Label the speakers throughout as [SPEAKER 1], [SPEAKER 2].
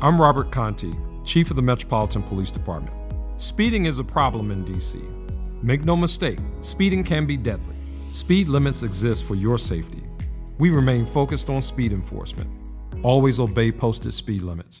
[SPEAKER 1] I'm Robert Conti, Chief of the Metropolitan Police Department. Speeding is a problem in DC. Make no mistake, speeding can be deadly. Speed limits exist for your safety. We remain focused on speed enforcement. Always obey posted speed limits.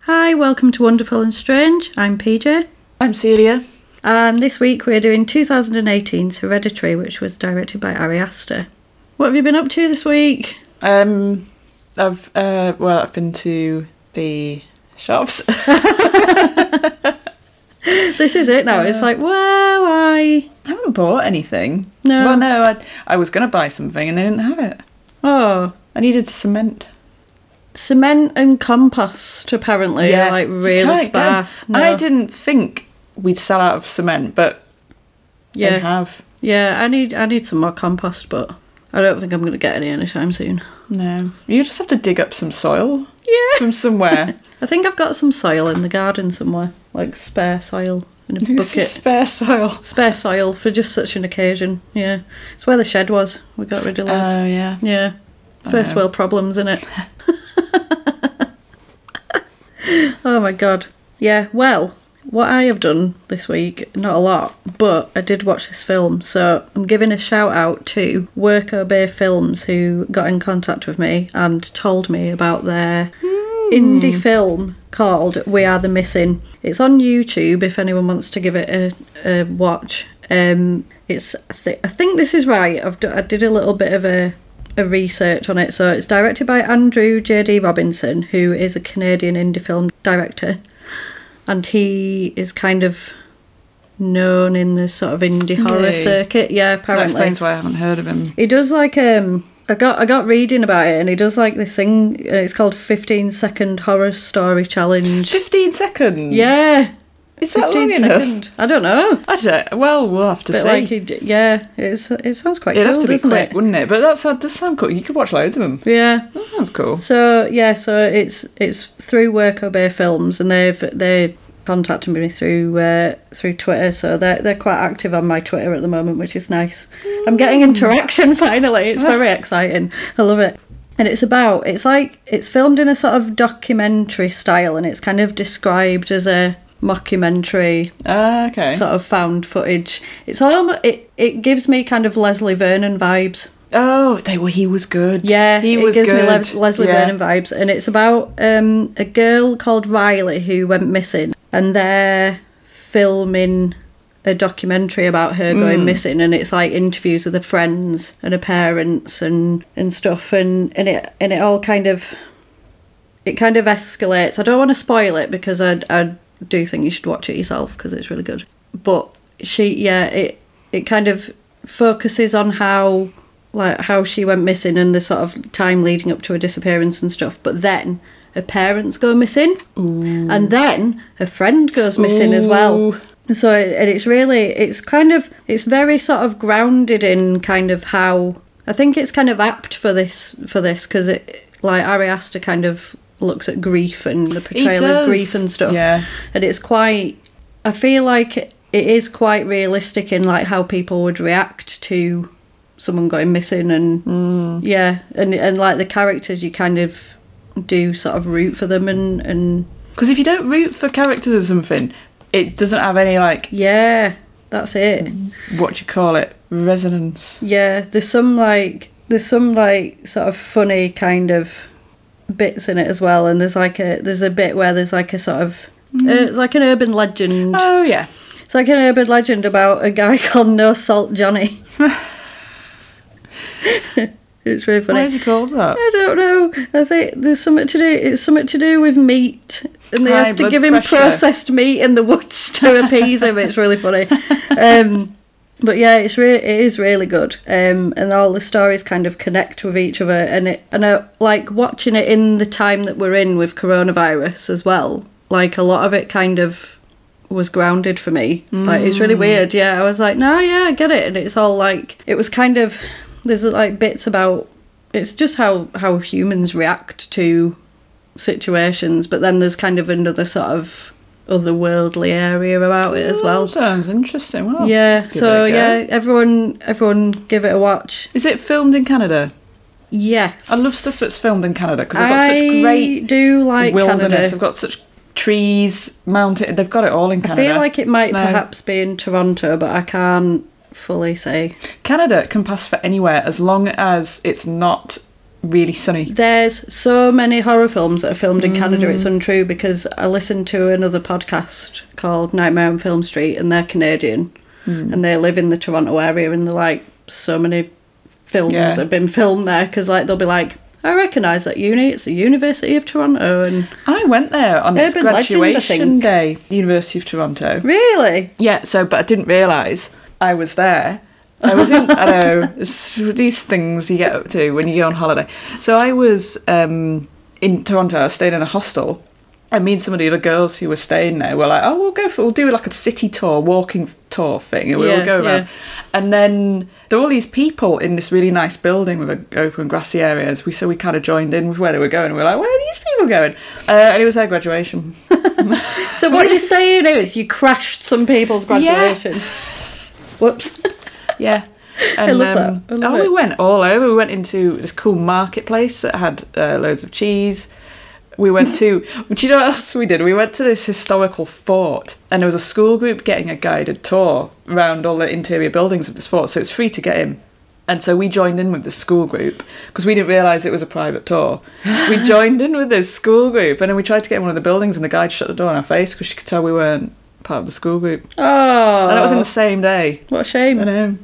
[SPEAKER 2] Hi, welcome to Wonderful and Strange. I'm PJ.
[SPEAKER 3] I'm Celia.
[SPEAKER 2] And this week we're doing 2018's Hereditary, which was directed by Ari Aster. What have you been up to this week?
[SPEAKER 3] Um, I've uh, well, I've been to the shops.
[SPEAKER 2] This is it now. It's like, well, I.
[SPEAKER 3] I haven't bought anything.
[SPEAKER 2] No.
[SPEAKER 3] Well, no, I I was gonna buy something and I didn't have it.
[SPEAKER 2] Oh,
[SPEAKER 3] I needed cement.
[SPEAKER 2] cement and compost apparently are Oh, like
[SPEAKER 3] You
[SPEAKER 2] really
[SPEAKER 3] can't get 'em.
[SPEAKER 2] sparse. No.
[SPEAKER 3] I didn't think we'd sell out of cement, but they
[SPEAKER 2] Yeah,
[SPEAKER 3] have.
[SPEAKER 2] yeah. I need I need some more compost, but I don't think I'm going to get any anytime soon.
[SPEAKER 3] No, you just have to dig up some soil
[SPEAKER 2] Yeah.
[SPEAKER 3] from somewhere.
[SPEAKER 2] I think I've got some soil in the garden somewhere, like spare soil in a
[SPEAKER 3] Use some
[SPEAKER 2] bucket.
[SPEAKER 3] spare soil.
[SPEAKER 2] spare soil for just such an occasion. Yeah, it's where the shed was. We got rid of loads.
[SPEAKER 3] Oh yeah.
[SPEAKER 2] yeah, first world problems, in it? oh my god. Yeah. Well, what I have done this week, not a lot, but I did watch this film, so I'm giving a shout out to Work Obey Films, who got in contact with me and told me about their
[SPEAKER 3] Hmm.
[SPEAKER 2] indie film called We Are the Missing. It's on YouTube if anyone wants to give it a, a watch. Um, it's I, thi- I think this is right. I've d- I did a little bit of a a research on it. So it's directed by Andrew J.D. Robinson, who is a Canadian indie film director, and he is kind of known in the sort of indie horror
[SPEAKER 3] Really?
[SPEAKER 2] circuit. Yeah,
[SPEAKER 3] That
[SPEAKER 2] apparently
[SPEAKER 3] explains why I haven't heard of him.
[SPEAKER 2] he does like um I got I got reading about it and he does like this thing and it's called 15 second horror story challenge.
[SPEAKER 3] Fifteen seconds.
[SPEAKER 2] Yeah.
[SPEAKER 3] Is that long enough?
[SPEAKER 2] second. I don't know.
[SPEAKER 3] I don't. Well, we'll have to
[SPEAKER 2] But
[SPEAKER 3] see.
[SPEAKER 2] like he d- yeah, it's it sounds quite
[SPEAKER 3] It'd
[SPEAKER 2] cool,
[SPEAKER 3] have to be
[SPEAKER 2] doesn't
[SPEAKER 3] quick,
[SPEAKER 2] it?
[SPEAKER 3] wouldn't it? But that's that does sound cool. You could watch loads of them.
[SPEAKER 2] Yeah.
[SPEAKER 3] That sounds cool.
[SPEAKER 2] So yeah, so it's it's through Work Obey Films, and they've they contacted me through uh, through Twitter. So they're they're quite active on my Twitter at the moment, which is nice. I'm getting interaction finally. It's very exciting. I love it. And it's about it's like it's filmed in a sort of documentary style, and it's kind of described as a mockumentary
[SPEAKER 3] Ah, okay.
[SPEAKER 2] sort of found footage. It's almost it, it gives me kind of Leslie Vernon vibes.
[SPEAKER 3] oh, they were. He was good.
[SPEAKER 2] Yeah,
[SPEAKER 3] he
[SPEAKER 2] it
[SPEAKER 3] was
[SPEAKER 2] gives
[SPEAKER 3] good.
[SPEAKER 2] me Le- Leslie
[SPEAKER 3] Yeah.
[SPEAKER 2] Vernon vibes, and it's about um, a girl called Riley who went missing, and they're filming a documentary about her
[SPEAKER 3] Mm.
[SPEAKER 2] going missing, and it's like interviews with her friends and her parents and and stuff, and and it and it all kind of it kind of escalates. I don't want to spoil it because I, I do think you should watch it yourself because it's really good. But she, yeah, it it kind of focuses on how like how she went missing and the sort of time leading up to her disappearance and stuff. But then her parents go missing,
[SPEAKER 3] Mm.
[SPEAKER 2] and then her friend goes missing as well. So it- and it's really it's kind of it's very sort of grounded in kind of how I think it's kind of apt for this for this because it like Ari Aster kind of looks at grief and the portrayal of
[SPEAKER 3] does.
[SPEAKER 2] grief and stuff.
[SPEAKER 3] Yeah.
[SPEAKER 2] and it's quite. I feel like it is quite realistic in like how people would react to someone going missing and
[SPEAKER 3] Mm.
[SPEAKER 2] yeah, and and like the characters you kind of do sort of root for them and and
[SPEAKER 3] Because if you don't root for characters or something, it doesn't have any like
[SPEAKER 2] yeah, that's it.
[SPEAKER 3] what do you call it resonance.
[SPEAKER 2] Yeah, there's some like there's some like sort of funny kind of bits in it as well, and there's like a there's a bit where there's like a sort of
[SPEAKER 3] Mm.
[SPEAKER 2] uh, like an urban legend.
[SPEAKER 3] Oh yeah,
[SPEAKER 2] It's like an urban legend about a guy called No Salt Johnny. it's really funny.
[SPEAKER 3] why is he called that?
[SPEAKER 2] I don't know. I think there's something to do. It's something to do with meat, and they
[SPEAKER 3] High
[SPEAKER 2] have to
[SPEAKER 3] blood
[SPEAKER 2] give him
[SPEAKER 3] pressure.
[SPEAKER 2] processed meat in the woods to appease him. It's really funny. Um, but yeah, it's really it is really good, um, and all the stories kind of connect with each other, and it and I like watching it in the time that we're in with coronavirus as well. Like a lot of it kind of was grounded for me. Like it's really weird. Yeah, I was like, no, yeah, I get it, and it's all like it was kind of there's like bits about it's just how how humans react to situations, but then there's kind of another sort of otherworldly area about it as well.
[SPEAKER 3] sounds interesting. Well,
[SPEAKER 2] Yeah,
[SPEAKER 3] Oh, give
[SPEAKER 2] so
[SPEAKER 3] it a go.
[SPEAKER 2] yeah, everyone everyone give it a watch.
[SPEAKER 3] Is it filmed in Canada?
[SPEAKER 2] Yes.
[SPEAKER 3] I love stuff that's filmed in Canada because they've got
[SPEAKER 2] I
[SPEAKER 3] such great
[SPEAKER 2] do like
[SPEAKER 3] wilderness.
[SPEAKER 2] Canada.
[SPEAKER 3] They've got such trees, mountain. They've got it all in
[SPEAKER 2] I
[SPEAKER 3] Canada.
[SPEAKER 2] feel like it might
[SPEAKER 3] Snow.
[SPEAKER 2] perhaps be in Toronto, but I can't fully say.
[SPEAKER 3] Canada can pass for anywhere as long as it's not really sunny.
[SPEAKER 2] There's so many horror films that are filmed in Canada, it's
[SPEAKER 3] Mm.
[SPEAKER 2] untrue because I listened to another podcast called Nightmare on Film Street and they're Canadian
[SPEAKER 3] Mm.
[SPEAKER 2] and they live in the Toronto area and they're like, so many films
[SPEAKER 3] Yeah.
[SPEAKER 2] have been filmed there because like they'll be like, I recognise that uni, it's the University of Toronto and
[SPEAKER 3] I went there on its
[SPEAKER 2] Urban legend, I
[SPEAKER 3] graduation
[SPEAKER 2] think.
[SPEAKER 3] day, University of Toronto.
[SPEAKER 2] really?
[SPEAKER 3] Yeah, so but I didn't realise I was there. I was in. I know it's these things you get up to when you go on holiday. So I was um, in Toronto. I stayed in a hostel. And me and some of the other girls who were staying there were like, "Oh, we'll go for we'll do like a city tour, walking tour thing, and we'll
[SPEAKER 2] Yeah,
[SPEAKER 3] go around."
[SPEAKER 2] yeah.
[SPEAKER 3] And then there were all these people in this really nice building with a open grassy areas. We so we kind of joined in with where they were going. And we were like, "Where are these people going?" Uh, and it was their graduation.
[SPEAKER 2] So what you're saying is you crashed some people's graduation. Whoops.
[SPEAKER 3] Yeah. And,
[SPEAKER 2] love
[SPEAKER 3] um,
[SPEAKER 2] that. I love
[SPEAKER 3] oh, we
[SPEAKER 2] it.
[SPEAKER 3] went all over. We went into this cool marketplace that had uh, loads of cheese. We went to, do you know what else we did? We went to this historical fort, and there was a school group getting a guided tour around all the interior buildings of this fort, so it's free to get in. And so we joined in with the school group because we didn't realise it was a private tour. We joined in with this school group, and then we tried to get in one of the buildings, and the guide shut the door in our face because she could tell we weren't part of the school group.
[SPEAKER 2] Oh,
[SPEAKER 3] And that was in the same day.
[SPEAKER 2] what a shame.
[SPEAKER 3] I know.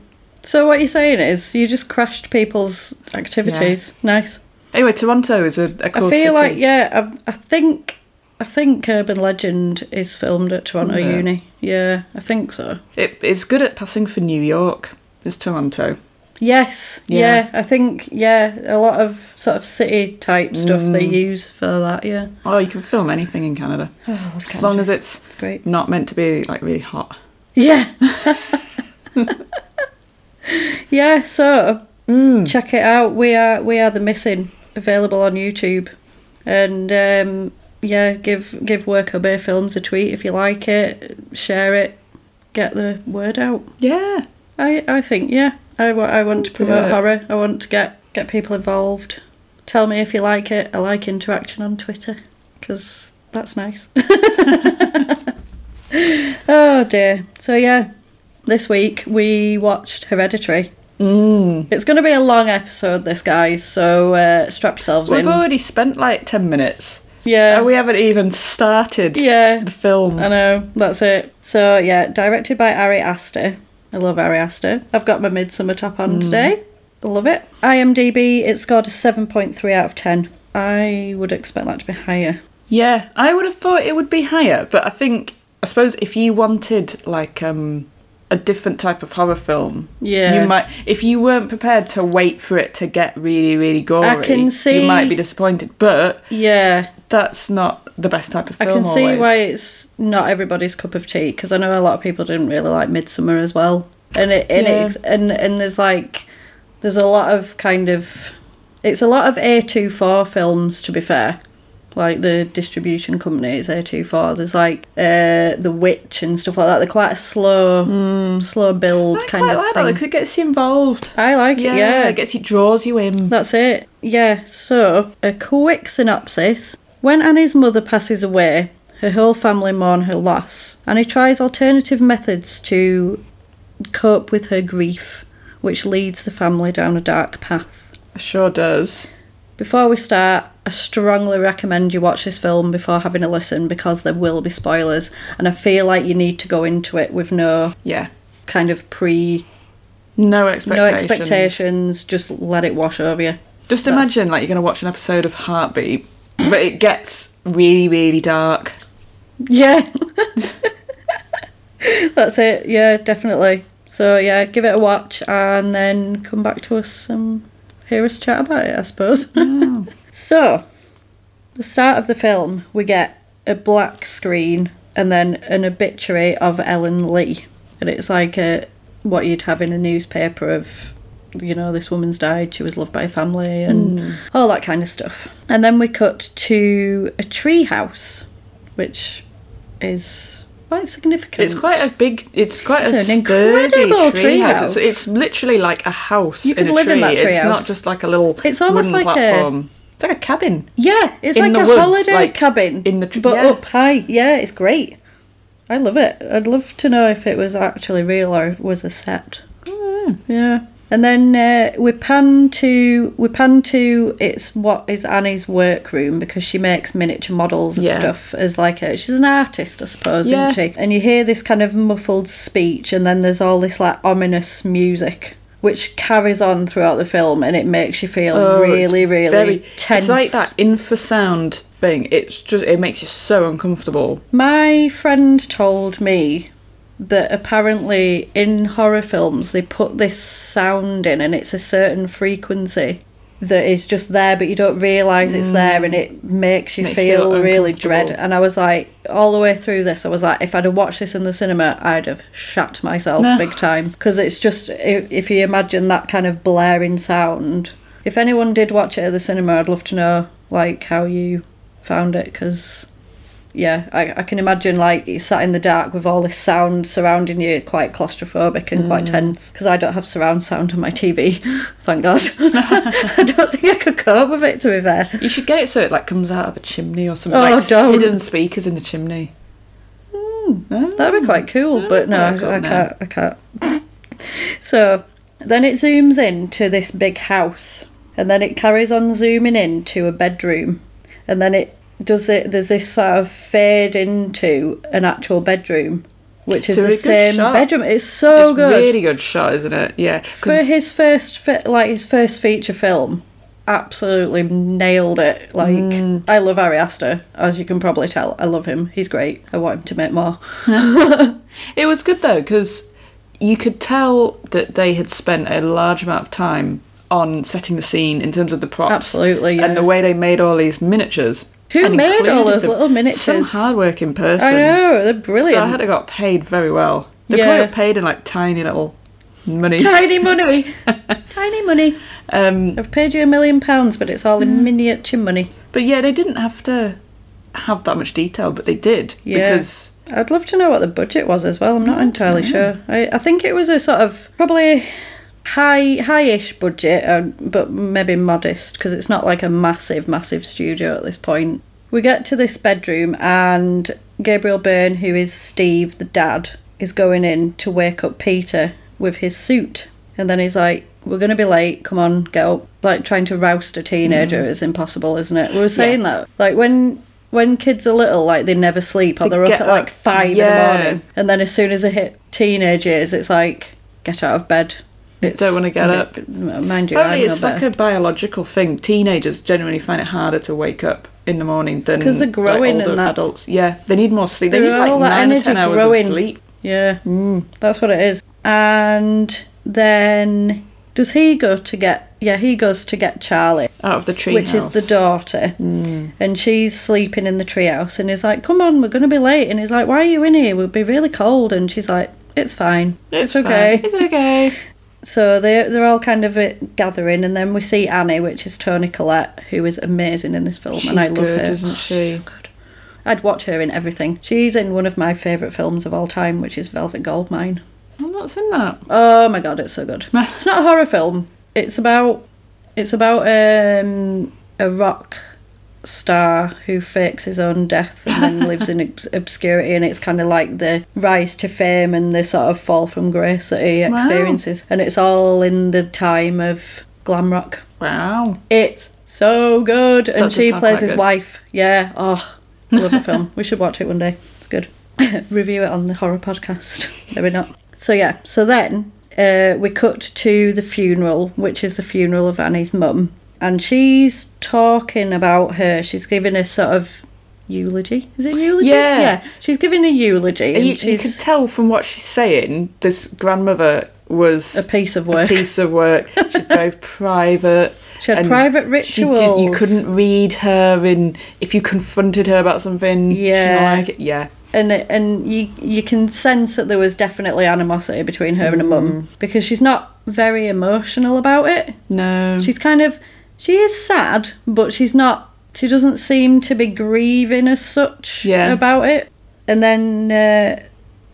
[SPEAKER 2] So what you're saying is you just crashed people's activities. Nice.
[SPEAKER 3] Anyway, Toronto is a, a cool
[SPEAKER 2] I feel
[SPEAKER 3] city.
[SPEAKER 2] like yeah, I, I think I think Urban Legend is filmed at Toronto
[SPEAKER 3] Yeah.
[SPEAKER 2] Uni. Yeah, I think so.
[SPEAKER 3] It, it's good at passing for New York. It's Toronto.
[SPEAKER 2] Yes. Yeah.
[SPEAKER 3] Yeah.
[SPEAKER 2] I think yeah, a lot of sort of city type stuff they use for that. Yeah.
[SPEAKER 3] Oh, you can film anything in Canada.
[SPEAKER 2] Oh,
[SPEAKER 3] As long as it's
[SPEAKER 2] It's great.
[SPEAKER 3] not meant to be like really hot.
[SPEAKER 2] Yeah. yeah. So check it out. We are we are the missing available on YouTube, and um, yeah, give give Work Obey Films a tweet if you like it. Share it. Get the word out.
[SPEAKER 3] Yeah.
[SPEAKER 2] I I think yeah. I, wa- I want to promote horror. I want to get get people involved. Tell me if you like it. I like interaction on Twitter because that's nice. oh dear. So yeah, this week we watched Hereditary. Mm. It's going to be a long episode, this guys. So uh, strap yourselves
[SPEAKER 3] We've
[SPEAKER 2] in.
[SPEAKER 3] already spent like 10 minutes.
[SPEAKER 2] yeah.
[SPEAKER 3] And we haven't even started
[SPEAKER 2] yeah.
[SPEAKER 3] the film.
[SPEAKER 2] I know, that's it. So, yeah, directed by Ari Aster. I love Ari Aster. I've got my Midsummer top on today. I love it. IMDb, it scored a 7.3 out of 10. I would expect that to be higher.
[SPEAKER 3] Yeah, I would have thought it would be higher, but I think I suppose if you wanted like um a different type of horror film,
[SPEAKER 2] Yeah.
[SPEAKER 3] you might if you weren't prepared to wait for it to get really really gory,
[SPEAKER 2] can see-
[SPEAKER 3] you might be disappointed. But
[SPEAKER 2] Yeah,
[SPEAKER 3] that's not the best type of
[SPEAKER 2] I can
[SPEAKER 3] film.
[SPEAKER 2] see
[SPEAKER 3] always.
[SPEAKER 2] why it's not everybody's cup of tea because I know a lot of people didn't really like Midsummer as well, and it and
[SPEAKER 3] Yeah.
[SPEAKER 2] it's, and and there's like there's a lot of kind of it's a lot of A two four films to be fair, like the distribution company it's A24 there's like uh, The Witch and stuff like that they're quite a slow slow build
[SPEAKER 3] Hmm. I
[SPEAKER 2] kind
[SPEAKER 3] quite
[SPEAKER 2] of
[SPEAKER 3] like that
[SPEAKER 2] thing
[SPEAKER 3] because it gets you involved.
[SPEAKER 2] I like it yeah
[SPEAKER 3] it gets you draws you in.
[SPEAKER 2] that's it. Yeah, so a quick synopsis. When Annie's mother passes away, her whole family mourn her loss. Annie tries alternative methods to cope with her grief, which leads the family down a dark path.
[SPEAKER 3] It sure does.
[SPEAKER 2] Before we start, I strongly recommend you watch this film before having a listen because there will be spoilers, and I feel like you need to go into it with no
[SPEAKER 3] Yeah.
[SPEAKER 2] kind of pre
[SPEAKER 3] No
[SPEAKER 2] no
[SPEAKER 3] expectations.
[SPEAKER 2] expectations, just let it wash over you.
[SPEAKER 3] Just imagine like you're going to watch an episode of Heartbeat, but it gets really really dark.
[SPEAKER 2] Yeah. That's it. Yeah, definitely. So yeah, give it a watch and then come back to us and hear us chat about it, I suppose. so, the start of the film, we get a black screen and then an obituary of Ellen Lee, and it's like a what you'd have in a newspaper of you know this woman's died she was loved by her family and
[SPEAKER 3] Hmm.
[SPEAKER 2] all that kind of stuff and then we cut to a tree house which is quite significant
[SPEAKER 3] It's quite a big. It's quite
[SPEAKER 2] It's
[SPEAKER 3] a
[SPEAKER 2] an
[SPEAKER 3] sturdy
[SPEAKER 2] incredible
[SPEAKER 3] tree house.
[SPEAKER 2] treehouse.
[SPEAKER 3] It's, it's literally like a house.
[SPEAKER 2] You
[SPEAKER 3] in
[SPEAKER 2] could
[SPEAKER 3] a
[SPEAKER 2] live in that
[SPEAKER 3] It's not
[SPEAKER 2] treehouse.
[SPEAKER 3] just like a little.
[SPEAKER 2] It's almost
[SPEAKER 3] wooden
[SPEAKER 2] like a-
[SPEAKER 3] platform. It's like a cabin.
[SPEAKER 2] Yeah, it's
[SPEAKER 3] in
[SPEAKER 2] like
[SPEAKER 3] the
[SPEAKER 2] a
[SPEAKER 3] woods,
[SPEAKER 2] holiday
[SPEAKER 3] like,
[SPEAKER 2] cabin
[SPEAKER 3] in the tr-
[SPEAKER 2] but
[SPEAKER 3] yeah.
[SPEAKER 2] up high. Yeah, it's great. I love it. I'd love to know if it was actually real or if it was a set.
[SPEAKER 3] Oh,
[SPEAKER 2] Yeah. And then uh, we pan to we pan to it's what is Annie's workroom because she makes miniature models of
[SPEAKER 3] Yeah.
[SPEAKER 2] stuff as like a she's an artist I suppose
[SPEAKER 3] Yeah.
[SPEAKER 2] isn't she and you hear this kind of muffled speech and then there's all this like ominous music which carries on throughout the film and it makes you feel
[SPEAKER 3] Oh, it's
[SPEAKER 2] really really
[SPEAKER 3] very-
[SPEAKER 2] tense
[SPEAKER 3] It's like that infrasound thing. It's just it makes you so uncomfortable.
[SPEAKER 2] My friend told me that apparently in horror films they put this sound in and it's a certain frequency that is just there but you don't realize it's there and it makes you
[SPEAKER 3] Makes you
[SPEAKER 2] feel,
[SPEAKER 3] feel
[SPEAKER 2] really dread
[SPEAKER 3] uncomfortable.
[SPEAKER 2] and i was like all the way through this i was like if i'd have watched this in the cinema i'd have shat myself
[SPEAKER 3] No.
[SPEAKER 2] big time because it's just if, if you imagine that kind of blaring sound if anyone did watch it at the cinema i'd love to know like how you found it because yeah, I, I can imagine like you sat in the dark with all this sound surrounding you, quite claustrophobic and quite
[SPEAKER 3] Mm.
[SPEAKER 2] tense. Because I don't have surround sound on my TV, thank God. I don't think I could cope with it. To be fair,
[SPEAKER 3] You should get it so it like comes out of the chimney or something.
[SPEAKER 2] Oh,
[SPEAKER 3] like
[SPEAKER 2] don't. Hmm.
[SPEAKER 3] hidden speakers in the chimney.
[SPEAKER 2] that'd be quite cool, but no,
[SPEAKER 3] Oh, God,
[SPEAKER 2] I, I
[SPEAKER 3] no.
[SPEAKER 2] can't. I can't. so then it zooms in to this big house, and then it carries on zooming in to a bedroom, and then it does it. There's this sort of fade into an actual bedroom. Which is
[SPEAKER 3] It's a
[SPEAKER 2] the
[SPEAKER 3] really good
[SPEAKER 2] same
[SPEAKER 3] shot.
[SPEAKER 2] bedroom. It's so
[SPEAKER 3] it's
[SPEAKER 2] good.
[SPEAKER 3] really good shot, isn't it? Yeah. 'cause
[SPEAKER 2] for his first fi- like his first feature film absolutely nailed it like i love ari aster as you can probably tell i love him he's great i want him to make more
[SPEAKER 3] It was good though because you could tell that they had spent a large amount of time on setting the scene in terms of the props,
[SPEAKER 2] Absolutely, yeah.
[SPEAKER 3] and the way they made all these miniatures.
[SPEAKER 2] Who
[SPEAKER 3] and
[SPEAKER 2] made all
[SPEAKER 3] included
[SPEAKER 2] those
[SPEAKER 3] them.
[SPEAKER 2] little miniatures?
[SPEAKER 3] Some hardworking person.
[SPEAKER 2] i know they're
[SPEAKER 3] So I
[SPEAKER 2] brilliant
[SPEAKER 3] had got paid very well. They
[SPEAKER 2] Yeah.
[SPEAKER 3] probably got paid in like tiny little money.
[SPEAKER 2] tiny money tiny money
[SPEAKER 3] Um,
[SPEAKER 2] i've paid you a million pounds but it's all in miniature money
[SPEAKER 3] but yeah, they didn't have to have that much detail, but they did
[SPEAKER 2] Yeah.
[SPEAKER 3] because
[SPEAKER 2] I'd love to know what the budget was as well. I'm not entirely sure. I, I think it was a sort of probably high high-ish budget, um, but maybe modest because it's not like a massive massive studio at this point. We get to this bedroom and Gabriel Byrne, who is Steve the dad, is going in to wake up Peter with his suit, and then he's like. We're going to be late. Come on, get up. Like trying to roust a teenager is impossible, isn't it? We were saying that. Like when when kids are little, like they never sleep or
[SPEAKER 3] They
[SPEAKER 2] they're up
[SPEAKER 3] get
[SPEAKER 2] at like
[SPEAKER 3] up.
[SPEAKER 2] five in
[SPEAKER 3] Yeah.
[SPEAKER 2] the morning, and then as soon as they hit teenage years, it's like get out of bed. It's,
[SPEAKER 3] don't wanna get up.
[SPEAKER 2] M- uh, Mind you,
[SPEAKER 3] apparently
[SPEAKER 2] I know
[SPEAKER 3] it's like a biological thing. Teenagers genuinely find it harder to wake up in the morning than
[SPEAKER 2] 'cause they're
[SPEAKER 3] like,
[SPEAKER 2] growing
[SPEAKER 3] older
[SPEAKER 2] and that.
[SPEAKER 3] adults. Yeah, they need more sleep. They
[SPEAKER 2] They're
[SPEAKER 3] need like
[SPEAKER 2] all that
[SPEAKER 3] nine or
[SPEAKER 2] energy
[SPEAKER 3] ten hours
[SPEAKER 2] growing.
[SPEAKER 3] of sleep.
[SPEAKER 2] yeah, mm, that's what it is. And then does he go to get? Yeah, he goes to get Charlie.
[SPEAKER 3] out of the tree
[SPEAKER 2] which is the daughter,
[SPEAKER 3] Mm.
[SPEAKER 2] and she's sleeping in the treehouse. And he's like, "Come on, we're going to be late." And he's like, "Why are you in here? We'll be really cold." And she's like, "It's fine. It's, okay."
[SPEAKER 3] It's okay.
[SPEAKER 2] So they're, they're all kind of uh, gathering, and then we see Annie, which is Tony Collette, who is amazing in this film,
[SPEAKER 3] She's
[SPEAKER 2] and I love
[SPEAKER 3] good,
[SPEAKER 2] her. Oh,
[SPEAKER 3] isn't
[SPEAKER 2] so
[SPEAKER 3] she?
[SPEAKER 2] good. I'd watch her in everything. She's in one of my favourite films of all time, which is Velvet Goldmine.
[SPEAKER 3] I'm not in that.
[SPEAKER 2] Oh my god, it's so good. it's not a horror film. It's about it's about um, a rock star who fakes his own death and then lives in obs- obscurity and it's kind of like the rise to fame and the sort of fall from grace that he experiences and it's all in the time of glam rock
[SPEAKER 3] Wow.
[SPEAKER 2] it's so good and
[SPEAKER 3] does
[SPEAKER 2] she
[SPEAKER 3] sound
[SPEAKER 2] plays
[SPEAKER 3] quite
[SPEAKER 2] his
[SPEAKER 3] good.
[SPEAKER 2] wife yeah oh love the film we should watch it one day it's good review it on the horror podcast maybe not so yeah so then uh, we cut to the funeral which is the funeral of annie's mum and she's talking about her she's giving a sort of eulogy is it eulogy
[SPEAKER 3] Yeah.
[SPEAKER 2] she's giving a eulogy and
[SPEAKER 3] You, you
[SPEAKER 2] she's
[SPEAKER 3] can tell from what she's saying, this grandmother was
[SPEAKER 2] a piece of work
[SPEAKER 3] a piece of work. She's very private.
[SPEAKER 2] She had
[SPEAKER 3] and
[SPEAKER 2] private
[SPEAKER 3] she did- you
[SPEAKER 2] rituals.
[SPEAKER 3] couldn't read her, and if you confronted her about something, she
[SPEAKER 2] Yeah.
[SPEAKER 3] didn't like it. Yeah.
[SPEAKER 2] and and you you can sense that there was definitely animosity between her and her mum because she's not very emotional about it.
[SPEAKER 3] No.
[SPEAKER 2] She's kind of she is sad, but she's not. She doesn't seem to be grieving as such
[SPEAKER 3] Yeah.
[SPEAKER 2] about it. And then uh,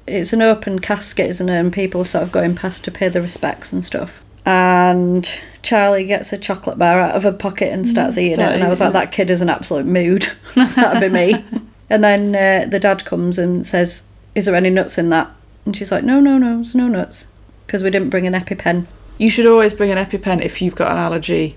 [SPEAKER 2] it's an open casket, isn't it? And people are sort of going past to pay their respects and stuff. And Charlie gets a chocolate bar out of her pocket and starts eating it. And I was like, that kid is an absolute mood. That'd be me. and then uh, the dad comes and says, Is there any nuts in that? And she's like, No, no, no, there's no nuts. Because we didn't bring an EpiPen
[SPEAKER 3] you should always bring an EpiPen if you've got an allergy.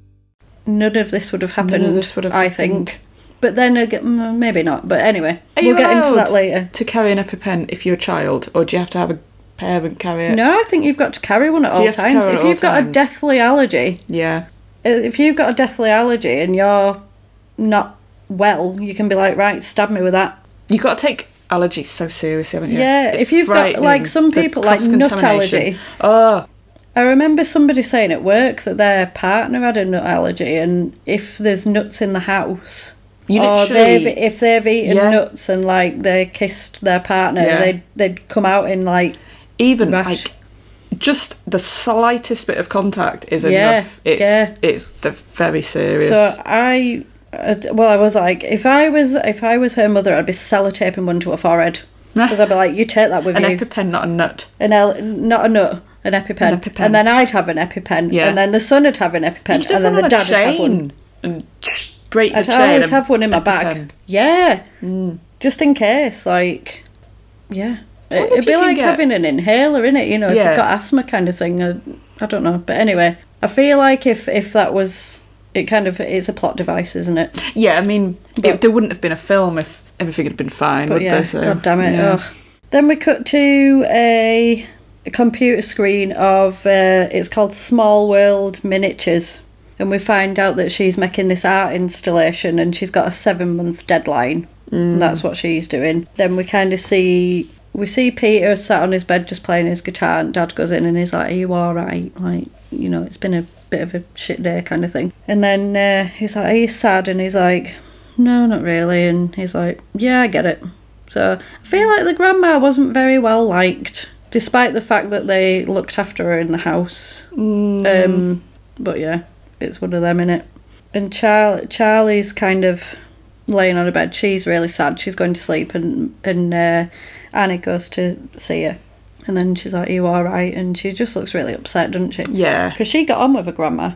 [SPEAKER 2] none of this would have happened.
[SPEAKER 3] this would have
[SPEAKER 2] I
[SPEAKER 3] happened.
[SPEAKER 2] think. But then aga- mm, maybe not. But anyway,
[SPEAKER 3] Are
[SPEAKER 2] we'll
[SPEAKER 3] you
[SPEAKER 2] get into
[SPEAKER 3] allowed
[SPEAKER 2] that later.
[SPEAKER 3] To carry an EpiPen if you're a child, or do you have to have a parent carry it?
[SPEAKER 2] No, I think you've got to carry one at
[SPEAKER 3] you
[SPEAKER 2] all
[SPEAKER 3] have to
[SPEAKER 2] times.
[SPEAKER 3] carry it
[SPEAKER 2] If
[SPEAKER 3] at
[SPEAKER 2] you've
[SPEAKER 3] all
[SPEAKER 2] got a
[SPEAKER 3] times?
[SPEAKER 2] deathly allergy,
[SPEAKER 3] Yeah.
[SPEAKER 2] uh, if you've got a deathly allergy and you're not well, you can be like, right, stab me with that.
[SPEAKER 3] You've got to take allergies so seriously, haven't you?
[SPEAKER 2] Yeah,
[SPEAKER 3] It's
[SPEAKER 2] if you've got, like,
[SPEAKER 3] frightening,
[SPEAKER 2] some
[SPEAKER 3] the
[SPEAKER 2] people, like, nut
[SPEAKER 3] cross-contamination.
[SPEAKER 2] allergy.
[SPEAKER 3] Oh,
[SPEAKER 2] I remember somebody saying at work that their partner had a nut allergy, and if there's nuts in the house,
[SPEAKER 3] You
[SPEAKER 2] or
[SPEAKER 3] literally-
[SPEAKER 2] they've, if they've eaten
[SPEAKER 3] Yeah.
[SPEAKER 2] nuts and like they kissed their partner,
[SPEAKER 3] Yeah.
[SPEAKER 2] they'd they'd come out in like
[SPEAKER 3] even
[SPEAKER 2] Rash.
[SPEAKER 3] like just the slightest bit of contact is
[SPEAKER 2] Yeah,
[SPEAKER 3] enough. It's
[SPEAKER 2] yeah.
[SPEAKER 3] it's a very serious.
[SPEAKER 2] So I, uh, well, I was like, if I was if I was her mother, I'd be sellotaping one to her forehead because I'd be like, you take that with
[SPEAKER 3] an
[SPEAKER 2] you,
[SPEAKER 3] EpiPen, not a nut.
[SPEAKER 2] an el- not a nut, an EpiPen.
[SPEAKER 3] An EpiPen.
[SPEAKER 2] and then I'd have an EpiPen,
[SPEAKER 3] Yeah.
[SPEAKER 2] and then the son would have an EpiPen,
[SPEAKER 3] You'd
[SPEAKER 2] and then
[SPEAKER 3] have
[SPEAKER 2] the
[SPEAKER 3] on a
[SPEAKER 2] dad would have one.
[SPEAKER 3] chain And break the
[SPEAKER 2] I'd
[SPEAKER 3] chain
[SPEAKER 2] always
[SPEAKER 3] and Mm.
[SPEAKER 2] have one in my bag.
[SPEAKER 3] EpiPen.
[SPEAKER 2] Yeah, just in case, like, yeah.
[SPEAKER 3] wonder
[SPEAKER 2] It- It'd
[SPEAKER 3] if
[SPEAKER 2] be
[SPEAKER 3] you can
[SPEAKER 2] like
[SPEAKER 3] get-
[SPEAKER 2] having an inhaler in it, you know, if
[SPEAKER 3] Yeah.
[SPEAKER 2] you've got asthma kind of thing. I, I don't know, but anyway, I feel like if if that was it kind of is a plot device, isn't it?
[SPEAKER 3] Yeah, I mean, it,
[SPEAKER 2] But-
[SPEAKER 3] there wouldn't have been a film if everything had been fine,
[SPEAKER 2] But
[SPEAKER 3] would
[SPEAKER 2] yeah,
[SPEAKER 3] there? So,
[SPEAKER 2] god damn it.
[SPEAKER 3] yeah.
[SPEAKER 2] ugh. Then we cut to a, a computer screen of uh, it's called Small World Miniatures, and we find out that she's making this art installation and she's got a seven month deadline.
[SPEAKER 3] Mm.
[SPEAKER 2] And that's what she's doing. Then we kind of see we see Peter sat on his bed just playing his guitar, and Dad goes in and he's like, "Are you all right? Like, you know, it's been a bit of a shit day kind of thing." And then uh, he's like, "Are you sad?" And he's like, "No, not really." And he's like, "Yeah, I get it." So I feel like the grandma wasn't very well liked, despite the fact that they looked after her in the house. Um, but yeah, it's one of them in it. And Char- Charlie's kind of laying on a bed. She's really sad. She's going to sleep, and and uh, Annie goes to see her. And then she's like, "Are you all right?" And she just looks really upset, doesn't she?
[SPEAKER 3] Yeah.
[SPEAKER 2] Because she got on with her grandma.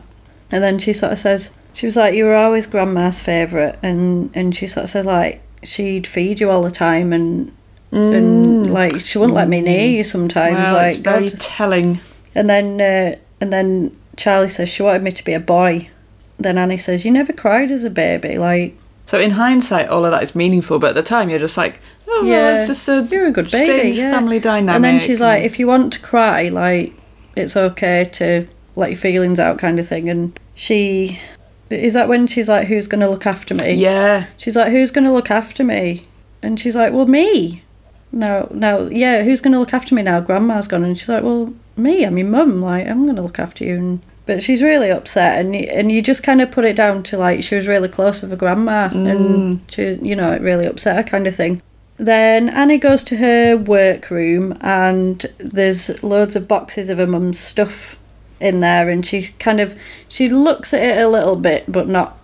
[SPEAKER 2] And then she sort of says, she was like, you were always grandma's favourite. And, and she sort of said, like, she'd feed you all the time and, and like, she wouldn't let me near you sometimes.
[SPEAKER 3] Well,
[SPEAKER 2] like,
[SPEAKER 3] it's very
[SPEAKER 2] God.
[SPEAKER 3] telling.
[SPEAKER 2] And then, uh, and then Charlie says she wanted me to be a boy. Then Annie says, you never cried as a baby. Like,
[SPEAKER 3] So in hindsight, all of that is meaningful, but at the time, you're just like, oh, well,
[SPEAKER 2] yeah,
[SPEAKER 3] it's just a,
[SPEAKER 2] you're a good
[SPEAKER 3] strange
[SPEAKER 2] baby, yeah.
[SPEAKER 3] family dynamic.
[SPEAKER 2] And then she's like,
[SPEAKER 3] and-
[SPEAKER 2] if you want to cry, like, it's okay to let your feelings out, kind of thing. And she, is that when she's like, who's going to look after me?
[SPEAKER 3] yeah,
[SPEAKER 2] She's like, "Who's going to look after me?" And she's like, "Well, me." No, no, yeah. Who's going to look after me now? Grandma's gone, and she's like, "Well, me. I'm your mum. Like, I'm going to look after you." And but she's really upset, and y- and you just kind of put it down to like she was really close with her grandma, and she, you know, it really upset her kind of thing. Then Annie goes to her workroom, and there's loads of boxes of her mum's stuff in there, and she kind of she looks at it a little bit, but not.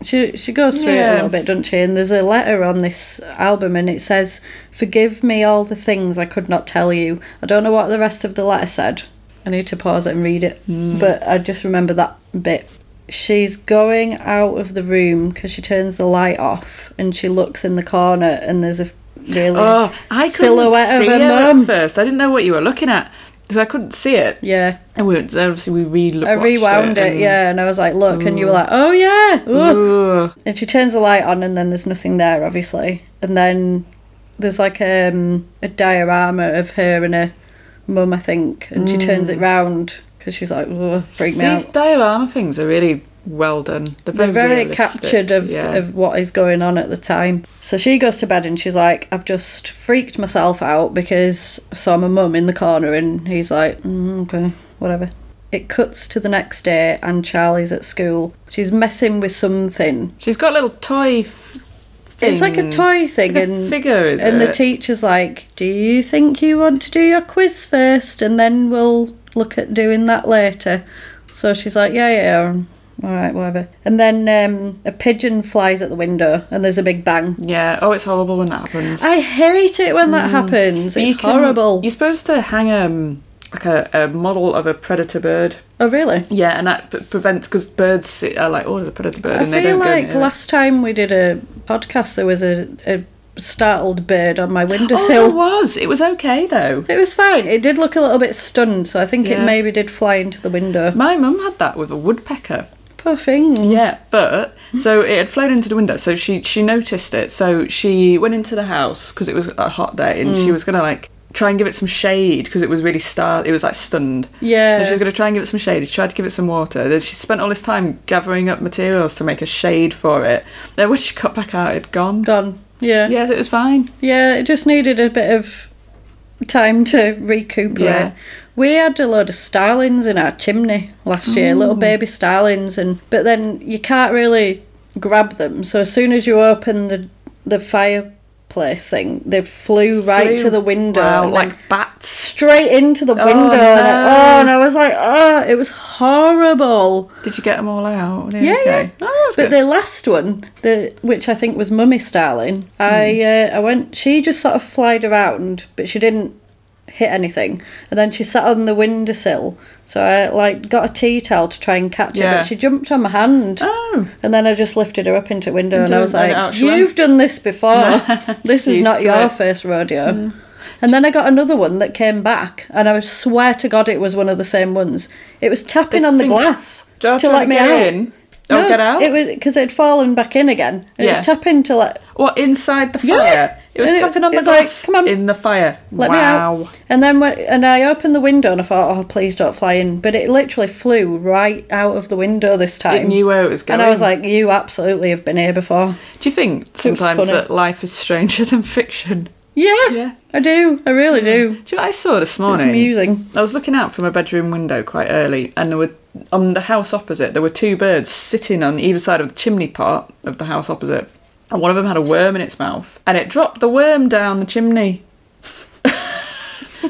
[SPEAKER 2] She she goes through it
[SPEAKER 3] Yeah.
[SPEAKER 2] a little bit, doesn't she? And there's a letter on this album, and it says, "Forgive me all the things I could not tell you. I don't know what the rest of the letter said. I need to pause it and read it,
[SPEAKER 3] Mm.
[SPEAKER 2] but I just remember that bit." She's going out of the room because she turns the light off, and she looks in the corner, and there's a really
[SPEAKER 3] oh, I couldn't
[SPEAKER 2] silhouette
[SPEAKER 3] see
[SPEAKER 2] of her
[SPEAKER 3] it at
[SPEAKER 2] mum.
[SPEAKER 3] first. I didn't know what you were looking at, so I couldn't see it.
[SPEAKER 2] Yeah.
[SPEAKER 3] And we went, obviously we re
[SPEAKER 2] I rewound it, yeah, and I was like, look, and you were like, oh yeah, ooh. and she turns the light on, and then there's nothing there, obviously, and then there's like um, a diorama of her and her mum, I think, and she turns it round because she's like, Ugh, freak me
[SPEAKER 3] These
[SPEAKER 2] out.
[SPEAKER 3] diorama things are really well done. They're very,
[SPEAKER 2] They're very
[SPEAKER 3] realistic,
[SPEAKER 2] captured of,
[SPEAKER 3] yeah.
[SPEAKER 2] of what is going on at the time. So she goes to bed and she's like, I've just freaked myself out because I saw my mum in the corner and he's like, mm, okay, whatever. It cuts to the next day and Charlie's at school. She's messing with something.
[SPEAKER 3] She's got a little toy. F- thing.
[SPEAKER 2] It's like a toy thing
[SPEAKER 3] Like a
[SPEAKER 2] and
[SPEAKER 3] figure, is
[SPEAKER 2] and the
[SPEAKER 3] it?
[SPEAKER 2] teacher's like, "Do you think you want to do your quiz first and then we'll look at doing that later?" So she's like, "Yeah, yeah, um, all right, whatever." And then um, a pigeon flies at the window and there's a big bang. Mm.
[SPEAKER 3] Yeah. Oh, it's horrible when that happens.
[SPEAKER 2] I hate it when that happens.
[SPEAKER 3] But you
[SPEAKER 2] It's
[SPEAKER 3] can-
[SPEAKER 2] horrible.
[SPEAKER 3] You're supposed to hang um, like a, a model of a predator bird.
[SPEAKER 2] Oh, really?
[SPEAKER 3] Yeah, and that p- prevents because birds sit- are like, oh, there's a predator bird,
[SPEAKER 2] I
[SPEAKER 3] and they
[SPEAKER 2] feel
[SPEAKER 3] don't go
[SPEAKER 2] like
[SPEAKER 3] near it.
[SPEAKER 2] last time we did a podcast, there was a, a startled bird on my
[SPEAKER 3] Oh, there
[SPEAKER 2] windowsill.
[SPEAKER 3] was. It was okay though.
[SPEAKER 2] It was fine. It did look a little bit stunned, so I think
[SPEAKER 3] Yeah.
[SPEAKER 2] it maybe did fly into the window.
[SPEAKER 3] My mum had that with a woodpecker.
[SPEAKER 2] Poor thing.
[SPEAKER 3] Yeah, but so it had flown into the window. So she she noticed it. So she went into the house because it was a hot day, and
[SPEAKER 2] Mm.
[SPEAKER 3] she was gonna like try and give it some shade because it was really star. It was like stunned.
[SPEAKER 2] Yeah.
[SPEAKER 3] So she was gonna try and give it some shade. She tried to give it some water. Then she spent all this time gathering up materials to make a shade for it. Then when she got back out, it'd gone.
[SPEAKER 2] Gone. Yeah.
[SPEAKER 3] Yes, it was fine.
[SPEAKER 2] Yeah, it just needed a bit of time to recuperate.
[SPEAKER 3] Yeah.
[SPEAKER 2] We had a load of starlings in our chimney last year, little
[SPEAKER 3] Mm.
[SPEAKER 2] baby starlings, and but then you can't really grab them. So as soon as you open the the fireplace thing, they flew right to
[SPEAKER 3] Flew-
[SPEAKER 2] the window,
[SPEAKER 3] Wow,
[SPEAKER 2] and then
[SPEAKER 3] like bats.
[SPEAKER 2] straight into the window. and I-
[SPEAKER 3] no.
[SPEAKER 2] oh, and I was like, oh, it was horrible.
[SPEAKER 3] Did you get them all out?
[SPEAKER 2] Yeah,
[SPEAKER 3] okay.
[SPEAKER 2] yeah.
[SPEAKER 3] Oh, that's
[SPEAKER 2] but
[SPEAKER 3] good.
[SPEAKER 2] the last one, the which I think was Mummy Starling,
[SPEAKER 3] Hmm.
[SPEAKER 2] I uh, I went. She just sort of flied around, but she didn't hit anything. And then she sat on the windowsill, so I like got a tea towel to try and catch her,
[SPEAKER 3] Yeah.
[SPEAKER 2] but she jumped on my hand.
[SPEAKER 3] Oh.
[SPEAKER 2] And then I just lifted her up into a window, and
[SPEAKER 3] Into-
[SPEAKER 2] I was
[SPEAKER 3] and
[SPEAKER 2] like,
[SPEAKER 3] out she
[SPEAKER 2] "You've
[SPEAKER 3] went."
[SPEAKER 2] done this before. this is
[SPEAKER 3] Used
[SPEAKER 2] not
[SPEAKER 3] to
[SPEAKER 2] your
[SPEAKER 3] it.
[SPEAKER 2] first rodeo." And then I got another one that came back, and I swear to God, it was one of the same ones. It was tapping on the
[SPEAKER 3] thing-
[SPEAKER 2] glass
[SPEAKER 3] Jar
[SPEAKER 2] to
[SPEAKER 3] tried
[SPEAKER 2] let me
[SPEAKER 3] get
[SPEAKER 2] out.
[SPEAKER 3] in. Oh, get out?
[SPEAKER 2] It was because it'd fallen back in again, and it
[SPEAKER 3] Yeah.
[SPEAKER 2] was tapping to like
[SPEAKER 3] What inside the fire?
[SPEAKER 2] Yeah.
[SPEAKER 3] It was
[SPEAKER 2] And it-
[SPEAKER 3] tapping on the
[SPEAKER 2] it's like,
[SPEAKER 3] glass
[SPEAKER 2] come on.
[SPEAKER 3] in the fire.
[SPEAKER 2] let
[SPEAKER 3] wow.
[SPEAKER 2] me out. And then when, and I opened the window and I thought, oh, please don't fly in. But it literally flew right out of the window this time.
[SPEAKER 3] knew where it was
[SPEAKER 2] And I was
[SPEAKER 3] going.
[SPEAKER 2] like, you absolutely have been here before.
[SPEAKER 3] Do you think sometimes
[SPEAKER 2] funny.
[SPEAKER 3] that life is stranger than fiction?
[SPEAKER 2] Yeah,
[SPEAKER 3] Yeah. Mm.
[SPEAKER 2] I do. I really do.
[SPEAKER 3] Do you know what I saw this
[SPEAKER 2] It's
[SPEAKER 3] morning?
[SPEAKER 2] amusing.
[SPEAKER 3] I was looking out from a bedroom window quite early, and there were on the house opposite. There were two birds sitting on either side of the chimney part of the house opposite, and one of them had a worm in its mouth, and it dropped the worm down the chimney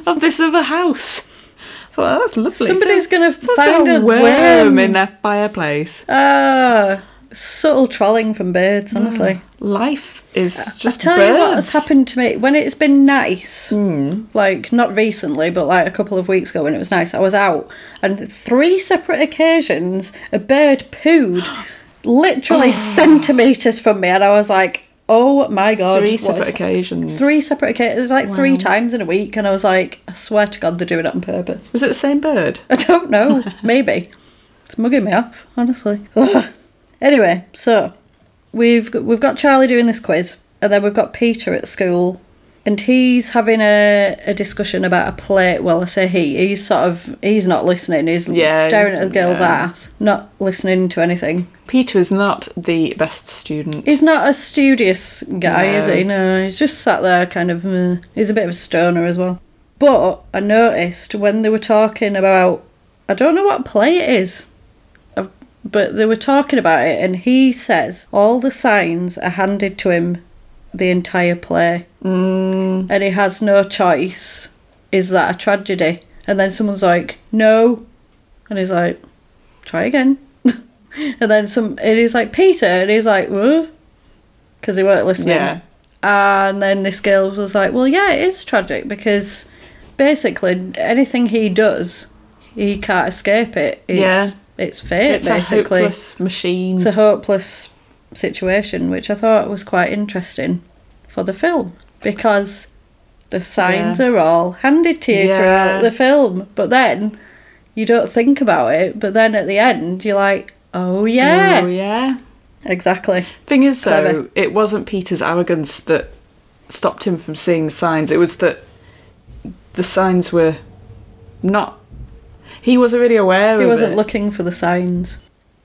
[SPEAKER 3] of this other house. I thought oh, that's lovely.
[SPEAKER 2] Somebody's gonna
[SPEAKER 3] someone's
[SPEAKER 2] find a
[SPEAKER 3] got
[SPEAKER 2] worm.
[SPEAKER 3] in their fireplace.
[SPEAKER 2] Ah, subtle trolling from birds, honestly.
[SPEAKER 3] Mm. Life is just
[SPEAKER 2] I tell
[SPEAKER 3] birds.
[SPEAKER 2] you what has happened to me when it's been nice,
[SPEAKER 3] Hmm.
[SPEAKER 2] like not recently, but like a couple of weeks ago when it was nice. I was out, and three separate occasions, a bird pooed literally
[SPEAKER 3] Oh.
[SPEAKER 2] centimeters from me, and I was like, "Oh my god!"
[SPEAKER 3] Three
[SPEAKER 2] what
[SPEAKER 3] separate
[SPEAKER 2] is-
[SPEAKER 3] occasions.
[SPEAKER 2] Three separate occasions. It was like three times in a week, and I was like, "I swear to God, they're doing it on purpose."
[SPEAKER 3] Was it the same bird?
[SPEAKER 2] I don't know. Maybe it's mugging me off, honestly. Ugh. Anyway, so we've got, we've got Charlie doing this quiz, and then we've got Peter at school, and he's having a, a discussion about a play. Well, I say he. He's sort of he's not listening. He's
[SPEAKER 3] Yeah,
[SPEAKER 2] staring
[SPEAKER 3] he's-
[SPEAKER 2] at the girl's
[SPEAKER 3] yeah.
[SPEAKER 2] ass, not listening to anything.
[SPEAKER 3] Peter is not the best student.
[SPEAKER 2] He's not a studious guy, is
[SPEAKER 3] No.
[SPEAKER 2] he? No, he's just sat there, kind of. mm. He's a bit of a stoner as well. But I noticed when they were talking about, I don't know what play it is, I've- but they were talking about it, and he says all the signs are handed to him the entire play, mm. and he has no choice. Is that a tragedy? And then someone's like, no, and he's like, try again. and then some, and he's like, Peter, and he's like, whoa, because he weren't listening.
[SPEAKER 3] Yeah.
[SPEAKER 2] And then this girl was like, well, yeah, it is tragic because basically anything he does, he can't escape it. It's,
[SPEAKER 3] Yeah.
[SPEAKER 2] It's fate,
[SPEAKER 3] it's
[SPEAKER 2] basically.
[SPEAKER 3] a hopeless machine.
[SPEAKER 2] it's a hopeless situation, which I thought was quite interesting for the film because the signs
[SPEAKER 3] Yeah.
[SPEAKER 2] are all handed to you
[SPEAKER 3] Yeah.
[SPEAKER 2] throughout the film, but then you don't think about it. But then at the end, you're like, oh yeah,
[SPEAKER 3] Oh, yeah.
[SPEAKER 2] exactly.
[SPEAKER 3] Thing is, though,
[SPEAKER 2] Clever.
[SPEAKER 3] it wasn't Peter's arrogance that stopped him from seeing the signs. It was that the signs were not. He wasn't really aware of
[SPEAKER 2] He wasn't
[SPEAKER 3] it.
[SPEAKER 2] looking for the signs.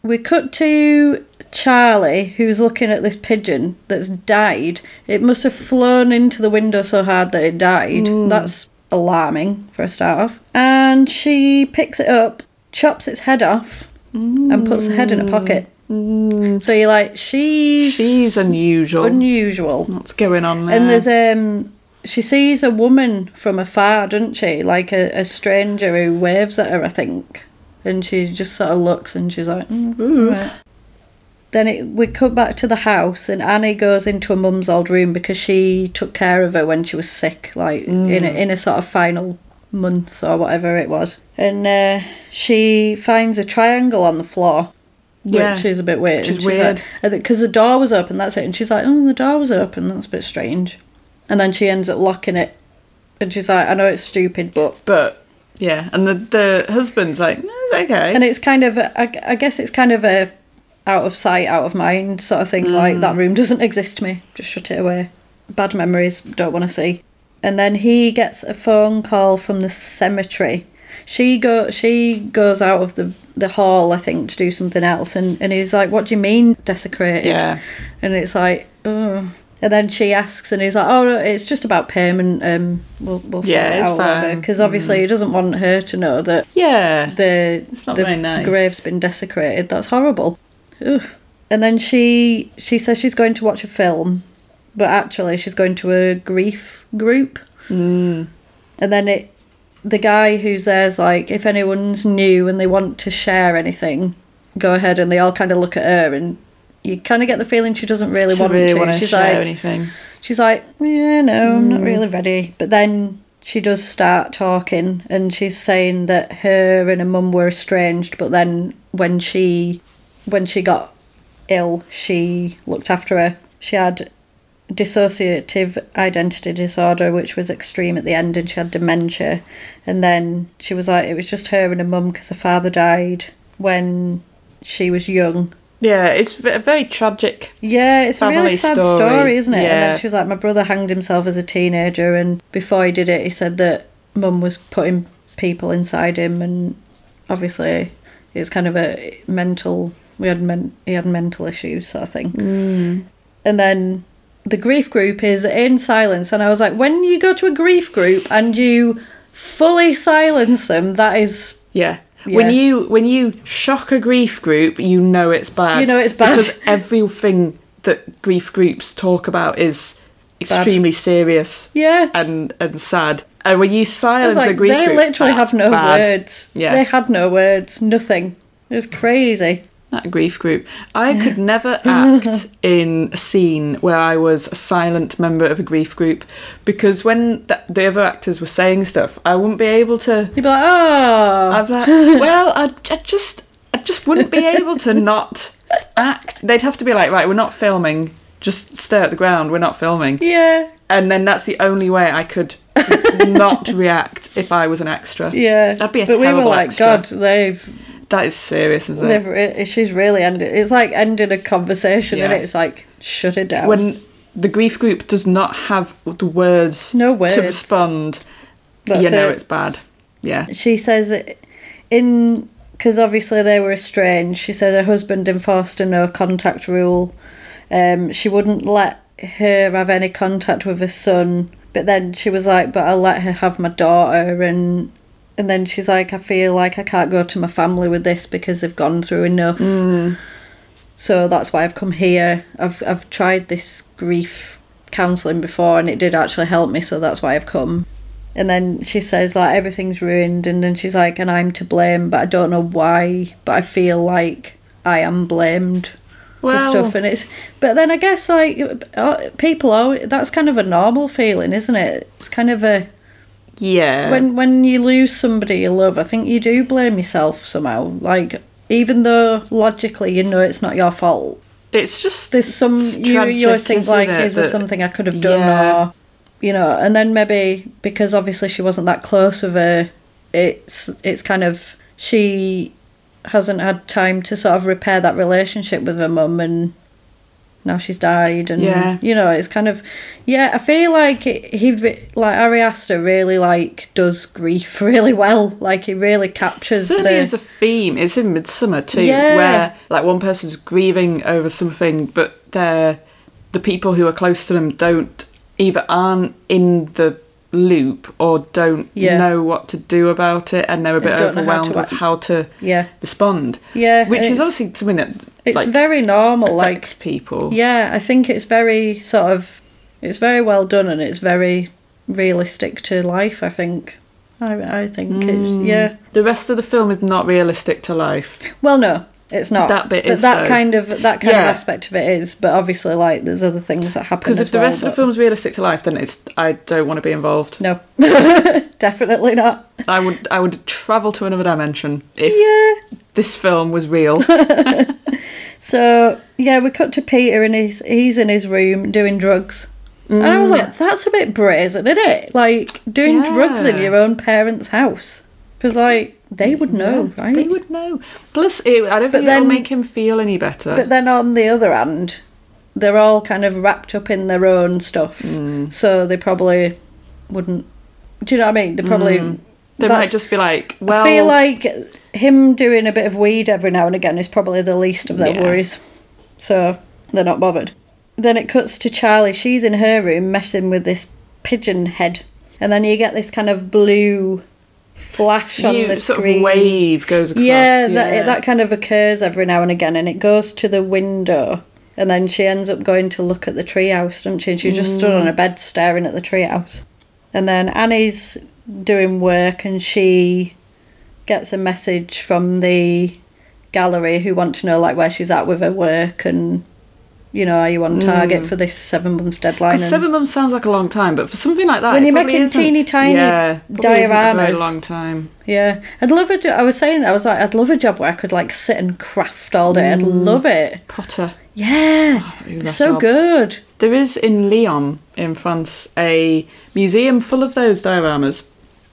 [SPEAKER 2] We cut to Charlie, who's looking at this pigeon that's died. It must have flown into the window so hard that it died.
[SPEAKER 3] Hmm.
[SPEAKER 2] That's alarming for a start off. And she picks it up, chops its head off, and puts the head
[SPEAKER 3] Hmm.
[SPEAKER 2] in a pocket. So you're like, she's
[SPEAKER 3] She's unusual.
[SPEAKER 2] unusual.
[SPEAKER 3] What's going on there?
[SPEAKER 2] And there's um she sees a woman from afar, doesn't she? Like a, a stranger who waves at her, I think. And she just sort of looks and she's like, mm, right. Then it, we come back to the house and Annie goes into her mum's old room because she took care of her when she was sick, like in, a,
[SPEAKER 3] Mm.
[SPEAKER 2] in a sort of final month or whatever it was. And uh, she finds a triangle on the floor,
[SPEAKER 3] Yeah.
[SPEAKER 2] which is a bit weird.
[SPEAKER 3] Which is
[SPEAKER 2] And she's
[SPEAKER 3] weird.
[SPEAKER 2] because the door was open. That's it. And she's like, "Oh, the door was open. That's a bit strange." And then she ends up locking it, and she's like, "I know it's stupid, but."
[SPEAKER 3] But, yeah. And the, the husband's like, "No, it's okay.
[SPEAKER 2] And it's kind of, I, I guess it's kind of a out of sight, out of mind sort of thing. Like
[SPEAKER 3] Mm.
[SPEAKER 2] that room doesn't exist to me. Just shut it away. Bad memories. Don't want to see. And then he gets a phone call from the cemetery. She go she goes out of the the hall, I think, to do something else. And and he's like, "What do you mean desecrated?"
[SPEAKER 3] Yeah.
[SPEAKER 2] And it's like, oh. And then she asks, and he's like, "Oh, no, it's just about payment. Um, we'll we'll sort
[SPEAKER 3] Yeah,
[SPEAKER 2] it
[SPEAKER 3] it's
[SPEAKER 2] out
[SPEAKER 3] fine. Mm.
[SPEAKER 2] because obviously he doesn't want her to know that
[SPEAKER 3] yeah.
[SPEAKER 2] the
[SPEAKER 3] It's not
[SPEAKER 2] the
[SPEAKER 3] very nice.
[SPEAKER 2] grave's been desecrated. That's horrible. Ugh. And then she she says she's going to watch a film, but actually she's going to a grief group. Mm. And then it the guy who's there's like, if anyone's new and they want to share anything, go ahead. And they all kind of look at her, and you kind of get the feeling she doesn't really
[SPEAKER 3] Doesn't
[SPEAKER 2] want
[SPEAKER 3] really
[SPEAKER 2] to.
[SPEAKER 3] want to
[SPEAKER 2] she's
[SPEAKER 3] share
[SPEAKER 2] like,
[SPEAKER 3] anything.
[SPEAKER 2] She's like, yeah, no, I'm not really ready. But then she does start talking, and she's saying that her and her mum were estranged. But then when she when she got ill, she looked after her. She had dissociative identity disorder, which was extreme at the end, and she had dementia. And then she was like, it was just her and her mum because her father died when she was young.
[SPEAKER 3] Yeah, it's ve- very tragic.
[SPEAKER 2] Yeah, it's a really
[SPEAKER 3] Family
[SPEAKER 2] sad story,
[SPEAKER 3] story.
[SPEAKER 2] isn't it? And
[SPEAKER 3] Yeah.
[SPEAKER 2] then she was like, my brother hanged himself as a teenager, and before he did it, he said that mum was putting people inside him, and obviously it's kind of a mental. We had men, he had mental issues, sort of thing.
[SPEAKER 3] Mm.
[SPEAKER 2] And then the grief group is in silence, and I was like, when you go to a grief group and you fully silence them, that is
[SPEAKER 3] Yeah.
[SPEAKER 2] Yeah.
[SPEAKER 3] When you when you shock a grief group, you know it's bad.
[SPEAKER 2] You know it's bad.
[SPEAKER 3] because everything that grief groups talk about is extremely serious.
[SPEAKER 2] Yeah.
[SPEAKER 3] and and sad. And when you
[SPEAKER 2] I was
[SPEAKER 3] silence a
[SPEAKER 2] like,
[SPEAKER 3] grief
[SPEAKER 2] they
[SPEAKER 3] group,
[SPEAKER 2] literally
[SPEAKER 3] that's
[SPEAKER 2] have no
[SPEAKER 3] bad.
[SPEAKER 2] words.
[SPEAKER 3] Yeah.
[SPEAKER 2] They had no words, nothing. It was crazy.
[SPEAKER 3] That grief group. I could never act in a scene where I was a silent member of a grief group because when the, the other actors were saying stuff, I wouldn't be able to.
[SPEAKER 2] You'd be like, oh.
[SPEAKER 3] I'd be like, well, I, I just, I just wouldn't be able to not act. They'd have to be like, right, we're not filming. Just stay at the ground. We're not filming.
[SPEAKER 2] yeah,
[SPEAKER 3] And then that's the only way I could not react if I was an extra.
[SPEAKER 2] yeah.
[SPEAKER 3] I'd be a
[SPEAKER 2] But we
[SPEAKER 3] terrible
[SPEAKER 2] were like,
[SPEAKER 3] extra.
[SPEAKER 2] God, they've,
[SPEAKER 3] That is serious, isn't it?
[SPEAKER 2] they've, it- she's really ended. It's like ending a conversation and
[SPEAKER 3] Yeah.
[SPEAKER 2] it's like, shut it down.
[SPEAKER 3] when the grief group does not have the words,
[SPEAKER 2] No
[SPEAKER 3] to
[SPEAKER 2] words.
[SPEAKER 3] respond,
[SPEAKER 2] That's
[SPEAKER 3] you know
[SPEAKER 2] it.
[SPEAKER 3] it's bad. Yeah.
[SPEAKER 2] she says, it- in, because obviously they were estranged, she said her husband enforced a no contact rule. Um, she wouldn't let her have any contact with her son. But then she was like, but I'll let her have my daughter. And, and then she's like, I feel like I can't go to my family with this because they've gone through enough.
[SPEAKER 3] Mm.
[SPEAKER 2] So that's why I've come here. I've I've tried this grief counselling before and it did actually help me, so that's why I've come. And then she says like everything's ruined and then she's like and I'm to blame, but I don't know why, but I feel like I am blamed for
[SPEAKER 3] Well-
[SPEAKER 2] stuff and it's but then I guess like uh, people are that's kind of a normal feeling, isn't it? It's kind of a
[SPEAKER 3] Yeah.
[SPEAKER 2] when when you lose somebody you love, I think you do blame yourself somehow. Like even though logically you know it's not your fault,
[SPEAKER 3] it's just
[SPEAKER 2] there's some
[SPEAKER 3] it's
[SPEAKER 2] you you always think
[SPEAKER 3] isn't
[SPEAKER 2] like
[SPEAKER 3] it,
[SPEAKER 2] is there
[SPEAKER 3] that-
[SPEAKER 2] something I could have done
[SPEAKER 3] Yeah.
[SPEAKER 2] or you know and then maybe because obviously she wasn't that close with her it's it's kind of she hasn't had time to sort of repair that relationship with her mum and now she's died and
[SPEAKER 3] Yeah.
[SPEAKER 2] you know it's kind of yeah I feel like it- he re- like Ari Aster really like does grief really well like he really captures
[SPEAKER 3] Certainly
[SPEAKER 2] the
[SPEAKER 3] is a theme. It's in Midsummer too,
[SPEAKER 2] Yeah.
[SPEAKER 3] where like one person's grieving over something, but they're the people who are close to them don't either aren't in the loop or don't
[SPEAKER 2] Yeah.
[SPEAKER 3] know what to do about it, and they're a
[SPEAKER 2] And
[SPEAKER 3] bit
[SPEAKER 2] don't know how
[SPEAKER 3] overwhelmed
[SPEAKER 2] to
[SPEAKER 3] with
[SPEAKER 2] act.
[SPEAKER 3] how to
[SPEAKER 2] Yeah.
[SPEAKER 3] respond.
[SPEAKER 2] Yeah,
[SPEAKER 3] which is
[SPEAKER 2] it's-
[SPEAKER 3] obviously something that
[SPEAKER 2] it's
[SPEAKER 3] like,
[SPEAKER 2] very normal like
[SPEAKER 3] affects people.
[SPEAKER 2] Yeah, I think it's very sort of it's very well done and it's very realistic to life, I think. I I think
[SPEAKER 3] Hmm.
[SPEAKER 2] it's yeah.
[SPEAKER 3] The rest of the film is not realistic to life.
[SPEAKER 2] Well no, it's not.
[SPEAKER 3] That bit
[SPEAKER 2] but
[SPEAKER 3] is,
[SPEAKER 2] that
[SPEAKER 3] though.
[SPEAKER 2] kind of that kind of
[SPEAKER 3] Yeah.
[SPEAKER 2] aspect of it is, but obviously like there's other things that happen.
[SPEAKER 3] Because
[SPEAKER 2] as
[SPEAKER 3] if the
[SPEAKER 2] well,
[SPEAKER 3] rest of the
[SPEAKER 2] but-
[SPEAKER 3] film's realistic to life, then it's I don't want to be involved.
[SPEAKER 2] No. Definitely not.
[SPEAKER 3] I would I would travel to another dimension if
[SPEAKER 2] Yeah.
[SPEAKER 3] this film was real.
[SPEAKER 2] So yeah, we cut to Peter and he's he's in his room doing drugs. And I was
[SPEAKER 3] Mm.
[SPEAKER 2] like, that's a bit brazen, isn't it? Like doing drugs in
[SPEAKER 3] Yeah.
[SPEAKER 2] your own parents' house, because like they would know, right?
[SPEAKER 3] They would know. Plus, it, I
[SPEAKER 2] But
[SPEAKER 3] don't think it'll
[SPEAKER 2] then-
[SPEAKER 3] make him feel any better.
[SPEAKER 2] But then on the other hand, they're all kind of wrapped up in their own stuff,
[SPEAKER 3] Mm.
[SPEAKER 2] so they probably wouldn't. Do you know what I mean? They probably.
[SPEAKER 3] Mm. they
[SPEAKER 2] that's-
[SPEAKER 3] might just be like, well,
[SPEAKER 2] I feel like him doing a bit of weed every now and again is probably the least of their
[SPEAKER 3] Yeah.
[SPEAKER 2] worries. So they're not bothered. Then it cuts to Charlie. She's in her room messing with this pigeon head. And then you get this kind of blue flash on
[SPEAKER 3] you-
[SPEAKER 2] the
[SPEAKER 3] sort
[SPEAKER 2] screen.
[SPEAKER 3] of wave goes across.
[SPEAKER 2] Yeah, that it- that kind of occurs every now and again, and it goes to the window, and then she ends up going to look at the treehouse, doesn't she? And she just stood
[SPEAKER 3] Mm.
[SPEAKER 2] on a bed staring at the treehouse, and then Annie's doing work, and she gets a message from the gallery who want to know like where she's at with her work and. You know, are you on target for this seven month deadline?
[SPEAKER 3] Mm. 'Cause
[SPEAKER 2] And-
[SPEAKER 3] seven months sounds like a long time, but for something like that,
[SPEAKER 2] When
[SPEAKER 3] it
[SPEAKER 2] you're
[SPEAKER 3] probably
[SPEAKER 2] making
[SPEAKER 3] isn't.
[SPEAKER 2] teeny tiny
[SPEAKER 3] yeah, probably isn't a very
[SPEAKER 2] dioramas.
[SPEAKER 3] long time.
[SPEAKER 2] Yeah, I'd love a. Jo- I was saying that I was like, I'd love a job where I could like sit and craft all day. I'd
[SPEAKER 3] Mm.
[SPEAKER 2] love it.
[SPEAKER 3] Potter.
[SPEAKER 2] Yeah,
[SPEAKER 3] you
[SPEAKER 2] it's
[SPEAKER 3] left
[SPEAKER 2] so
[SPEAKER 3] up.
[SPEAKER 2] good.
[SPEAKER 3] There is in Lyon, in France, a museum full of those dioramas.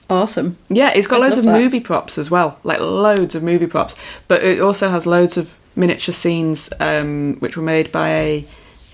[SPEAKER 2] Awesome.
[SPEAKER 3] Yeah, it's got
[SPEAKER 2] I'd
[SPEAKER 3] loads of
[SPEAKER 2] love that.
[SPEAKER 3] movie props as well, like loads of movie props. But it also has loads of miniature scenes, um, which were made by a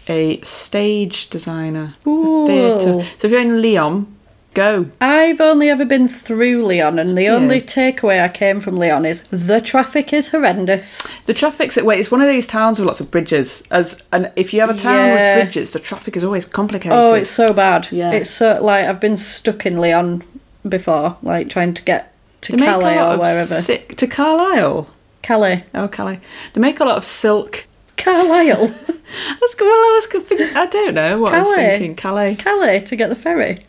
[SPEAKER 3] a stage designer
[SPEAKER 2] Cool.
[SPEAKER 3] for theatre. So if you're in Lyon, go.
[SPEAKER 2] I've only ever been through Leon, and the
[SPEAKER 3] Yeah.
[SPEAKER 2] only takeaway I came from Leon is the traffic is horrendous.
[SPEAKER 3] The traffic's wait. It's one of these towns with lots of bridges. As and if you have a town
[SPEAKER 2] Yeah.
[SPEAKER 3] with bridges, the traffic is always complicated.
[SPEAKER 2] Oh, it's so bad.
[SPEAKER 3] Yeah.
[SPEAKER 2] It's so like I've been stuck in Leon before, like trying to get to
[SPEAKER 3] They make a
[SPEAKER 2] Calais
[SPEAKER 3] lot
[SPEAKER 2] or
[SPEAKER 3] of
[SPEAKER 2] wherever.
[SPEAKER 3] sick- to Carlisle.
[SPEAKER 2] Calais,
[SPEAKER 3] Oh, Calais. They make a lot of silk.
[SPEAKER 2] Carlisle,
[SPEAKER 3] I was, well, I was thinking, I don't know what I was
[SPEAKER 2] Calais.
[SPEAKER 3] thinking. Calais.
[SPEAKER 2] Calais to get the ferry.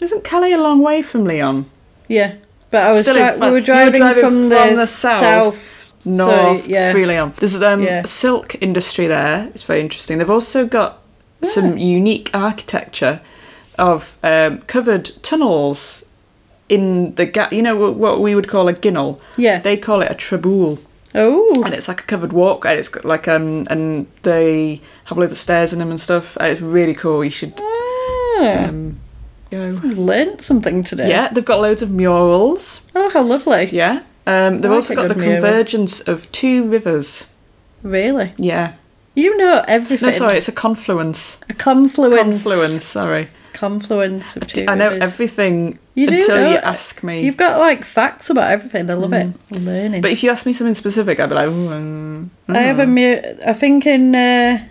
[SPEAKER 3] Isn't Calais a long way from Lyon?
[SPEAKER 2] Yeah, but I was
[SPEAKER 3] Still in
[SPEAKER 2] dri-
[SPEAKER 3] Fran-
[SPEAKER 2] we
[SPEAKER 3] you
[SPEAKER 2] were
[SPEAKER 3] were
[SPEAKER 2] driving,
[SPEAKER 3] driving
[SPEAKER 2] from, the,
[SPEAKER 3] from the south,
[SPEAKER 2] south,
[SPEAKER 3] North,
[SPEAKER 2] so, yeah.
[SPEAKER 3] free Lyon. There's um,
[SPEAKER 2] Yeah.
[SPEAKER 3] a silk industry there. It's very interesting. They've also got
[SPEAKER 2] Ah.
[SPEAKER 3] some unique architecture of um, covered tunnels in the gap. You know wh- what we would call a ginnel.
[SPEAKER 2] Yeah.
[SPEAKER 3] They call it a treboul.
[SPEAKER 2] Oh,
[SPEAKER 3] and it's like a covered walk and it's got like um and they have loads of stairs in them and stuff Uh, it's really cool you should
[SPEAKER 2] Ah.
[SPEAKER 3] um go
[SPEAKER 2] I've learned something today.
[SPEAKER 3] yeah they've got loads of murals
[SPEAKER 2] Oh, how lovely.
[SPEAKER 3] yeah um they've
[SPEAKER 2] I like
[SPEAKER 3] also
[SPEAKER 2] a
[SPEAKER 3] got the
[SPEAKER 2] good mural.
[SPEAKER 3] convergence of two rivers
[SPEAKER 2] Really.
[SPEAKER 3] yeah
[SPEAKER 2] You know everything.
[SPEAKER 3] no sorry it's a confluence
[SPEAKER 2] A confluence.
[SPEAKER 3] confluence sorry
[SPEAKER 2] Confluence of two.
[SPEAKER 3] i know
[SPEAKER 2] rivers.
[SPEAKER 3] everything
[SPEAKER 2] You do
[SPEAKER 3] until
[SPEAKER 2] know
[SPEAKER 3] you
[SPEAKER 2] it.
[SPEAKER 3] ask me Mm.
[SPEAKER 2] You've got like facts about everything. I love it. Learning.
[SPEAKER 3] but if you ask me something specific i'd be like "Ooh, um,
[SPEAKER 2] I have a mu- I think in uh,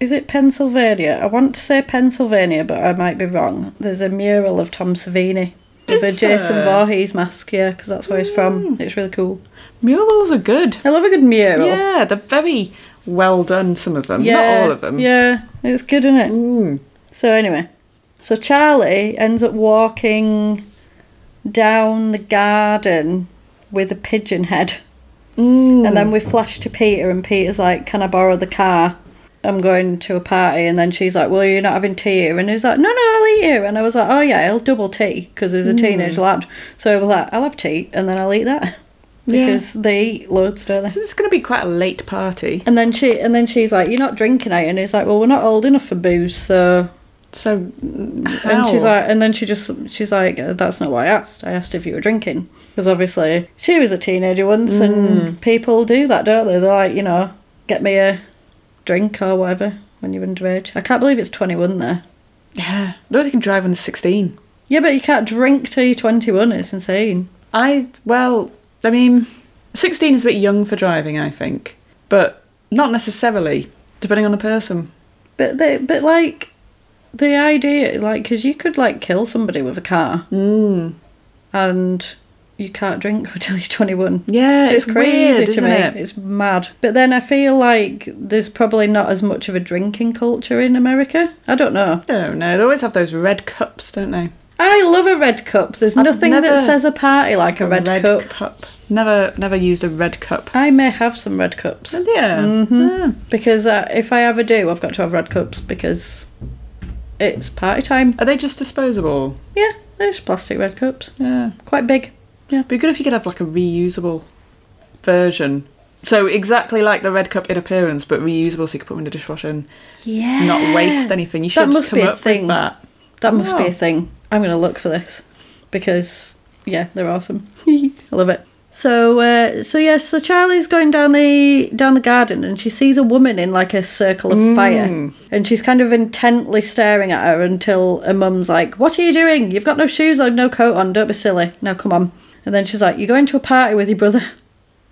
[SPEAKER 2] is it Pennsylvania? I want to say Pennsylvania, but I might be wrong. There's a mural of Tom Savini with a
[SPEAKER 3] Is
[SPEAKER 2] Jason
[SPEAKER 3] there? Hmm.
[SPEAKER 2] Voorhees mask. Yeah, because that's where he's from. It's really cool.
[SPEAKER 3] murals are good
[SPEAKER 2] I love a good mural.
[SPEAKER 3] yeah they're very well done some of them
[SPEAKER 2] Yeah,
[SPEAKER 3] not all of them Mm,
[SPEAKER 2] Yeah, it's good, isn't it? So anyway, so Charlie ends up walking down the garden with a pigeon head,
[SPEAKER 3] mm.
[SPEAKER 2] and then we flash to Peter, and Peter's like, "Can I borrow the car?" I'm going to a party, and then she's like, "Well, you're not having tea," here." and he's like, "No, no, I'll eat you." And I was like, "Oh yeah, I'll double tea because he's a teenage lad." So I was like, "I'll have tea, and then I'll eat that
[SPEAKER 3] Yeah.
[SPEAKER 2] because they eat loads, don't they?"
[SPEAKER 3] This is going to be quite a late party.
[SPEAKER 2] And then she and then she's like, "You're not drinking, are you?" And he's like, "Well, we're not old enough for booze, so."
[SPEAKER 3] So, mm,
[SPEAKER 2] And she's like, and then she just she's like, "That's not what I asked. I asked if you were drinking, because obviously she was a teenager once, and people do that, don't they? They're like, you know, get me a drink or whatever when you're underage. I can't believe it's 21 there.
[SPEAKER 3] yeah, no, they can drive under sixteen.
[SPEAKER 2] Yeah, but you can't drink till you're 21. It's insane.
[SPEAKER 3] I well, I mean, sixteen is a bit young for driving, I think, but not necessarily, depending on the person.
[SPEAKER 2] But they, but like, the idea, like, because you could like kill somebody with a car,
[SPEAKER 3] Mm.
[SPEAKER 2] and you can't drink until you're 21.
[SPEAKER 3] Yeah,
[SPEAKER 2] It's, crazy
[SPEAKER 3] weird,
[SPEAKER 2] to
[SPEAKER 3] isn't
[SPEAKER 2] me.
[SPEAKER 3] it?
[SPEAKER 2] It's mad. But then I feel like there's probably not as much of a drinking culture in America. I don't know.
[SPEAKER 3] I don't know. They always have those red cups, don't they?
[SPEAKER 2] I love a red cup. There's
[SPEAKER 3] I've
[SPEAKER 2] nothing
[SPEAKER 3] never-
[SPEAKER 2] that says a party like a, red, cup.
[SPEAKER 3] Never, never used a red cup.
[SPEAKER 2] I may have some red cups
[SPEAKER 3] Yeah.
[SPEAKER 2] Mm-hmm.
[SPEAKER 3] Mm.
[SPEAKER 2] because uh, if I ever do, I've got to have red cups because it's party time.
[SPEAKER 3] Are they just disposable?
[SPEAKER 2] Yeah, there's plastic red cups.
[SPEAKER 3] Yeah.
[SPEAKER 2] Quite big.
[SPEAKER 3] It'd be good if you could have like a reusable version. So exactly like the red cup in appearance, but reusable, so you could put them in the dishwasher and
[SPEAKER 2] Yeah.
[SPEAKER 3] not waste anything. You should
[SPEAKER 2] That must
[SPEAKER 3] come
[SPEAKER 2] be a
[SPEAKER 3] up
[SPEAKER 2] thing.
[SPEAKER 3] with that.
[SPEAKER 2] That must be
[SPEAKER 3] Wow.
[SPEAKER 2] a thing. I'm going to look for this because yeah, they're awesome. I love it. So uh, so yeah, so Charlie's going down the down the garden and she sees a woman in like a circle of fire and she's kind of intently staring at her until her mum's like, "What are you doing? You've got no shoes on, no coat on. Don't be silly. Now come on." And then she's like, "You're going to a party with your brother."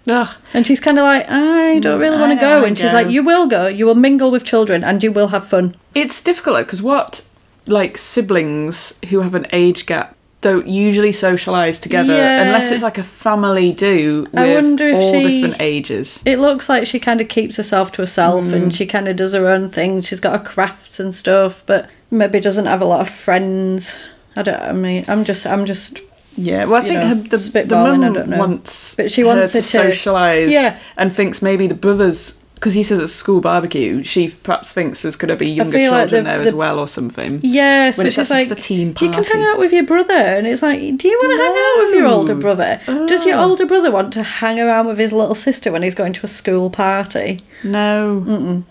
[SPEAKER 3] Ugh.
[SPEAKER 2] And she's kind of like, Mm, "I don't really
[SPEAKER 3] I
[SPEAKER 2] want to
[SPEAKER 3] don't
[SPEAKER 2] go."
[SPEAKER 3] wanna
[SPEAKER 2] And she's
[SPEAKER 3] go.
[SPEAKER 2] like, "You will go. You will mingle with children and you will have fun."
[SPEAKER 3] It's difficult because what like siblings who have an age gap don't usually socialise together
[SPEAKER 2] Yeah.
[SPEAKER 3] unless it's like a family do with
[SPEAKER 2] I wonder if
[SPEAKER 3] all
[SPEAKER 2] she-
[SPEAKER 3] different ages.
[SPEAKER 2] it looks like she kind of keeps herself to herself and she kind of does her own thing. She's got her crafts and stuff, but maybe doesn't have a lot of friends. I don't. I mean, I'm just. I'm just.
[SPEAKER 3] Yeah, well, I
[SPEAKER 2] you
[SPEAKER 3] think
[SPEAKER 2] know,
[SPEAKER 3] her, the, the
[SPEAKER 2] spitballing, I don't
[SPEAKER 3] mum
[SPEAKER 2] know.
[SPEAKER 3] wants,
[SPEAKER 2] But she wants
[SPEAKER 3] her
[SPEAKER 2] her
[SPEAKER 3] to,
[SPEAKER 2] to-
[SPEAKER 3] socialise
[SPEAKER 2] Yeah.
[SPEAKER 3] and thinks maybe the brothers, because he says it's school barbecue, she perhaps thinks there's going to be younger
[SPEAKER 2] feel
[SPEAKER 3] children
[SPEAKER 2] like the-
[SPEAKER 3] there
[SPEAKER 2] the-
[SPEAKER 3] as well or something.
[SPEAKER 2] Yeah. so
[SPEAKER 3] it's
[SPEAKER 2] she's
[SPEAKER 3] actually
[SPEAKER 2] like,
[SPEAKER 3] just a teen
[SPEAKER 2] you can
[SPEAKER 3] party."
[SPEAKER 2] hang out with your brother, and it's like, do you want to hang out with your older
[SPEAKER 3] No.
[SPEAKER 2] brother? Does your
[SPEAKER 3] Oh.
[SPEAKER 2] older brother want to hang around with his little sister when he's going to a school party?
[SPEAKER 3] No.
[SPEAKER 2] Mm,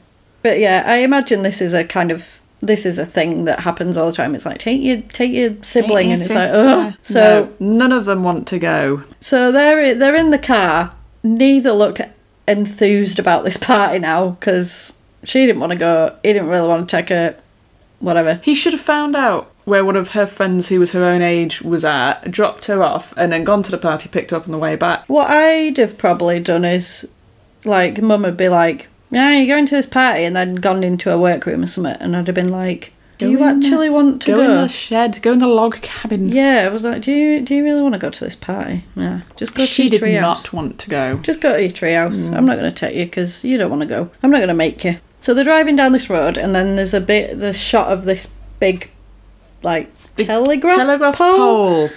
[SPEAKER 2] But yeah, I imagine this is a kind of this is a thing that happens all the time. It's like take your take your sibling, and it's like oh, so
[SPEAKER 3] No, none of them want to go.
[SPEAKER 2] So they're they're in the car. Neither look enthused about this party now because she didn't want to go. He didn't really want to take her. Whatever.
[SPEAKER 3] He should have found out where one of her friends who was her own age was at, dropped her off, and then gone to the party, picked her up on the way back.
[SPEAKER 2] What I'd have probably done is, like, mum would be like, "Yeah, you're going to this party," and then gone into her workroom or something, and I'd have been like, "Do
[SPEAKER 3] Go
[SPEAKER 2] you
[SPEAKER 3] in the-
[SPEAKER 2] actually want to
[SPEAKER 3] go
[SPEAKER 2] go?"
[SPEAKER 3] in the shed, go in the log cabin.
[SPEAKER 2] yeah, I was like, "Do you do you really want to go to this party?" Yeah, just go
[SPEAKER 3] she
[SPEAKER 2] to your
[SPEAKER 3] did
[SPEAKER 2] treehouse.
[SPEAKER 3] not want to go.
[SPEAKER 2] Just go to your treehouse. I'm not going to take you because you don't want to go. I'm not going to make you. So they're driving down this road, and then there's a bit the shot of this big, like telegraph,
[SPEAKER 3] Telegraph
[SPEAKER 2] pole.
[SPEAKER 3] pole.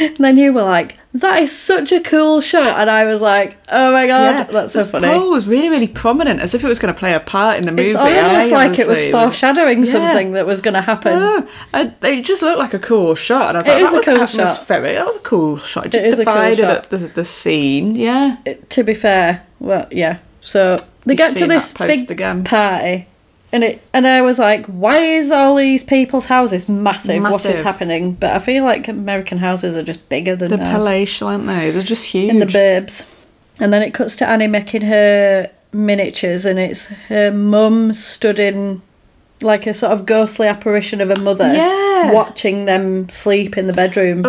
[SPEAKER 2] And then you were like, "That is such a cool shot," and I was like, "Oh my god,
[SPEAKER 3] Yeah,
[SPEAKER 2] that's so
[SPEAKER 3] this
[SPEAKER 2] funny."
[SPEAKER 3] pole was really, really prominent, as if it was going to play a part in the movie.
[SPEAKER 2] It's
[SPEAKER 3] I
[SPEAKER 2] almost like it was
[SPEAKER 3] honestly-
[SPEAKER 2] foreshadowing
[SPEAKER 3] Yeah.
[SPEAKER 2] something that was going to happen.
[SPEAKER 3] No, I, it just looked like a cool shot, and I was
[SPEAKER 2] It
[SPEAKER 3] like,
[SPEAKER 2] is
[SPEAKER 3] "That
[SPEAKER 2] a
[SPEAKER 3] was
[SPEAKER 2] cool shot.
[SPEAKER 3] atmospheric. That was a cool shot. It just
[SPEAKER 2] is a cool
[SPEAKER 3] divided
[SPEAKER 2] shot.
[SPEAKER 3] up the, the scene. Yeah,
[SPEAKER 2] Uh, to be fair, well, yeah. So they
[SPEAKER 3] You've
[SPEAKER 2] get to
[SPEAKER 3] seen
[SPEAKER 2] this
[SPEAKER 3] that post
[SPEAKER 2] big
[SPEAKER 3] again.
[SPEAKER 2] party, and it and I was like, why is all these people's houses massive? What is
[SPEAKER 3] Massive.
[SPEAKER 2] happening? But I feel like American houses are just bigger than
[SPEAKER 3] they're
[SPEAKER 2] ours
[SPEAKER 3] palatial, aren't they? They're just huge.
[SPEAKER 2] in the burbs. And then it cuts to Annie making her miniatures, and it's her mum stood in like a sort of ghostly apparition of her mother,
[SPEAKER 3] Yeah. Oh.
[SPEAKER 2] watching them sleep in the bedroom,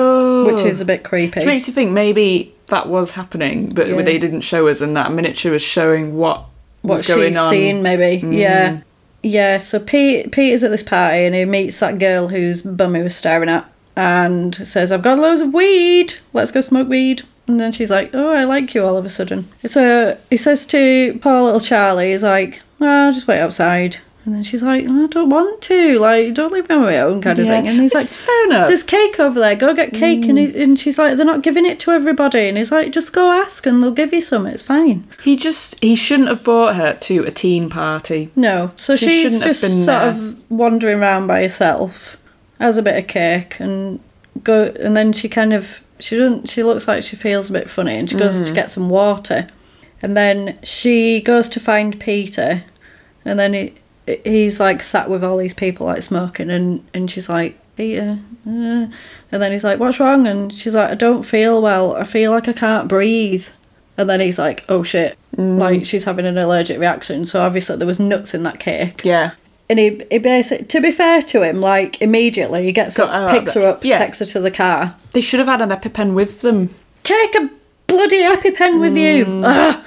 [SPEAKER 2] which is a bit creepy.
[SPEAKER 3] Which makes you think maybe that was happening, but
[SPEAKER 2] Yeah.
[SPEAKER 3] they didn't show us, and that miniature was showing what
[SPEAKER 2] what
[SPEAKER 3] was going
[SPEAKER 2] she's
[SPEAKER 3] on. Mm.
[SPEAKER 2] seen, maybe. Yeah. Yeah, so Pete Peter's at this party and he meets that girl whose bum he was staring at and says, I've got loads of weed. Let's go smoke weed. And then she's like, Oh, I like you all of a sudden. So he says to poor little Charlie, he's like, Oh, just wait outside. And then she's like, I don't want to. Like, don't leave me on my own, kind
[SPEAKER 3] Yeah.
[SPEAKER 2] of thing. And he's
[SPEAKER 3] Which
[SPEAKER 2] like,
[SPEAKER 3] is fair enough. Mm.
[SPEAKER 2] There's cake over there. Go get cake. And, he, and she's like, They're not giving it to everybody. And he's like, Just go ask and they'll give you some. It's fine.
[SPEAKER 3] He just he shouldn't have brought her to a teen party.
[SPEAKER 2] No, so
[SPEAKER 3] She
[SPEAKER 2] she's
[SPEAKER 3] shouldn't have
[SPEAKER 2] just
[SPEAKER 3] been
[SPEAKER 2] sort
[SPEAKER 3] there.
[SPEAKER 2] of wandering around by herself, has a bit of cake, and go, and then she kind of she doesn't she looks like she feels a bit funny, and she goes
[SPEAKER 3] Mm.
[SPEAKER 2] to get some water, and then she goes to find Peter, and then he he's like sat with all these people like smoking, and and she's like Peter, uh," and then he's like what's wrong, and she's like I don't feel well, I feel like I can't breathe. And then he's like, oh shit,
[SPEAKER 3] Mm.
[SPEAKER 2] like she's having an allergic reaction. So obviously there was nuts in that cake.
[SPEAKER 3] Yeah,
[SPEAKER 2] And he, he basically, to be fair to him, like immediately he gets
[SPEAKER 3] Got her
[SPEAKER 2] up,
[SPEAKER 3] out
[SPEAKER 2] picks
[SPEAKER 3] the-
[SPEAKER 2] her up,
[SPEAKER 3] yeah.
[SPEAKER 2] takes her to the car.
[SPEAKER 3] they should have had an EpiPen with them.
[SPEAKER 2] Take a bloody happy pen with
[SPEAKER 3] Mm.
[SPEAKER 2] you. Ugh.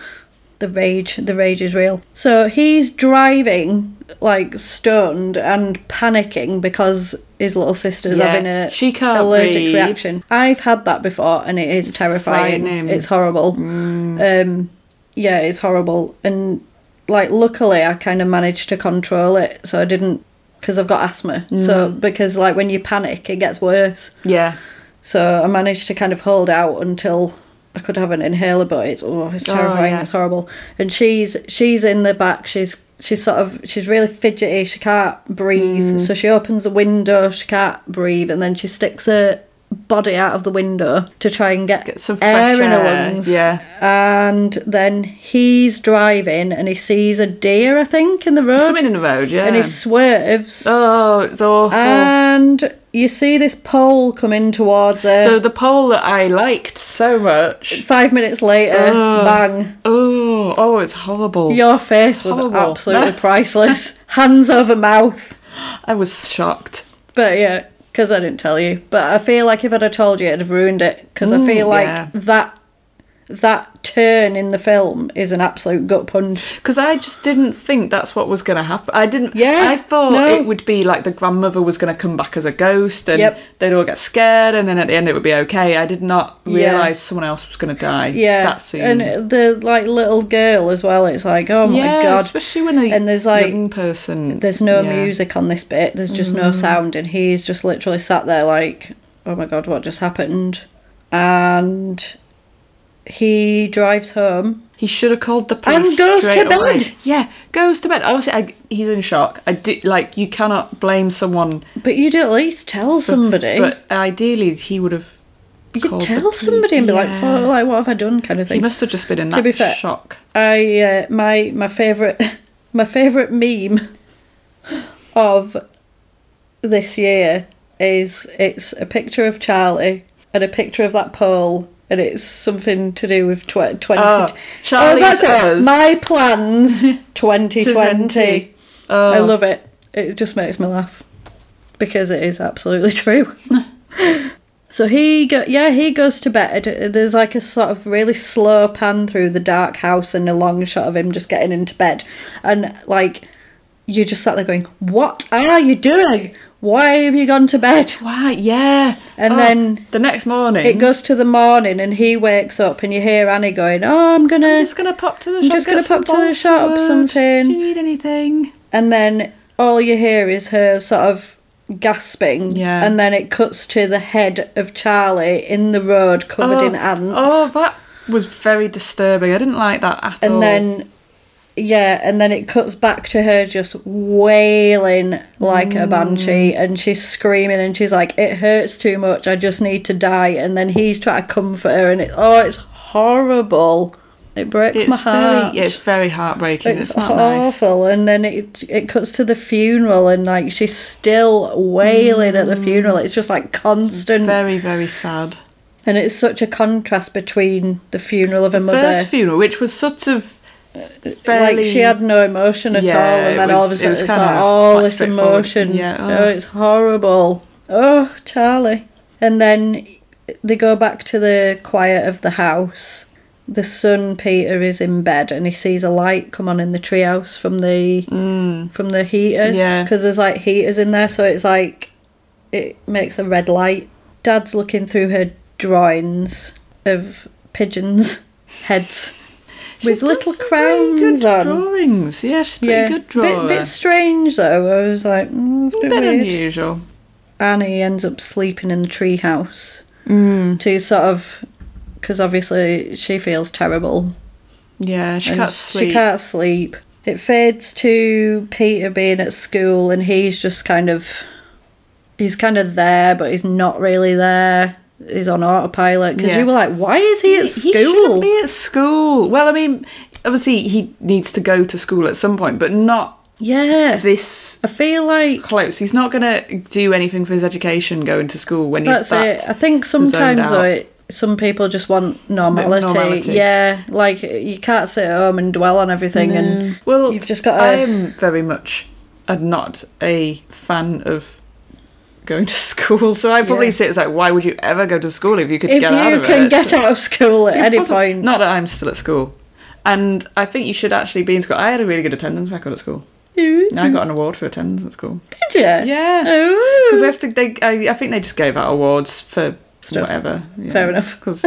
[SPEAKER 2] The rage, the rage is real. So he's driving like stunned and panicking because his little sister's
[SPEAKER 3] Yeah,
[SPEAKER 2] having a
[SPEAKER 3] she can't
[SPEAKER 2] allergic
[SPEAKER 3] breathe.
[SPEAKER 2] reaction. I've had that before and it is terrifying.
[SPEAKER 3] frightening. Mm.
[SPEAKER 2] It's horrible. Um, yeah, it's horrible. And like, luckily, I kind of managed to control it, so I didn't because I've got asthma. So
[SPEAKER 3] Mm.
[SPEAKER 2] because like when you panic, it gets worse.
[SPEAKER 3] Yeah,
[SPEAKER 2] So I managed to kind of hold out until I could have an inhaler, but it's oh, it's terrifying.
[SPEAKER 3] yeah.
[SPEAKER 2] It's horrible. And she's she's in the back. She's she's sort of she's really fidgety. She can't
[SPEAKER 3] Mm.
[SPEAKER 2] breathe. So she opens the window. She can't breathe, and then she sticks her body out of the window to try and get,
[SPEAKER 3] get some
[SPEAKER 2] air
[SPEAKER 3] fresh
[SPEAKER 2] in her
[SPEAKER 3] air.
[SPEAKER 2] lungs.
[SPEAKER 3] Yeah,
[SPEAKER 2] And then he's driving and he sees a deer, I think, in the road.
[SPEAKER 3] something in the road. Yeah,
[SPEAKER 2] And Uh, he swerves.
[SPEAKER 3] oh, it's awful.
[SPEAKER 2] And you see this pole coming towards her.
[SPEAKER 3] so the poll that I liked so much.
[SPEAKER 2] Five minutes later, bang.
[SPEAKER 3] Oh, oh, it's horrible.
[SPEAKER 2] Your face was
[SPEAKER 3] Horrible.
[SPEAKER 2] absolutely priceless. Hands over mouth.
[SPEAKER 3] I was shocked.
[SPEAKER 2] But yeah, because I didn't tell you. But I feel like if I'd have told you, it'd have ruined it. Because I feel like
[SPEAKER 3] yeah.
[SPEAKER 2] that that turn in the film is an absolute gut punch.
[SPEAKER 3] Because I just didn't think that's what was going to happen. I didn't.
[SPEAKER 2] Yeah,
[SPEAKER 3] I thought
[SPEAKER 2] no.
[SPEAKER 3] it would be like the grandmother was going to come back as a ghost, and
[SPEAKER 2] Yep.
[SPEAKER 3] they'd all get scared, and then at the end it would be okay. I did not
[SPEAKER 2] Yeah.
[SPEAKER 3] realize someone else was going to die.
[SPEAKER 2] Yeah,
[SPEAKER 3] that soon.
[SPEAKER 2] and the like little girl as well. It's like, oh my
[SPEAKER 3] yeah,
[SPEAKER 2] god.
[SPEAKER 3] especially when a
[SPEAKER 2] And there's, like,
[SPEAKER 3] young person.
[SPEAKER 2] There's no
[SPEAKER 3] yeah. Mm-hmm.
[SPEAKER 2] music on this bit. There's just no sound, and he's just literally sat there like, "Oh my god, what just happened?" And he drives home.
[SPEAKER 3] He should have called the police.
[SPEAKER 2] And goes to
[SPEAKER 3] straight away.
[SPEAKER 2] bed.
[SPEAKER 3] Yeah, goes to bed. Honestly, I, he's in shock. I do like you cannot blame someone.
[SPEAKER 2] But you'd at least tell somebody.
[SPEAKER 3] But ideally, he would have.
[SPEAKER 2] you'd
[SPEAKER 3] called the
[SPEAKER 2] tell
[SPEAKER 3] police.
[SPEAKER 2] somebody and be like,
[SPEAKER 3] Yeah.
[SPEAKER 2] "Fuck, "Like, what have I done?" Kind of
[SPEAKER 3] He
[SPEAKER 2] thing.
[SPEAKER 3] must have just been in
[SPEAKER 2] To
[SPEAKER 3] that
[SPEAKER 2] be fair-
[SPEAKER 3] shock.
[SPEAKER 2] I uh, my my favorite my favorite meme of this year is it's a picture of Charlie and a picture of that pole and it's something to do with tw- 20.
[SPEAKER 3] Oh, Charlie
[SPEAKER 2] that's it.
[SPEAKER 3] does.
[SPEAKER 2] My plans 2020. I
[SPEAKER 3] Oh.
[SPEAKER 2] love it. It just makes me laugh because it is absolutely true. so he go- yeah, he goes to bed. There's like a sort of really slow pan through the dark house and a long shot of him just getting into bed. And like you just sat there going, "What are you doing? Why have you gone to bed?"
[SPEAKER 3] Wow, yeah. Oh,
[SPEAKER 2] And then
[SPEAKER 3] the next morning,
[SPEAKER 2] It goes to the morning and he wakes up and you hear Annie going, "Oh, I'm going to
[SPEAKER 3] Just gonna pop to the shop.
[SPEAKER 2] I'm just
[SPEAKER 3] get
[SPEAKER 2] gonna
[SPEAKER 3] some
[SPEAKER 2] pop to the
[SPEAKER 3] bulk
[SPEAKER 2] shop
[SPEAKER 3] sewage.
[SPEAKER 2] something.
[SPEAKER 3] Do you need anything?
[SPEAKER 2] and then all you hear is her sort of gasping
[SPEAKER 3] Yeah.
[SPEAKER 2] and then it cuts to the head of charlie in the road covered in ants
[SPEAKER 3] Oh, that was very disturbing. I didn't like that at
[SPEAKER 2] and
[SPEAKER 3] all.
[SPEAKER 2] then yeah and then it cuts back to her just wailing like a
[SPEAKER 3] Mm.
[SPEAKER 2] banshee and she's screaming and she's like it hurts too much i just need to die and then he's trying to comfort her and it oh it's horrible it breaks
[SPEAKER 3] it's
[SPEAKER 2] my heart
[SPEAKER 3] very, yeah, it's very heartbreaking. It's,
[SPEAKER 2] it's,
[SPEAKER 3] not
[SPEAKER 2] awful. And then it it cuts to the funeral, and like she's still wailing at the funeral. It's just like
[SPEAKER 3] nice.
[SPEAKER 2] constant,
[SPEAKER 3] Mm. Very, very sad.
[SPEAKER 2] and it's such a contrast between the funeral of a mother. Uh,
[SPEAKER 3] First funeral, which was sort of fairly.
[SPEAKER 2] Like she had no emotion at
[SPEAKER 3] Yeah,
[SPEAKER 2] all, and
[SPEAKER 3] it
[SPEAKER 2] then all of
[SPEAKER 3] was-
[SPEAKER 2] a
[SPEAKER 3] it
[SPEAKER 2] sudden
[SPEAKER 3] was
[SPEAKER 2] it's
[SPEAKER 3] kind
[SPEAKER 2] like
[SPEAKER 3] of
[SPEAKER 2] all
[SPEAKER 3] quite
[SPEAKER 2] this
[SPEAKER 3] straightforward.
[SPEAKER 2] emotion.
[SPEAKER 3] Yeah,
[SPEAKER 2] oh.
[SPEAKER 3] oh.
[SPEAKER 2] it's horrible. Oh, Charlie. And then they go back to the quiet of the house. The son Peter is in bed, and he sees a light come on in the treehouse from the from the heaters because
[SPEAKER 3] Mm. Yeah.
[SPEAKER 2] there's like heaters in there, so it's like it makes a red light. Dad's looking through her drawings of pigeons' heads with
[SPEAKER 3] She's done
[SPEAKER 2] little
[SPEAKER 3] some very
[SPEAKER 2] crowns
[SPEAKER 3] good
[SPEAKER 2] on.
[SPEAKER 3] Drawings, yeah, she's a pretty good drawer.
[SPEAKER 2] Bit, bit strange though. I was like, mm, it's a bit,
[SPEAKER 3] bit
[SPEAKER 2] weird.
[SPEAKER 3] unusual.
[SPEAKER 2] Annie ends up sleeping in the treehouse
[SPEAKER 3] Mm.
[SPEAKER 2] to sort of, because obviously she feels terrible.
[SPEAKER 3] Yeah, she
[SPEAKER 2] and
[SPEAKER 3] can't sleep.
[SPEAKER 2] She can't sleep. It fades to Peter being at school and he's just kind of, he's kind of there, but he's not really there. He's on autopilot because
[SPEAKER 3] Yeah.
[SPEAKER 2] you were like, why is he at
[SPEAKER 3] He shouldn't
[SPEAKER 2] school?
[SPEAKER 3] be at school. Well, I mean, obviously he needs to go to school at some point, but not
[SPEAKER 2] yeah,
[SPEAKER 3] this
[SPEAKER 2] I feel like
[SPEAKER 3] close. He's not going to do anything for his education going to school when
[SPEAKER 2] That's
[SPEAKER 3] he's that.
[SPEAKER 2] it. I think
[SPEAKER 3] zoned
[SPEAKER 2] sometimes
[SPEAKER 3] out.
[SPEAKER 2] though, it, some people just want normality.
[SPEAKER 3] normality.
[SPEAKER 2] Yeah, like you can't sit at home and dwell on everything, and
[SPEAKER 3] Well,
[SPEAKER 2] you've just got to.
[SPEAKER 3] I'm very much a, not a fan of going to school, so I probably
[SPEAKER 2] Yeah.
[SPEAKER 3] say it's like, why would you ever go to school if you could
[SPEAKER 2] If
[SPEAKER 3] get out
[SPEAKER 2] you
[SPEAKER 3] of
[SPEAKER 2] can
[SPEAKER 3] it?
[SPEAKER 2] get out of school at any
[SPEAKER 3] Possibly-
[SPEAKER 2] point,
[SPEAKER 3] Not that I'm still at school. And I think you should actually be in school. I had a really good attendance record at school.
[SPEAKER 2] did
[SPEAKER 3] I got an award for attendance at school.
[SPEAKER 2] you?
[SPEAKER 3] Yeah,
[SPEAKER 2] Oh.
[SPEAKER 3] because after they, I, I think they just gave out awards for whatever. Yeah.
[SPEAKER 2] Fair enough.
[SPEAKER 3] Because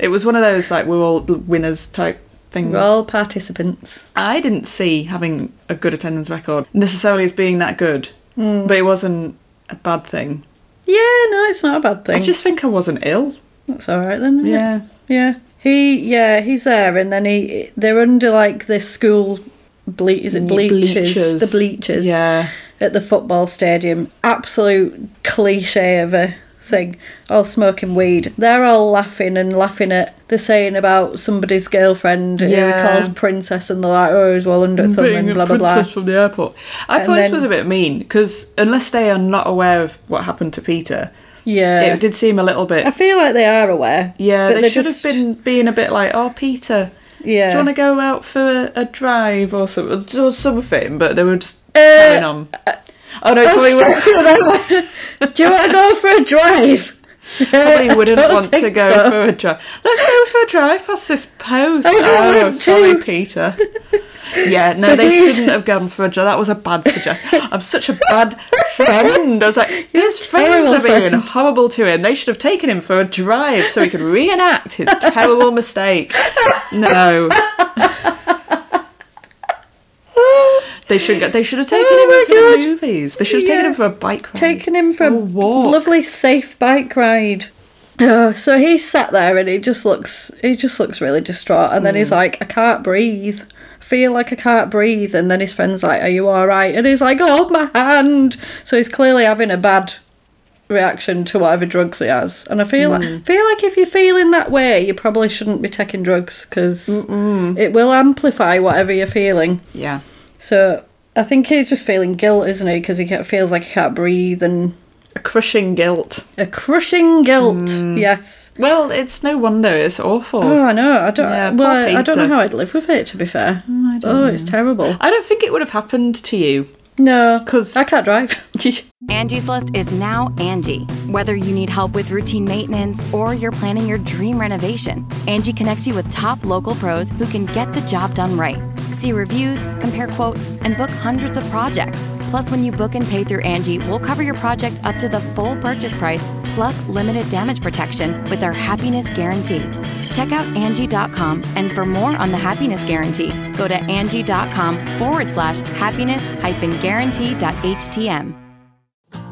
[SPEAKER 3] it was one of those like we're all winners type things.
[SPEAKER 2] We're all participants.
[SPEAKER 3] I didn't see having a good attendance record necessarily as being that good,
[SPEAKER 2] Hmm.
[SPEAKER 3] but it wasn't a bad thing.
[SPEAKER 2] Yeah, no, it's not a bad
[SPEAKER 3] I
[SPEAKER 2] thing.
[SPEAKER 3] just think I wasn't ill.
[SPEAKER 2] That's all right then. isn't it?
[SPEAKER 3] Yeah.
[SPEAKER 2] yeah. He, yeah, he's there, and then he, they're under like this school. Ble- is it bleachers? The bleachers.
[SPEAKER 3] Yeah.
[SPEAKER 2] at the football stadium. Absolute cliche of a thing. All smoking weed. They're all laughing and laughing at the saying about somebody's girlfriend
[SPEAKER 3] Yeah.
[SPEAKER 2] who calls princess and they're like, oh, he's well under thumb
[SPEAKER 3] Being
[SPEAKER 2] and
[SPEAKER 3] a
[SPEAKER 2] blah blah blah.
[SPEAKER 3] princess from the airport. I
[SPEAKER 2] And
[SPEAKER 3] thought this
[SPEAKER 2] then-
[SPEAKER 3] was a bit mean because unless they are not aware of what happened to Peter,
[SPEAKER 2] Yeah.
[SPEAKER 3] it did seem a little bit.
[SPEAKER 2] I feel like they are aware.
[SPEAKER 3] Yeah,
[SPEAKER 2] but
[SPEAKER 3] they
[SPEAKER 2] they're
[SPEAKER 3] should
[SPEAKER 2] just-
[SPEAKER 3] have been being a bit like, "Oh, Peter,
[SPEAKER 2] Yeah.
[SPEAKER 3] do you want to go out for a, a drive or something?" Or something, but they were just
[SPEAKER 2] Uh,
[SPEAKER 3] carrying on. oh no, probably would,
[SPEAKER 2] Do you want to go for a drive?
[SPEAKER 3] probably wouldn't
[SPEAKER 2] don't
[SPEAKER 3] want to
[SPEAKER 2] think
[SPEAKER 3] go
[SPEAKER 2] so.
[SPEAKER 3] for a drive. Let's go for a drive past this post.
[SPEAKER 2] I don't
[SPEAKER 3] Oh,
[SPEAKER 2] want
[SPEAKER 3] sorry,
[SPEAKER 2] to.
[SPEAKER 3] Peter. Yeah, no,
[SPEAKER 2] So
[SPEAKER 3] they
[SPEAKER 2] he-
[SPEAKER 3] shouldn't have gone for a drive. That was a bad suggestion. I'm such a bad friend. I was like, these friends
[SPEAKER 2] terrible
[SPEAKER 3] are being
[SPEAKER 2] friend.
[SPEAKER 3] horrible to him. They should have taken him for a drive so he could reenact his terrible mistake. No. They should go, they should have taken
[SPEAKER 2] Oh
[SPEAKER 3] him
[SPEAKER 2] my
[SPEAKER 3] to
[SPEAKER 2] God.
[SPEAKER 3] the movies. They should have taken
[SPEAKER 2] Yeah.
[SPEAKER 3] him for a bike ride.
[SPEAKER 2] Taking him for
[SPEAKER 3] Or
[SPEAKER 2] a
[SPEAKER 3] a walk.
[SPEAKER 2] lovely safe bike ride. Oh, so he sat there and he just looks he just looks really distraught and then he's like, I can't breathe. Feel like I can't breathe and then his friend's like, Are you alright? And he's like, Hold my hand So he's clearly having a bad reaction to whatever drugs he has. And I feel like feel like if you're feeling that way, you probably shouldn't be taking drugs because it will amplify whatever you're feeling.
[SPEAKER 3] Yeah.
[SPEAKER 2] So I think he's just feeling guilt, isn't he? Because he ca- feels like he can't breathe and
[SPEAKER 3] A crushing guilt.
[SPEAKER 2] A crushing guilt.
[SPEAKER 3] Mm.
[SPEAKER 2] Yes.
[SPEAKER 3] Well, it's no wonder. It's awful.
[SPEAKER 2] Oh, I know. I don't.
[SPEAKER 3] Yeah,
[SPEAKER 2] well,
[SPEAKER 3] poor
[SPEAKER 2] I- I don't know
[SPEAKER 3] Peter.
[SPEAKER 2] how I'd live with it. To be fair.
[SPEAKER 3] I don't
[SPEAKER 2] oh, it's terrible.
[SPEAKER 3] I don't think it would have happened to you.
[SPEAKER 2] No,
[SPEAKER 3] 'Cause-
[SPEAKER 2] I can't drive.
[SPEAKER 4] Angie's List is now Angie. Whether you need help with routine maintenance or you're planning your dream renovation, Angie connects you with top local pros who can get the job done right. See reviews, compare quotes, and book hundreds of projects. Plus, when you book and pay through Angie, we'll cover your project up to the full purchase price plus limited damage protection with our happiness guarantee. Check out Angie.com and for more on the happiness guarantee, go to Angie.com forward slash happiness hyphen guarantee.htm.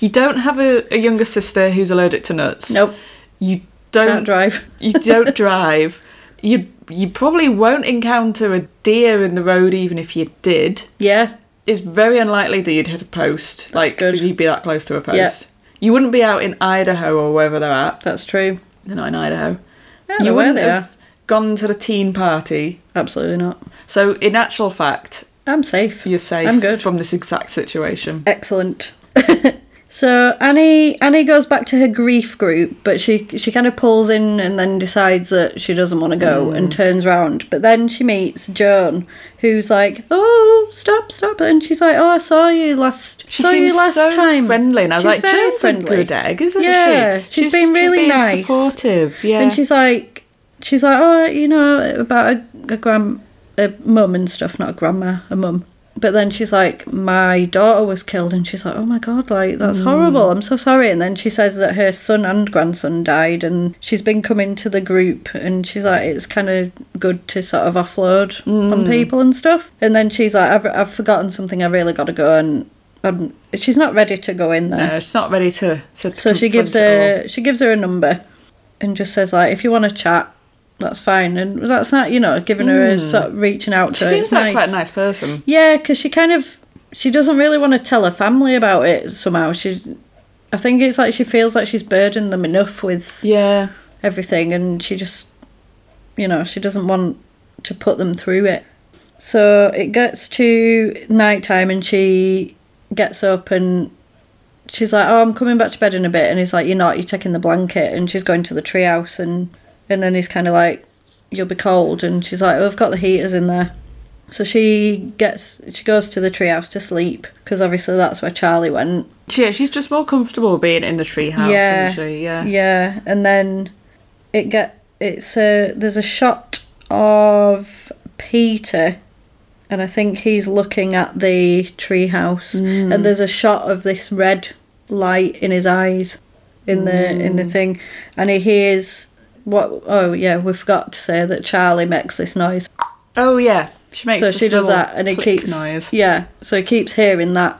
[SPEAKER 3] You don't have a, a younger sister who's allergic to nuts.
[SPEAKER 2] Nope.
[SPEAKER 3] You don't
[SPEAKER 2] Can't drive.
[SPEAKER 3] you don't drive. You you probably won't encounter a deer in the road even if you did.
[SPEAKER 2] Yeah.
[SPEAKER 3] It's very unlikely that you'd hit a post. like
[SPEAKER 2] good.
[SPEAKER 3] you'd be that close to a post.
[SPEAKER 2] Yeah.
[SPEAKER 3] You wouldn't be out in Idaho or wherever they're at.
[SPEAKER 2] That's true.
[SPEAKER 3] They're not in Idaho.
[SPEAKER 2] I don't know where
[SPEAKER 3] wouldn't
[SPEAKER 2] they
[SPEAKER 3] have
[SPEAKER 2] are.
[SPEAKER 3] gone to the teen party.
[SPEAKER 2] Absolutely not.
[SPEAKER 3] So in actual fact,
[SPEAKER 2] I'm safe.
[SPEAKER 3] you're safe
[SPEAKER 2] I'm good.
[SPEAKER 3] from this exact situation.
[SPEAKER 2] Excellent. so Annie Annie goes back to her grief group, but she she kind of pulls in and then decides that she doesn't want to go
[SPEAKER 3] Mm.
[SPEAKER 2] and turns round. But then she meets Joan, who's like, "Oh, stop, stop!" And she's like, "Oh, I saw you last.
[SPEAKER 3] She
[SPEAKER 2] saw
[SPEAKER 3] seems
[SPEAKER 2] you last
[SPEAKER 3] so
[SPEAKER 2] time."
[SPEAKER 3] friendly, and I was
[SPEAKER 2] She's
[SPEAKER 3] like,
[SPEAKER 2] very
[SPEAKER 3] Joan's a good egg, isn't
[SPEAKER 2] yeah,
[SPEAKER 3] she?
[SPEAKER 2] she's been really
[SPEAKER 3] being
[SPEAKER 2] nice,
[SPEAKER 3] supportive. Yeah,
[SPEAKER 2] And she's like, she's like, oh, you know, about a, a grand, a mum and stuff, not a grandma, a mum. But then she's like, my daughter was killed, and she's like, oh my god, like that's horrible. I'm so sorry. And then she says that her son and grandson died, and she's been coming to the group, and she's like, it's kind of good to sort of offload on people and stuff. And then she's like, I've, I've forgotten something. I really got to go, and um, she's not ready to go in there.
[SPEAKER 3] Uh, she's not ready to. to
[SPEAKER 2] So she
[SPEAKER 3] confront
[SPEAKER 2] gives
[SPEAKER 3] it all.
[SPEAKER 2] her she gives her a number, and just says like, if you want to chat, that's fine. And that's not you know giving her a sort of reaching out to.
[SPEAKER 3] Hmm. She
[SPEAKER 2] her.
[SPEAKER 3] seems
[SPEAKER 2] It's
[SPEAKER 3] like quite a nice person.
[SPEAKER 2] Yeah, because she kind of she doesn't really want to tell her family about it somehow. She, I think it's like she feels like she's burdened them enough with
[SPEAKER 3] Yeah.
[SPEAKER 2] everything, and she just you know she doesn't want to put them through it. So it gets to night time, and she gets up and she's like, "Oh, I'm coming back to bed in a bit," and he's like, "You're not. You're taking the blanket." And she's going to the treehouse, and and then he's kind of like, "You'll be cold," and she's like, "Oh, I've got the heaters in there." So she gets she goes to the treehouse to sleep because obviously that's where Charlie went.
[SPEAKER 3] She, yeah, she's just more comfortable being in the treehouse,
[SPEAKER 2] yeah,
[SPEAKER 3] isn't she? Yeah.
[SPEAKER 2] yeah, and then it get it's a there's a shot of Peter. And I think he's looking at the treehouse, and there's a shot of this red light in his eyes, in the in the thing, and he hears what? Oh yeah, we forgot to say that Charlie makes this noise,
[SPEAKER 3] Oh yeah, she makes.
[SPEAKER 2] so
[SPEAKER 3] this
[SPEAKER 2] she does
[SPEAKER 3] little
[SPEAKER 2] that, and it
[SPEAKER 3] click
[SPEAKER 2] keeps
[SPEAKER 3] noise.
[SPEAKER 2] yeah, so he keeps hearing that,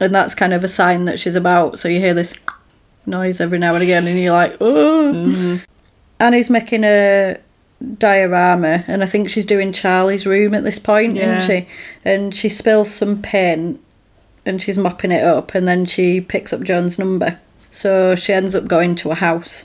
[SPEAKER 2] and that's kind of a sign that she's about. So you hear this noise every now and again, and you're like, oh.
[SPEAKER 3] Mm-hmm.
[SPEAKER 2] Annie's making a diorama, and I think she's doing Charlie's room at this point,
[SPEAKER 3] Yeah.
[SPEAKER 2] isn't she? And she spills some paint, and she's mopping it up, and then she picks up John's number. So she ends up going to a house.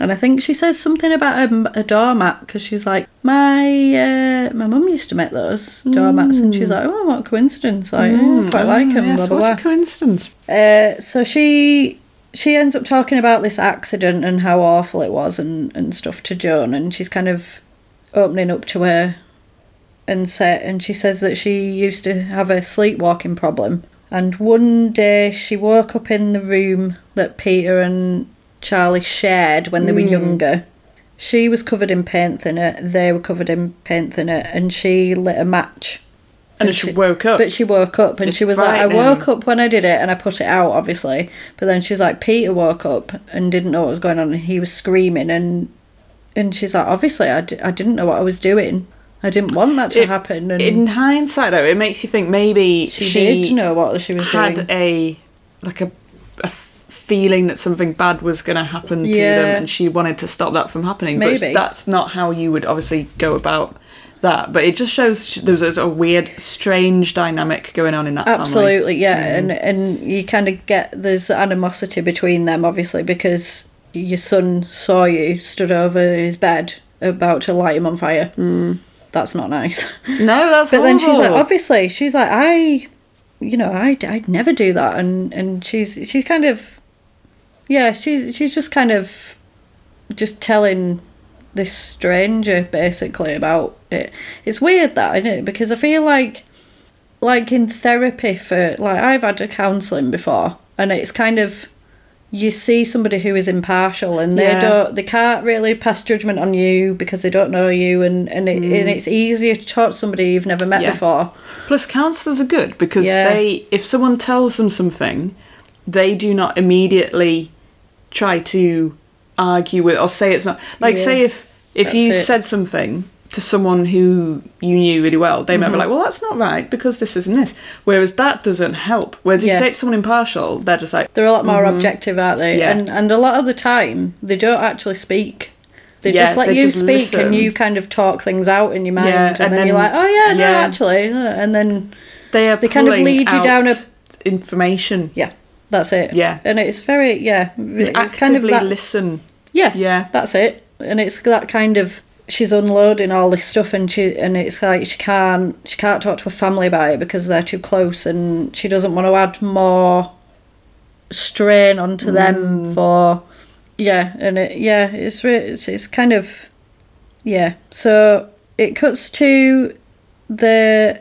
[SPEAKER 2] And I think she says something about a, a doormat because she's like, my uh, my mum used to make those doormats, and she's like, oh, what a coincidence! Like, oh, I quite like them.
[SPEAKER 3] Mm. Yes,
[SPEAKER 2] blah, blah,
[SPEAKER 3] what
[SPEAKER 2] blah.
[SPEAKER 3] a coincidence.
[SPEAKER 2] Uh, so she she ends up talking about this accident and how awful it was and, and stuff to Joan and she's kind of opening up to her and set and she says that she used to have a sleepwalking problem and one day she woke up in the room that Peter and Charlie shared when they were younger. She was covered in paint thinner, they were covered in paint thinner and she lit a match.
[SPEAKER 3] And then she woke up.
[SPEAKER 2] But she woke up and
[SPEAKER 3] It's
[SPEAKER 2] she was like, I
[SPEAKER 3] frightening.
[SPEAKER 2] woke up when I did it and I put it out, obviously. But then she's like, Peter woke up and didn't know what was going on and he was screaming. And and she's like, obviously, I, d- I didn't know what I was doing. I didn't want that to
[SPEAKER 3] It-
[SPEAKER 2] happen. And
[SPEAKER 3] In hindsight, though, it makes you think maybe
[SPEAKER 2] she,
[SPEAKER 3] she
[SPEAKER 2] did know what she was
[SPEAKER 3] had
[SPEAKER 2] doing.
[SPEAKER 3] a like a, a f- feeling that something bad was going to happen to
[SPEAKER 2] Yeah.
[SPEAKER 3] them, and she wanted to stop that from happening.
[SPEAKER 2] Maybe.
[SPEAKER 3] But that's not how you would obviously go about that. But it just shows sh- there was a, a weird, strange dynamic going on in that family.
[SPEAKER 2] Absolutely, yeah,
[SPEAKER 3] Mm-hmm.
[SPEAKER 2] and and you kind of get there's animosity between them, obviously, because your son saw you stood over his bed about to light him on fire. Mm. That's not nice.
[SPEAKER 3] No, that's
[SPEAKER 2] But then she's like,
[SPEAKER 3] horrible.
[SPEAKER 2] obviously, she's like, I, you know, I, I'd never do that, and and she's she's kind of, yeah, she's she's just kind of, just telling this stranger basically about it. It's weird that isn't it because I feel like, like in therapy for like I've had a counselling before, and it's kind of. You see somebody who is impartial, and they
[SPEAKER 3] Yeah.
[SPEAKER 2] don't, they can't really pass judgment on you because they don't know you, and and, it, and it's easier to talk to somebody you've never met
[SPEAKER 3] Mm. Yeah.
[SPEAKER 2] before.
[SPEAKER 3] Plus, counsellors are good because
[SPEAKER 2] Yeah.
[SPEAKER 3] they, if someone tells them something, they do not immediately try to argue with or say it's not. Like,
[SPEAKER 2] Yeah.
[SPEAKER 3] say if if
[SPEAKER 2] That's
[SPEAKER 3] you
[SPEAKER 2] it.
[SPEAKER 3] said something to someone who you knew really well, they
[SPEAKER 2] Mm-hmm.
[SPEAKER 3] might be like, "Well, that's not right because this isn't this." Whereas that doesn't help. Whereas if
[SPEAKER 2] Yeah.
[SPEAKER 3] you say it's someone impartial, they're just like,
[SPEAKER 2] They're a lot more objective, aren't they?
[SPEAKER 3] Mm-hmm. Yeah.
[SPEAKER 2] And and a lot of the time they don't actually speak. They
[SPEAKER 3] Yeah,
[SPEAKER 2] just let
[SPEAKER 3] they
[SPEAKER 2] you
[SPEAKER 3] just
[SPEAKER 2] speak
[SPEAKER 3] listen.
[SPEAKER 2] and you kind of talk things out in your mind
[SPEAKER 3] Yeah,
[SPEAKER 2] and,
[SPEAKER 3] and
[SPEAKER 2] then, you're like,
[SPEAKER 3] then-
[SPEAKER 2] Oh yeah, no,
[SPEAKER 3] yeah.
[SPEAKER 2] actually and then
[SPEAKER 3] they are.
[SPEAKER 2] They kind of
[SPEAKER 3] pulling
[SPEAKER 2] lead you
[SPEAKER 3] out
[SPEAKER 2] down a-
[SPEAKER 3] information.
[SPEAKER 2] yeah, that's it.
[SPEAKER 3] Yeah.
[SPEAKER 2] And it's very yeah.
[SPEAKER 3] They
[SPEAKER 2] It's
[SPEAKER 3] actively
[SPEAKER 2] kind of that,
[SPEAKER 3] listen.
[SPEAKER 2] Yeah.
[SPEAKER 3] Yeah.
[SPEAKER 2] That's it. And it's that kind of she's unloading all this stuff and she and it's like she can't she can't talk to her family about it because they're too close and she doesn't want to add more strain onto them for yeah and it yeah it's re- it's, it's kind of yeah so it cuts to the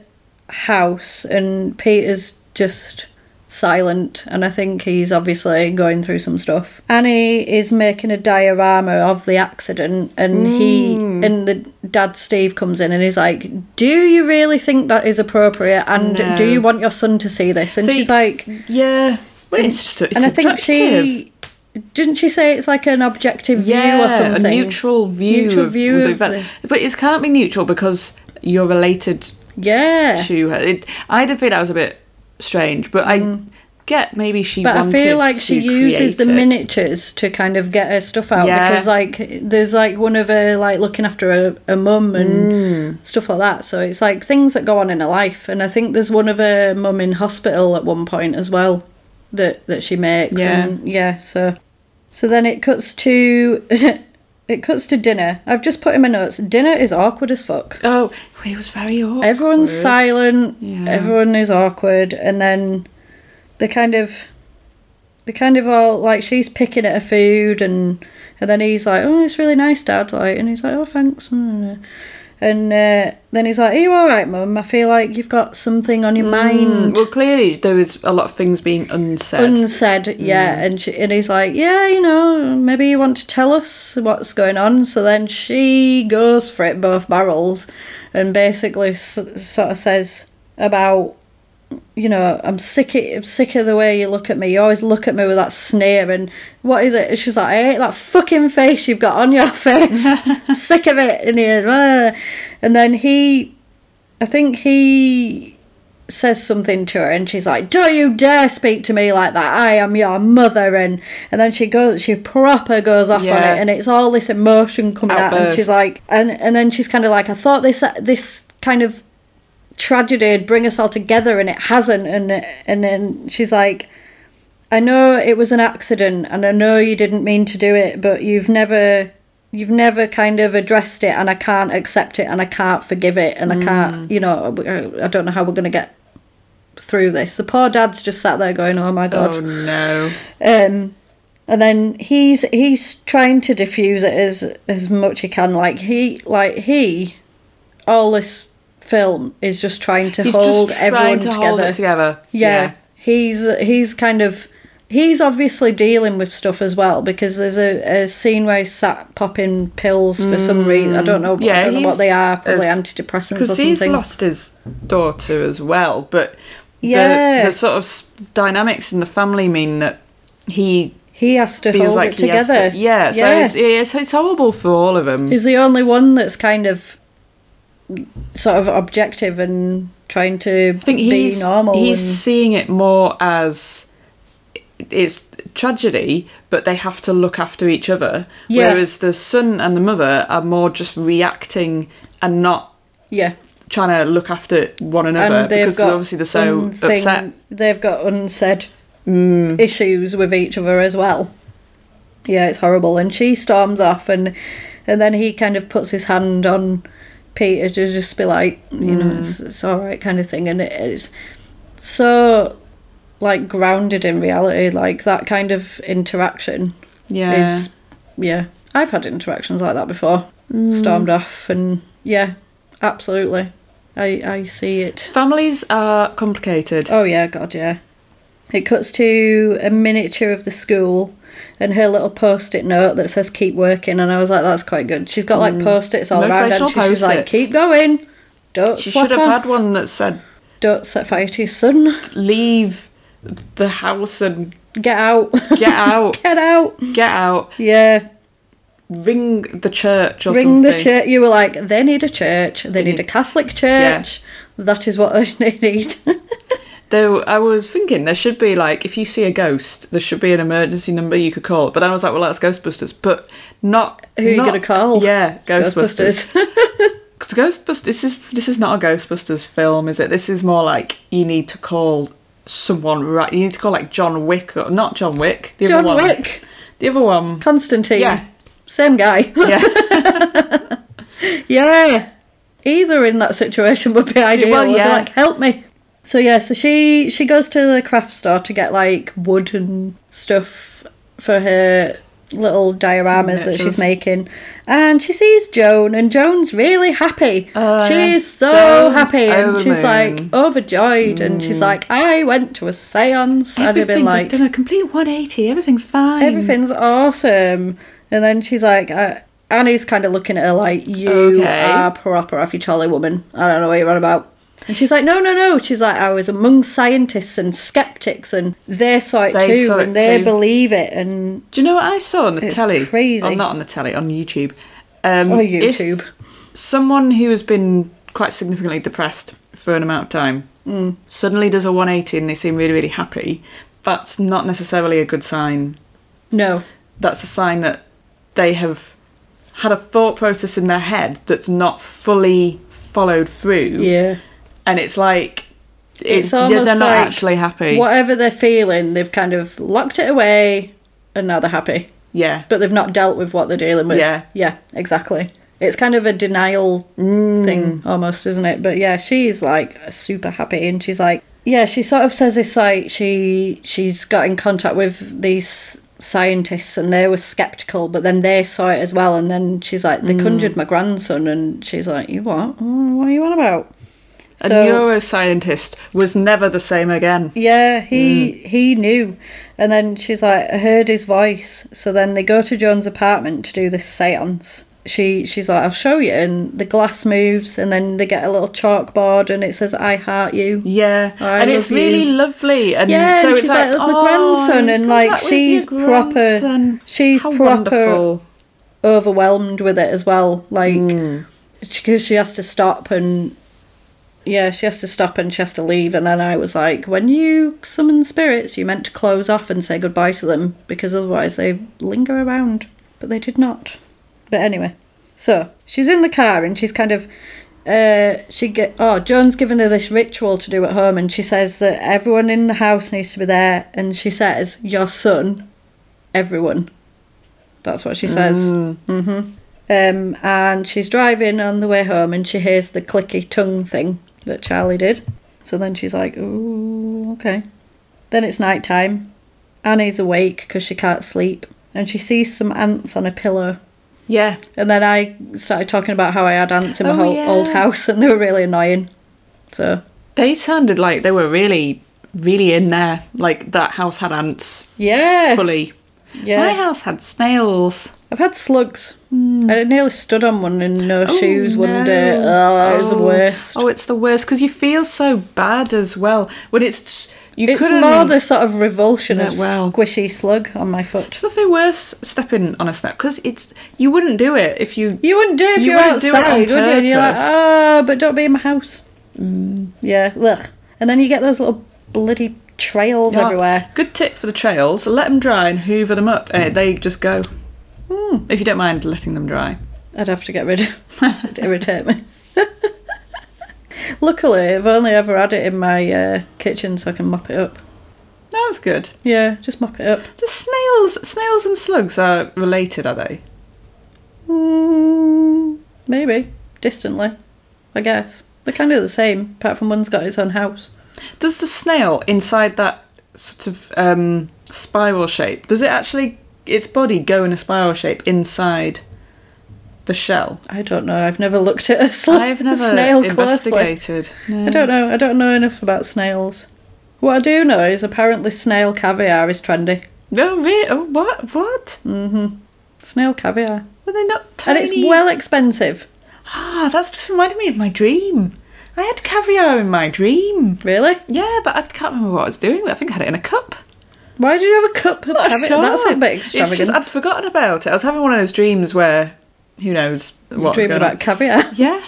[SPEAKER 2] house and Peter's just silent and I think he's obviously going through some stuff. Annie is making a diorama of the accident and he
[SPEAKER 3] Mm.
[SPEAKER 2] and the dad Steve comes in and he's like, Do you really think that is appropriate? And do you want your son to see this? And
[SPEAKER 3] So
[SPEAKER 2] she's
[SPEAKER 3] you-
[SPEAKER 2] like
[SPEAKER 3] Yeah. Well, it's just it's
[SPEAKER 2] And I think
[SPEAKER 3] subjective.
[SPEAKER 2] she didn't she say it's like an objective view or something?
[SPEAKER 3] A neutral view.
[SPEAKER 2] Neutral
[SPEAKER 3] of
[SPEAKER 2] view
[SPEAKER 3] the
[SPEAKER 2] of
[SPEAKER 3] event. But it can't be neutral because you're related
[SPEAKER 2] Yeah.
[SPEAKER 3] to her. It, I did think that was a bit strange, but I get maybe she
[SPEAKER 2] Mm. but I
[SPEAKER 3] wanted
[SPEAKER 2] feel like she
[SPEAKER 3] to
[SPEAKER 2] uses
[SPEAKER 3] create
[SPEAKER 2] the
[SPEAKER 3] it.
[SPEAKER 2] miniatures to kind of get her stuff out
[SPEAKER 3] Yeah.
[SPEAKER 2] because like there's like one of her like looking after her, her mum and
[SPEAKER 3] Mm.
[SPEAKER 2] stuff like that. So it's like things that go on in her life, and I think there's one of her mum in hospital at one point as well that that she makes.
[SPEAKER 3] Yeah.
[SPEAKER 2] and yeah. So so then it cuts to. It cuts to dinner. I've just put in my notes. Dinner is awkward as fuck.
[SPEAKER 3] Oh, it was very awkward.
[SPEAKER 2] Everyone's silent.
[SPEAKER 3] Yeah.
[SPEAKER 2] Everyone is awkward, and then they kind of, they kind of all like she's picking at her food, and and then he's like, "Oh, it's really nice, Dad." Like, and he's like, "Oh, thanks." And uh, then he's like, "Are you all right, Mum? I feel like you've got something on your mind."
[SPEAKER 3] Mm, Well, clearly there was a lot of things being unsaid.
[SPEAKER 2] Unsaid, yeah, and she, and he's like, yeah, you know, maybe you want to tell us what's going on. So then she goes for it both barrels, and basically s- sort of says about, you know, I'm sick. Of, I'm sick of the way you look at me. You always look at me with that sneer, and what is it? And she's like, I hate that fucking face you've got on your face. I'm sick of it. And he, uh, and then he, I think he says something to her and she's like don't you dare speak to me like that i am your mother and and then she goes she proper goes off on
[SPEAKER 3] Yeah.
[SPEAKER 2] it and it's all this emotion coming out and
[SPEAKER 3] Outburst.
[SPEAKER 2] she's like and and then she's kind of like i thought this this kind of tragedy would bring us all together and it hasn't and and then she's like I know it was an accident and I know you didn't mean to do it, but you've never you've never kind of addressed it and I can't accept it and I can't forgive it and
[SPEAKER 3] Mm.
[SPEAKER 2] I can't, you know, uh, I- I don't know how we're going to get through this. The poor dad's just sat there going, "Oh my god."
[SPEAKER 3] Oh no!
[SPEAKER 2] Um, and then he's he's trying to diffuse it as as much he can. Like he like he all this film is just trying to
[SPEAKER 3] He's
[SPEAKER 2] hold
[SPEAKER 3] just
[SPEAKER 2] everyone
[SPEAKER 3] trying to hold it together.
[SPEAKER 2] yeah. He's he's kind of he's obviously dealing with stuff as well because there's a, a scene where he's sat popping pills for some reason. I don't know. I don't know what
[SPEAKER 3] Mm. he's-
[SPEAKER 2] they are. Probably
[SPEAKER 3] as-
[SPEAKER 2] antidepressants or
[SPEAKER 3] 'cause
[SPEAKER 2] something.
[SPEAKER 3] he's lost his daughter as well, but
[SPEAKER 2] Yeah.
[SPEAKER 3] the, the sort of s- dynamics in the family mean that he
[SPEAKER 2] he has to
[SPEAKER 3] feels
[SPEAKER 2] hold
[SPEAKER 3] like
[SPEAKER 2] it
[SPEAKER 3] he has
[SPEAKER 2] together.
[SPEAKER 3] to. Yeah, so it's, it's, it's horrible for all of them.
[SPEAKER 2] he's the only one that's kind of sort of objective and trying to
[SPEAKER 3] I think
[SPEAKER 2] be
[SPEAKER 3] he's
[SPEAKER 2] normal.
[SPEAKER 3] he's
[SPEAKER 2] and-
[SPEAKER 3] seeing it more as it's tragedy, but they have to look after each other.
[SPEAKER 2] Yeah.
[SPEAKER 3] Whereas the son and the mother are more just reacting and not
[SPEAKER 2] Yeah.
[SPEAKER 3] trying to look after one another
[SPEAKER 2] And they've
[SPEAKER 3] because
[SPEAKER 2] got
[SPEAKER 3] obviously they're so
[SPEAKER 2] unthing-
[SPEAKER 3] upset. Hmm.
[SPEAKER 2] They've got unsaid issues with each other as well. Yeah, it's horrible. And she storms off, and and then he kind of puts his hand on Peter to just be like, you
[SPEAKER 3] Hmm.
[SPEAKER 2] know, it's, it's all right, kind of thing. And it is so like grounded in reality, like that kind of interaction
[SPEAKER 3] Yeah.
[SPEAKER 2] is yeah. I've had interactions like that before.
[SPEAKER 3] Hmm.
[SPEAKER 2] Stormed off, and yeah, absolutely. I I see it.
[SPEAKER 3] Families are complicated.
[SPEAKER 2] Oh yeah, God yeah. It cuts to a miniature of the school and her little post-it note that says "keep working," and I was like, "That's quite good." She's got like post-its all around, and
[SPEAKER 3] Mm. Motivational
[SPEAKER 2] she's just like,
[SPEAKER 3] post-its.
[SPEAKER 2] "Keep going, don't
[SPEAKER 3] she
[SPEAKER 2] slack
[SPEAKER 3] should have
[SPEAKER 2] off,
[SPEAKER 3] had one that said,
[SPEAKER 2] don't set fire to your son,
[SPEAKER 3] leave the house and
[SPEAKER 2] get out,
[SPEAKER 3] get out,
[SPEAKER 2] get out."
[SPEAKER 3] get out,
[SPEAKER 2] Yeah,
[SPEAKER 3] ring the church or
[SPEAKER 2] ring the
[SPEAKER 3] something.
[SPEAKER 2] church. You were like, "They need a church. They, need,
[SPEAKER 3] need-
[SPEAKER 2] a Catholic church. That is what they need."
[SPEAKER 3] Though I was thinking there should be like if you see a ghost, there should be an emergency number you could call. But then I was like, well, that's Ghostbusters, but not
[SPEAKER 2] Who are you
[SPEAKER 3] not-
[SPEAKER 2] gonna call?
[SPEAKER 3] Yeah, Ghostbusters.
[SPEAKER 2] Ghostbusters.
[SPEAKER 3] 'Cause Ghostbusters. This is this is not a Ghostbusters film, is it? This is more like you need to call someone right. You need to call like John Wick, or not John Wick. The
[SPEAKER 2] John
[SPEAKER 3] other one.
[SPEAKER 2] Wick,
[SPEAKER 3] The other one.
[SPEAKER 2] Constantine,
[SPEAKER 3] Yeah.
[SPEAKER 2] same guy.
[SPEAKER 3] Yeah.
[SPEAKER 2] Yeah. Either in that situation would be ideal.
[SPEAKER 3] well,
[SPEAKER 2] I'd be
[SPEAKER 3] yeah.
[SPEAKER 2] like, help me. So yeah, so she she goes to the craft store to get like wood and stuff for her little dioramas that she's
[SPEAKER 3] Miniatures.
[SPEAKER 2] making, and she sees Joan, and Joan's really happy. she's so
[SPEAKER 3] Oh, Joan's
[SPEAKER 2] happy, and
[SPEAKER 3] over
[SPEAKER 2] she's
[SPEAKER 3] the moon.
[SPEAKER 2] like overjoyed, and she's like, I went to a séance, and I've been
[SPEAKER 3] Everything's I've
[SPEAKER 2] like,
[SPEAKER 3] done a complete 180. Everything's fine.
[SPEAKER 2] everything's awesome. And then she's like, uh, Annie's kind of looking at her like, you
[SPEAKER 3] Okay.
[SPEAKER 2] are proper off your trolley woman. I don't know what you're on about. And she's like, no, no, no. She's like, I was among scientists and skeptics, and they saw it
[SPEAKER 3] They
[SPEAKER 2] too,
[SPEAKER 3] saw it
[SPEAKER 2] and they
[SPEAKER 3] too."
[SPEAKER 2] believe it. And
[SPEAKER 3] Do you know what I saw on the
[SPEAKER 2] It's
[SPEAKER 3] telly?
[SPEAKER 2] crazy.
[SPEAKER 3] Or not on the telly, on YouTube. Um,
[SPEAKER 2] Oh,
[SPEAKER 3] if
[SPEAKER 2] YouTube.
[SPEAKER 3] Someone who has been quite significantly depressed for an amount of time
[SPEAKER 2] Hmm.
[SPEAKER 3] suddenly does a 180 and they seem really, really happy. That's not necessarily a good sign.
[SPEAKER 2] no,
[SPEAKER 3] That's a sign that they have had a thought process in their head that's not fully followed through.
[SPEAKER 2] yeah,
[SPEAKER 3] And it's like, it's,
[SPEAKER 2] it's
[SPEAKER 3] yeah,
[SPEAKER 2] almost
[SPEAKER 3] they're not
[SPEAKER 2] like
[SPEAKER 3] actually happy.
[SPEAKER 2] Whatever they're feeling, they've kind of locked it away, and now they're happy.
[SPEAKER 3] Yeah.
[SPEAKER 2] but they've not dealt with what they're dealing with.
[SPEAKER 3] Yeah.
[SPEAKER 2] yeah, exactly. It's kind of a denial
[SPEAKER 3] Mm.
[SPEAKER 2] thing almost, isn't it? But yeah, she's like super happy, and she's like, yeah, she sort of says this like she she's got in contact with these scientists, and they were skeptical, but then they saw it as well, and then she's like,
[SPEAKER 3] Mm.
[SPEAKER 2] they conjured my grandson, and she's like, you what? Mm, What are you on about?
[SPEAKER 3] a neuroscientist was never the same again.
[SPEAKER 2] Yeah, he
[SPEAKER 3] Mm.
[SPEAKER 2] he knew. And then she's like, I heard his voice. So then they go to Joan's apartment to do this seance. She she's like, I'll show you and the glass moves and then they get a little chalkboard and it says, I heart you.
[SPEAKER 3] Yeah,
[SPEAKER 2] I
[SPEAKER 3] and it's
[SPEAKER 2] love
[SPEAKER 3] really
[SPEAKER 2] you.
[SPEAKER 3] lovely, and
[SPEAKER 2] Yeah,
[SPEAKER 3] so
[SPEAKER 2] and
[SPEAKER 3] it's
[SPEAKER 2] she's
[SPEAKER 3] like,
[SPEAKER 2] like, that's my
[SPEAKER 3] "Oh,
[SPEAKER 2] grandson,"
[SPEAKER 3] you
[SPEAKER 2] and,
[SPEAKER 3] got
[SPEAKER 2] like,
[SPEAKER 3] that with
[SPEAKER 2] she's
[SPEAKER 3] your
[SPEAKER 2] proper-
[SPEAKER 3] grandson."
[SPEAKER 2] she's
[SPEAKER 3] How
[SPEAKER 2] proper-
[SPEAKER 3] wonderful.
[SPEAKER 2] Overwhelmed with it as well. Like because she has to stop and yeah, she has to stop and she has to leave. And then I was like, when you summon spirits, you meant to close off and say goodbye to them because otherwise they linger around. But they did not. But anyway, so she's in the car and she's kind of. Uh, she get oh Joan's given her this ritual to do at home, and she says that everyone in the house needs to be there, and she says your son, everyone. That's what she says. Um, and she's driving on the way home and she hears the clicky tongue thing that Charlie did. So then she's like, ooh, okay. Then it's night time. Annie's awake because she can't sleep and she sees some ants on a pillow.
[SPEAKER 3] Yeah,
[SPEAKER 2] And then I started talking about how I had ants in my
[SPEAKER 3] Oh,
[SPEAKER 2] whole
[SPEAKER 3] yeah.
[SPEAKER 2] old house and they were really annoying. So,
[SPEAKER 3] they sounded like they were really, really in there. Like that house had ants
[SPEAKER 2] yeah.
[SPEAKER 3] fully.
[SPEAKER 2] Yeah.
[SPEAKER 3] My house had snails.
[SPEAKER 2] I've had slugs.
[SPEAKER 3] Hmm.
[SPEAKER 2] I nearly stood on one in no shoes one day. Oh, that was the worst.
[SPEAKER 3] Oh, it's the worst because you feel so bad as well when it's you
[SPEAKER 2] It's
[SPEAKER 3] couldn't.
[SPEAKER 2] more the sort of revulsion
[SPEAKER 3] Yeah,
[SPEAKER 2] of
[SPEAKER 3] well.
[SPEAKER 2] squishy slug on my foot.
[SPEAKER 3] There's nothing worse stepping on a snap because it's you wouldn't do it if you
[SPEAKER 2] You wouldn't do it if
[SPEAKER 3] You
[SPEAKER 2] you, were
[SPEAKER 3] wouldn't do it on
[SPEAKER 2] outside, would you? And you're like, "Ah,
[SPEAKER 3] purpose. Mm.
[SPEAKER 2] oh, but don't be in my house. Yeah, look. And then you get those little bloody trails
[SPEAKER 3] Yeah.
[SPEAKER 2] everywhere.
[SPEAKER 3] Good tip for the trails. Let them dry and hoover them up. Uh, they just go. "Hmm," If you don't mind letting them dry.
[SPEAKER 2] I'd have to get rid of it. irritate me. Luckily, I've only ever had it in my uh, kitchen so I can mop it up.
[SPEAKER 3] No, that's good.
[SPEAKER 2] Yeah, just mop it up.
[SPEAKER 3] The snails, snails and slugs are related, are they?
[SPEAKER 2] Mm, maybe. Distantly, I guess. They're kind of the same, apart from one's got its own house.
[SPEAKER 3] Does the snail inside that sort of um, spiral shape? Does it actually its body go in a spiral shape inside the shell?
[SPEAKER 2] I don't know. I've never looked at a sl-
[SPEAKER 3] I've never
[SPEAKER 2] snail closely.
[SPEAKER 3] investigated. No.
[SPEAKER 2] I don't know. I don't know enough about snails. What I do know is apparently snail caviar is trendy.
[SPEAKER 3] No, really? Oh, what? What?
[SPEAKER 2] Snail caviar.
[SPEAKER 3] Were they not
[SPEAKER 2] And
[SPEAKER 3] tiny?
[SPEAKER 2] it's well expensive.
[SPEAKER 3] Ah, that's just reminded me of my dream. I had caviar in my dream.
[SPEAKER 2] Really?
[SPEAKER 3] Yeah, but I can't remember what I was doing. I think I had it in a cup.
[SPEAKER 2] Why do you have a cup of
[SPEAKER 3] Not
[SPEAKER 2] caviar?
[SPEAKER 3] sure.
[SPEAKER 2] That's a bit
[SPEAKER 3] It's
[SPEAKER 2] extravagant.
[SPEAKER 3] just I'd forgotten about it. I was having one of those dreams where, who knows what was
[SPEAKER 2] dreaming
[SPEAKER 3] going
[SPEAKER 2] about
[SPEAKER 3] on.
[SPEAKER 2] caviar.
[SPEAKER 3] Yeah.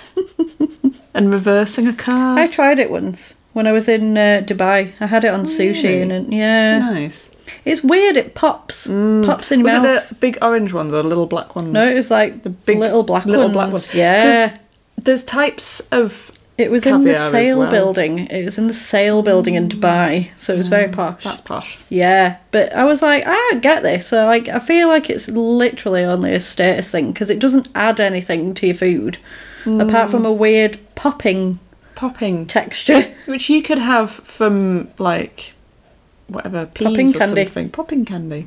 [SPEAKER 3] and reversing a car.
[SPEAKER 2] I tried it once when I was in uh, Dubai. I had it on
[SPEAKER 3] Oh,
[SPEAKER 2] sushi and it, yeah,
[SPEAKER 3] nice.
[SPEAKER 2] it's weird. It pops, pops in your
[SPEAKER 3] Mm. Was
[SPEAKER 2] mouth.
[SPEAKER 3] it the big orange ones or the little black ones?
[SPEAKER 2] no, it was like the
[SPEAKER 3] big
[SPEAKER 2] little black
[SPEAKER 3] little
[SPEAKER 2] ones.
[SPEAKER 3] black ones.
[SPEAKER 2] Yeah,
[SPEAKER 3] 'Cause There's types of
[SPEAKER 2] it was in
[SPEAKER 3] caviar
[SPEAKER 2] the
[SPEAKER 3] as
[SPEAKER 2] sale
[SPEAKER 3] well.
[SPEAKER 2] building. It was in the sale building in Dubai, so it was very posh.
[SPEAKER 3] Mm, that's posh.
[SPEAKER 2] Yeah, but I was like, I don't get this. So like, I feel like it's literally only a status thing because it doesn't add anything to your food apart
[SPEAKER 3] Mm.
[SPEAKER 2] from a weird popping
[SPEAKER 3] Popping.
[SPEAKER 2] texture.
[SPEAKER 3] Which you could have from like whatever peas
[SPEAKER 2] Popping
[SPEAKER 3] or
[SPEAKER 2] candy.
[SPEAKER 3] something. Popping candy.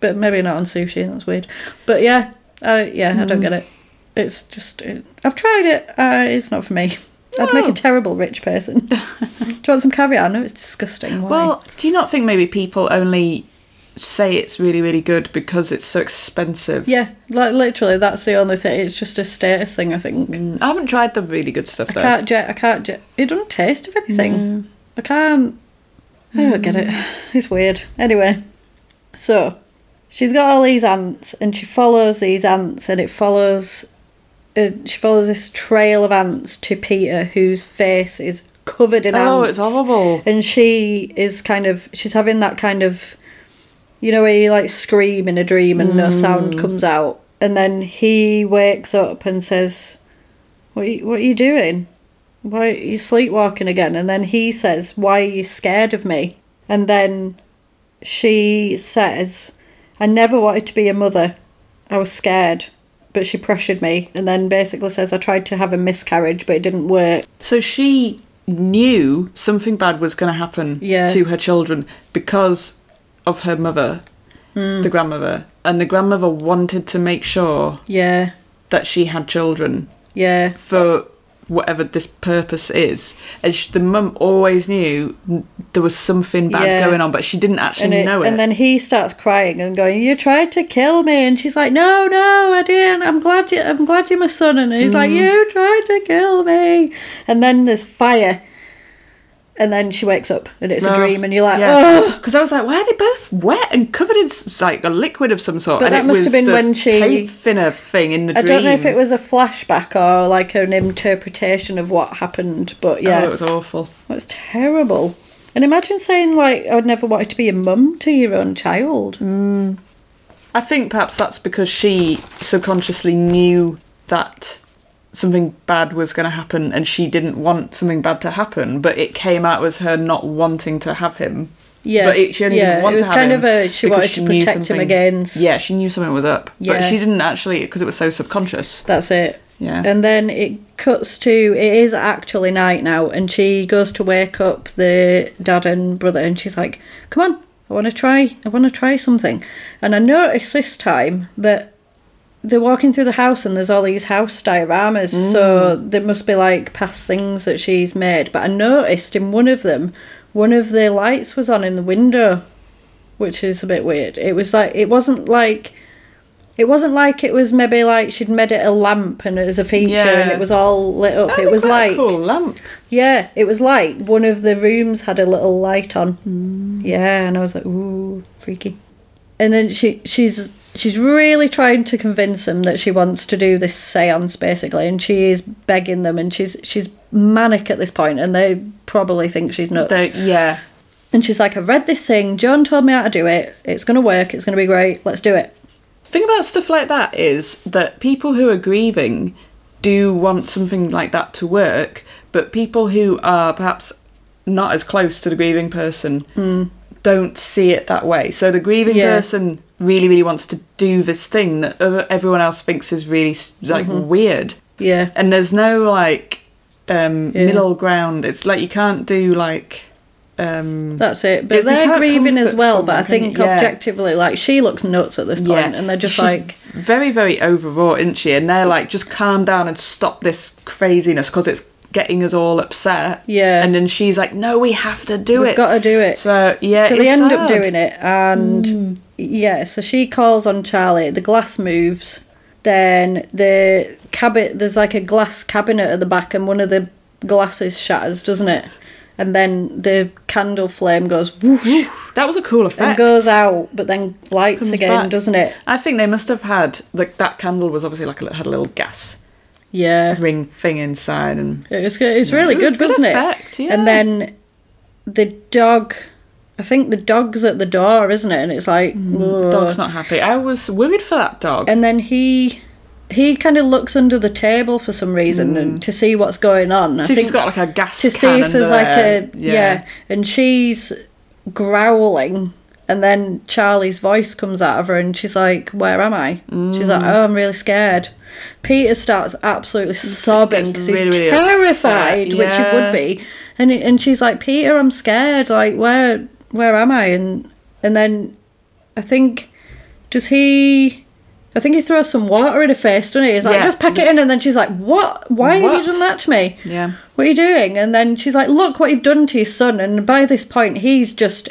[SPEAKER 2] but maybe not on sushi. That's weird. But yeah, I, yeah, I don't
[SPEAKER 3] Mm.
[SPEAKER 2] get it. It's just it, I've tried it. Uh, it's not for me. I'd make a
[SPEAKER 3] No.
[SPEAKER 2] terrible rich person. Do you want some caviar? No, it's disgusting. Why?
[SPEAKER 3] Well, do you not think maybe people only say it's really, really good because it's so expensive?
[SPEAKER 2] yeah, like literally, that's the only thing. It's just a status thing, I think.
[SPEAKER 3] I haven't tried the really good stuff
[SPEAKER 2] I
[SPEAKER 3] though.
[SPEAKER 2] can't jet. I can't jet. It doesn't taste of anything. I can't. I don't get it. It's weird. Anyway, so she's got all these ants, and she follows these ants, and it follows. Uh, she follows this trail of ants to Peter, whose face is covered in ants.
[SPEAKER 3] Oh, it's horrible.
[SPEAKER 2] And she is kind of. She's having that kind of. You know where you like scream in a dream and no
[SPEAKER 3] Mm.
[SPEAKER 2] sound comes out, and then he wakes up and says, what are, you, what are you doing? Why are you sleepwalking again? And then he says, Why are you scared of me? And then she says, I never wanted to be a mother. I was scared, but she pressured me. And then basically says, I tried to have a miscarriage, but it didn't work.
[SPEAKER 3] So she knew something bad was going to happen
[SPEAKER 2] Yeah.
[SPEAKER 3] to her children because of her mother,
[SPEAKER 2] Hmm.
[SPEAKER 3] the grandmother, and the grandmother wanted to make sure
[SPEAKER 2] Yeah,
[SPEAKER 3] that she had children
[SPEAKER 2] yeah,
[SPEAKER 3] for whatever this purpose is. And she, the mum always knew n- there was something bad
[SPEAKER 2] Yeah.
[SPEAKER 3] going on, but she didn't actually
[SPEAKER 2] and, it,
[SPEAKER 3] know it.
[SPEAKER 2] and then he starts crying and going, "You tried to kill me," and she's like, "No, no, I didn't. I'm glad you. I'm glad you're my son." And he's like, "You tried to kill me," and then there's fire, and then she wakes up and it's a dream, and you're like, "Oh."
[SPEAKER 3] Because I was like, why are they both wet and covered in s- like a liquid of some sort?
[SPEAKER 2] But
[SPEAKER 3] and
[SPEAKER 2] that
[SPEAKER 3] it
[SPEAKER 2] must
[SPEAKER 3] was
[SPEAKER 2] have been
[SPEAKER 3] the
[SPEAKER 2] when she-
[SPEAKER 3] paint thinner thing in the
[SPEAKER 2] I
[SPEAKER 3] dream.
[SPEAKER 2] don't know if it was a flashback or like an interpretation of what happened, but yeah,
[SPEAKER 3] Oh, it was awful.
[SPEAKER 2] That's terrible. And imagine saying like, "I'd never wanted to be a mum to your own child."
[SPEAKER 3] I think perhaps that's because she subconsciously knew that something bad was going to happen and she didn't want something bad to happen, but it came out as her not wanting to have him.
[SPEAKER 2] Yeah,
[SPEAKER 3] But it, she only
[SPEAKER 2] yeah,
[SPEAKER 3] didn't want
[SPEAKER 2] it was
[SPEAKER 3] to have
[SPEAKER 2] kind
[SPEAKER 3] him
[SPEAKER 2] of a- she
[SPEAKER 3] because
[SPEAKER 2] wanted to
[SPEAKER 3] knew
[SPEAKER 2] protect him
[SPEAKER 3] something-
[SPEAKER 2] against-
[SPEAKER 3] Yeah, she knew something was up. But
[SPEAKER 2] Yeah.
[SPEAKER 3] she didn't actually, because it was so subconscious.
[SPEAKER 2] That's it.
[SPEAKER 3] Yeah.
[SPEAKER 2] And then it cuts to it is actually night now, and she goes to wake up the dad and brother, and she's like, "Come on, I want to try. I want to try something." And I noticed this time that they're walking through the house, and there's all these house dioramas, so there must be like past things that she's made. But I noticed in one of them, one of the lights was on in the window, which is a bit weird. It was like it wasn't like it wasn't like it was maybe like she'd made it a lamp and as a feature and
[SPEAKER 3] Yeah.
[SPEAKER 2] it was all lit up.
[SPEAKER 3] That'd
[SPEAKER 2] it
[SPEAKER 3] be
[SPEAKER 2] was
[SPEAKER 3] quite a
[SPEAKER 2] like
[SPEAKER 3] cool lamp.
[SPEAKER 2] yeah, it was like one of the rooms had a little light on. Yeah, and I was like, ooh, freaky. And then she she's she's really trying to convince them that she wants to do this séance basically, and she is begging them, and she's she's manic at this point, and they probably think she's nuts.
[SPEAKER 3] They- yeah.
[SPEAKER 2] And she's like, I've read this thing. John told me how to do it. It's going to work. It's going to be great. Let's do it.
[SPEAKER 3] thing about stuff like that is that people who are grieving do want something like that to work, but people who are perhaps not as close to the grieving person don't see it that way. So the grieving
[SPEAKER 2] Hmm. Yeah.
[SPEAKER 3] person really, really wants to do this thing that other- everyone else thinks is really s- like
[SPEAKER 2] Mm-hmm.
[SPEAKER 3] weird,
[SPEAKER 2] Yeah.
[SPEAKER 3] and there's no like um,
[SPEAKER 2] Yeah.
[SPEAKER 3] middle ground. It's like you can't do like. Um,
[SPEAKER 2] That's it.
[SPEAKER 3] Yeah,
[SPEAKER 2] But
[SPEAKER 3] you
[SPEAKER 2] they're
[SPEAKER 3] can't
[SPEAKER 2] grieving as
[SPEAKER 3] comfort
[SPEAKER 2] well. but I
[SPEAKER 3] someone, can
[SPEAKER 2] think
[SPEAKER 3] you? Yeah.
[SPEAKER 2] objectively, like, she looks nuts at this point, And they're just
[SPEAKER 3] She's
[SPEAKER 2] like,
[SPEAKER 3] very, very overwrought, isn't she? And they're like, just calm down and stop this craziness because it's getting us all upset.
[SPEAKER 2] Yeah.
[SPEAKER 3] And then she's like, no, we have to do
[SPEAKER 2] We've
[SPEAKER 3] it.
[SPEAKER 2] got to do it.
[SPEAKER 3] So yeah,
[SPEAKER 2] so they
[SPEAKER 3] it's
[SPEAKER 2] end up
[SPEAKER 3] sad. Hmm.
[SPEAKER 2] doing it, and yeah, so she calls on Charlie. The glass moves. Then the cabin, there's like a glass cabinet at the back, and one of the glasses shatters, doesn't it? And then the candle flame goes whoosh
[SPEAKER 3] That was a cool effect.
[SPEAKER 2] and goes out, but then lights
[SPEAKER 3] Comes
[SPEAKER 2] again,
[SPEAKER 3] back.
[SPEAKER 2] doesn't it?
[SPEAKER 3] I think they must have had like that candle was obviously like a, li- had a little gas
[SPEAKER 2] Yeah,
[SPEAKER 3] ring thing inside, and
[SPEAKER 2] it was good. It was really
[SPEAKER 3] It was
[SPEAKER 2] good,
[SPEAKER 3] good
[SPEAKER 2] wasn't
[SPEAKER 3] effect,
[SPEAKER 2] it?
[SPEAKER 3] yeah.
[SPEAKER 2] And then the dog, I think the dog's at the door, isn't it? And it's like ugh.
[SPEAKER 3] Mm, dog's not happy. I was worried for that dog.
[SPEAKER 2] and then he he kind of looks under the table for some
[SPEAKER 3] Mm.
[SPEAKER 2] reason and to see what's going on.
[SPEAKER 3] See if she's got, like, a gas
[SPEAKER 2] to see
[SPEAKER 3] can
[SPEAKER 2] if there's
[SPEAKER 3] under
[SPEAKER 2] like a
[SPEAKER 3] there.
[SPEAKER 2] yeah.
[SPEAKER 3] Yeah.
[SPEAKER 2] and she's growling, and then Charlie's voice comes out of her, and she's like, "Where am I?" She's like,
[SPEAKER 3] Mm.
[SPEAKER 2] "Oh, I'm really scared." Peter starts absolutely sobbing because he's
[SPEAKER 3] really, really
[SPEAKER 2] terrified,
[SPEAKER 3] upset,
[SPEAKER 2] which he
[SPEAKER 3] yeah.
[SPEAKER 2] would be, and he- and she's like, "Peter, I'm scared. Like, where where am I?" And and then I think does he? I think he throws some water in her face, doesn't he? He's like,
[SPEAKER 3] Yeah.
[SPEAKER 2] just pack it in, and then she's like, "What? Why have
[SPEAKER 3] What?
[SPEAKER 2] you done that to me?
[SPEAKER 3] Yeah.
[SPEAKER 2] what are you doing?" And then she's like, "Look what you've done to your son." And by this point, he's just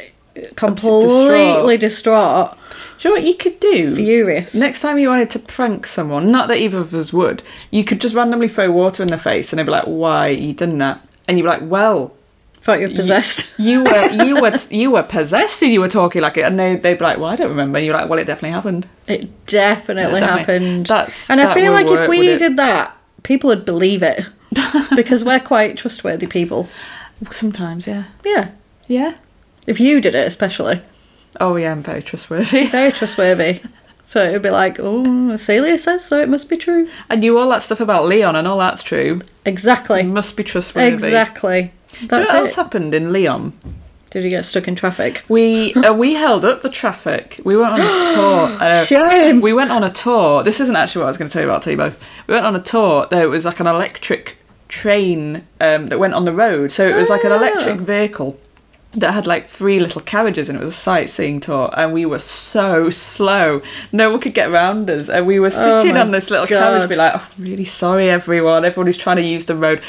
[SPEAKER 2] completely distraught,
[SPEAKER 3] do you know what you could do?
[SPEAKER 2] furious.
[SPEAKER 3] Next time you wanted to prank someone, not that either of us would, you could just randomly throw water in their face and they'd be like, "Why you done that?" And you'd be like, "Well,
[SPEAKER 2] Thought you were possessed.
[SPEAKER 3] you were you were you were possessed and you were talking like it." And they they'd be like, "Well, I don't remember." And you're like, "Well, it definitely happened."
[SPEAKER 2] It definitely
[SPEAKER 3] Yeah, definitely.
[SPEAKER 2] happened.
[SPEAKER 3] That's-
[SPEAKER 2] and I
[SPEAKER 3] that
[SPEAKER 2] feel
[SPEAKER 3] will
[SPEAKER 2] like
[SPEAKER 3] work,
[SPEAKER 2] if
[SPEAKER 3] would
[SPEAKER 2] we
[SPEAKER 3] it?
[SPEAKER 2] did that, people would believe it because we're quite trustworthy people.
[SPEAKER 3] Sometimes, yeah,
[SPEAKER 2] Yeah,
[SPEAKER 3] yeah.
[SPEAKER 2] if you did it, especially.
[SPEAKER 3] Oh yeah, I'm very trustworthy.
[SPEAKER 2] very trustworthy. So it would be like, oh, Celia says, so it must be true.
[SPEAKER 3] I knew all that stuff about Leon and all that's true.
[SPEAKER 2] Exactly.
[SPEAKER 3] You must be trustworthy.
[SPEAKER 2] Exactly.
[SPEAKER 3] Do you know
[SPEAKER 2] That's
[SPEAKER 3] what else
[SPEAKER 2] it.
[SPEAKER 3] happened in Leon?
[SPEAKER 2] Did you get stuck in traffic?
[SPEAKER 3] We uh, we held up the traffic. We went on this tour. Uh,
[SPEAKER 2] Shame.
[SPEAKER 3] We went on a tour. This isn't actually what I was going to tell you about. I'll tell you both. We went on a tour. There was like an electric train um, that went on the road. So it was like an
[SPEAKER 2] Ah.
[SPEAKER 3] electric vehicle that had like three little carriages and it was a sightseeing tour and we were so slow no one could get round us and we were sitting
[SPEAKER 2] Oh my
[SPEAKER 3] on this little
[SPEAKER 2] God.
[SPEAKER 3] carriage be like oh, I'm really sorry everyone everyone who's trying to use the road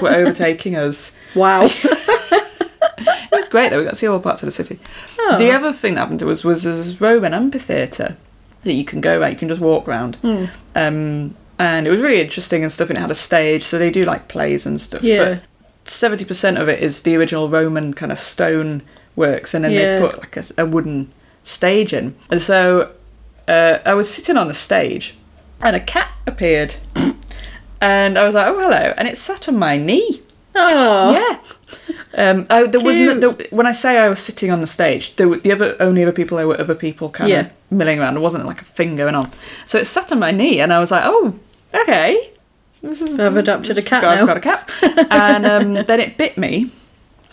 [SPEAKER 3] were overtaking us
[SPEAKER 2] Wow.
[SPEAKER 3] it was great though. We got to see all parts of the city.
[SPEAKER 2] Oh.
[SPEAKER 3] The other thing that happened to us was this Roman amphitheatre that you can go around. You can just walk around.
[SPEAKER 2] Hmm.
[SPEAKER 3] Um, and it was really interesting and stuff. And it had a stage, so they do like plays and stuff.
[SPEAKER 2] Yeah.
[SPEAKER 3] But seventy percent of it is the original Roman kind of stone works, and then
[SPEAKER 2] Yeah.
[SPEAKER 3] they've put like a, a wooden stage in. And so uh, I was sitting on the stage, and a cat appeared. And I was like, "Oh, hello!" And it sat on my knee.
[SPEAKER 2] oh.
[SPEAKER 3] Yeah. Um, I, there was no,
[SPEAKER 2] Cute.
[SPEAKER 3] there, when I say I was sitting on the stage, there were the other only other people there were other people kind of
[SPEAKER 2] Yeah.
[SPEAKER 3] milling around. There wasn't like a thing going on, so it sat on my knee, and I was like, "Oh, okay, this is,
[SPEAKER 2] I've adopted a cat
[SPEAKER 3] I've
[SPEAKER 2] now.
[SPEAKER 3] got a cat." and um, then it bit me,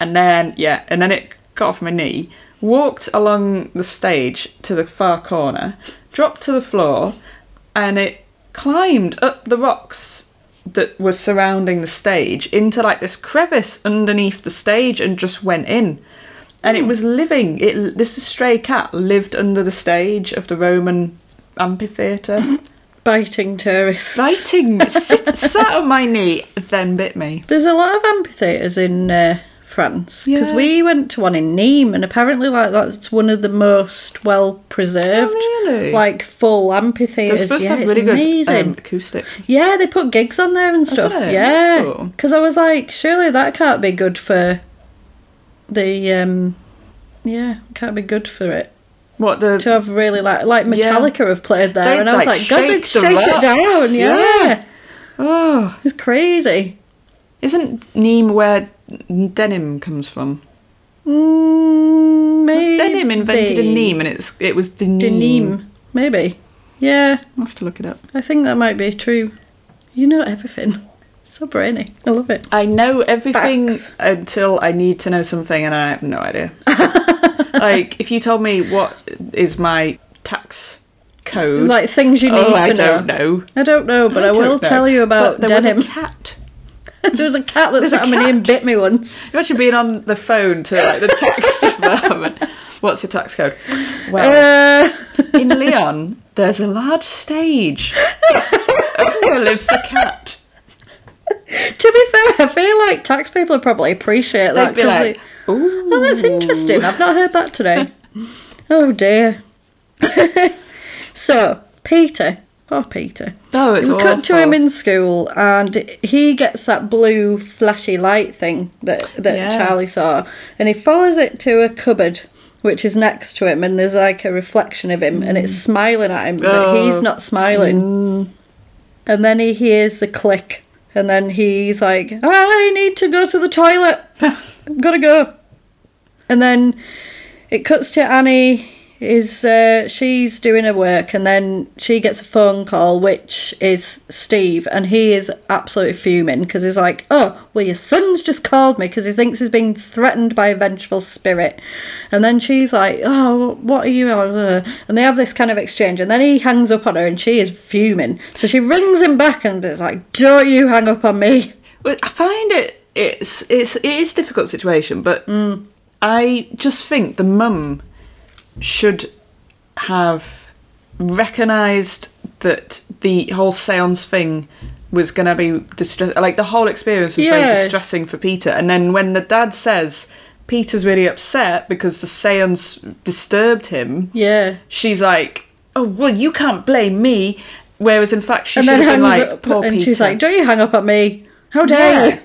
[SPEAKER 3] and then yeah, and then it got off my knee, walked along the stage to the far corner, dropped to the floor, and it climbed up the rocks that was surrounding the stage into like this crevice underneath the stage and just went in. And it was living. It this stray cat lived under the stage of the Roman amphitheatre,
[SPEAKER 2] Biting tourists.
[SPEAKER 3] biting. me. It sat on my knee, then bit me.
[SPEAKER 2] There's a lot of amphitheatres in uh, France because
[SPEAKER 3] Yeah.
[SPEAKER 2] we went to one in Nîmes, and apparently, like that's one of the most well preserved,
[SPEAKER 3] Oh, really?
[SPEAKER 2] like full
[SPEAKER 3] They were
[SPEAKER 2] amphitheatres.
[SPEAKER 3] supposed
[SPEAKER 2] Yeah,
[SPEAKER 3] to have
[SPEAKER 2] it's
[SPEAKER 3] really
[SPEAKER 2] amazing.
[SPEAKER 3] good um, acoustics.
[SPEAKER 2] Yeah, they put gigs on there and stuff.
[SPEAKER 3] they? That's
[SPEAKER 2] Yeah,
[SPEAKER 3] cool.
[SPEAKER 2] because I was like, surely that can't be good for the um, yeah, can't be good for it
[SPEAKER 3] What the
[SPEAKER 2] to have really like like
[SPEAKER 3] Yeah.
[SPEAKER 2] Metallica have played there,
[SPEAKER 3] They'd,
[SPEAKER 2] and I was
[SPEAKER 3] like,
[SPEAKER 2] like, God, they'd
[SPEAKER 3] shake the
[SPEAKER 2] shake it
[SPEAKER 3] rocks.
[SPEAKER 2] down. Yeah.
[SPEAKER 3] Yeah. oh
[SPEAKER 2] it's crazy.
[SPEAKER 3] Isn't Neem where denim comes from?
[SPEAKER 2] Mm, maybe.
[SPEAKER 3] Was denim invented in Nîmes, and it's it was denim.
[SPEAKER 2] Denim, maybe. Yeah,
[SPEAKER 3] I'll have to look it up.
[SPEAKER 2] I think that might be true. You know everything. So brainy. I love it.
[SPEAKER 3] I know everything
[SPEAKER 2] Facts.
[SPEAKER 3] until I need to know something, and I have no idea. like if you told me what is my tax code,
[SPEAKER 2] Like things you need
[SPEAKER 3] oh,
[SPEAKER 2] to
[SPEAKER 3] I
[SPEAKER 2] know.
[SPEAKER 3] don't know.
[SPEAKER 2] I don't know, but I,
[SPEAKER 3] don't
[SPEAKER 2] will
[SPEAKER 3] know.
[SPEAKER 2] tell you about
[SPEAKER 3] But there
[SPEAKER 2] denim.
[SPEAKER 3] Was a cat.
[SPEAKER 2] there was a cat that
[SPEAKER 3] There's a
[SPEAKER 2] sat on my knee and
[SPEAKER 3] cat.
[SPEAKER 2] bit me once.
[SPEAKER 3] Imagine being on the phone to like the tax department. What's your tax code? Well,
[SPEAKER 2] Uh,
[SPEAKER 3] in Leon, there's a large stage. Over there lives the cat.
[SPEAKER 2] to be fair, I feel like tax people probably appreciate that.
[SPEAKER 3] They'd be
[SPEAKER 2] 'cause
[SPEAKER 3] like,
[SPEAKER 2] they- oh, that's interesting. I've not heard that today. oh dear. so, Peter. Oh, Peter.
[SPEAKER 3] Oh, it's
[SPEAKER 2] we cut to
[SPEAKER 3] awful.
[SPEAKER 2] him in school, and he gets that blue flashy light thing that that
[SPEAKER 3] Yeah.
[SPEAKER 2] Charlie saw, and he follows it to a cupboard, which is next to him, and there's like a reflection of him, and it's smiling at him, but he's not smiling. And then he hears the click, and then he's like, "I need to go to the toilet. I've gotta go." And then it cuts to Annie. Is uh, she's doing her work, and then she gets a phone call, which is Steve, and he is absolutely fuming because he's like, "Oh, well, your son's just called me because he thinks he's being threatened by a vengeful spirit," and then she's like, "Oh, what are you?" on?" uh?" And they have this kind of exchange, and then he hangs up on her, and she is fuming. So she rings him back and is like, "Don't you hang up on me?"
[SPEAKER 3] Well, I find it it's it's it is a difficult situation, but
[SPEAKER 2] Mm.
[SPEAKER 3] I just think the mum should have recognised that the whole seance thing was going to be distress like the whole experience was very
[SPEAKER 2] Yeah.
[SPEAKER 3] distressing for Peter. And then when the dad says Peter's really upset because the seance disturbed him,
[SPEAKER 2] Yeah.
[SPEAKER 3] she's like, "Oh well, you can't blame me." Whereas in fact, she
[SPEAKER 2] and
[SPEAKER 3] should
[SPEAKER 2] then
[SPEAKER 3] have
[SPEAKER 2] hangs
[SPEAKER 3] been like,
[SPEAKER 2] up,
[SPEAKER 3] "Poor
[SPEAKER 2] and
[SPEAKER 3] Peter."
[SPEAKER 2] she's like, "Don't you hang up at me? How dare
[SPEAKER 3] Yeah.
[SPEAKER 2] you?"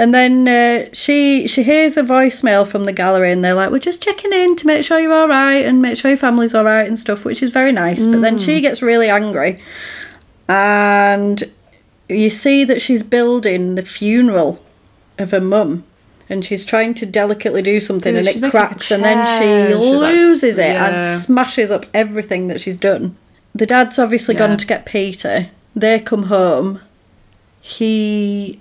[SPEAKER 2] And then uh, she she hears a voicemail from the gallery, and they're like, "We're just checking in to make sure you're all right and make sure your family's all right and stuff," which is very nice. But then
[SPEAKER 3] Mm.
[SPEAKER 2] she gets really angry, and you see that she's building the funeral of her mum. And she's trying to delicately do something,
[SPEAKER 3] Yeah,
[SPEAKER 2] and
[SPEAKER 3] she's
[SPEAKER 2] it
[SPEAKER 3] making a
[SPEAKER 2] cracks, and then she
[SPEAKER 3] chair, and she's like-
[SPEAKER 2] loses it
[SPEAKER 3] Yeah.
[SPEAKER 2] and smashes up everything that she's done. The dad's obviously
[SPEAKER 3] Yeah.
[SPEAKER 2] gone to get Peter. They come home. He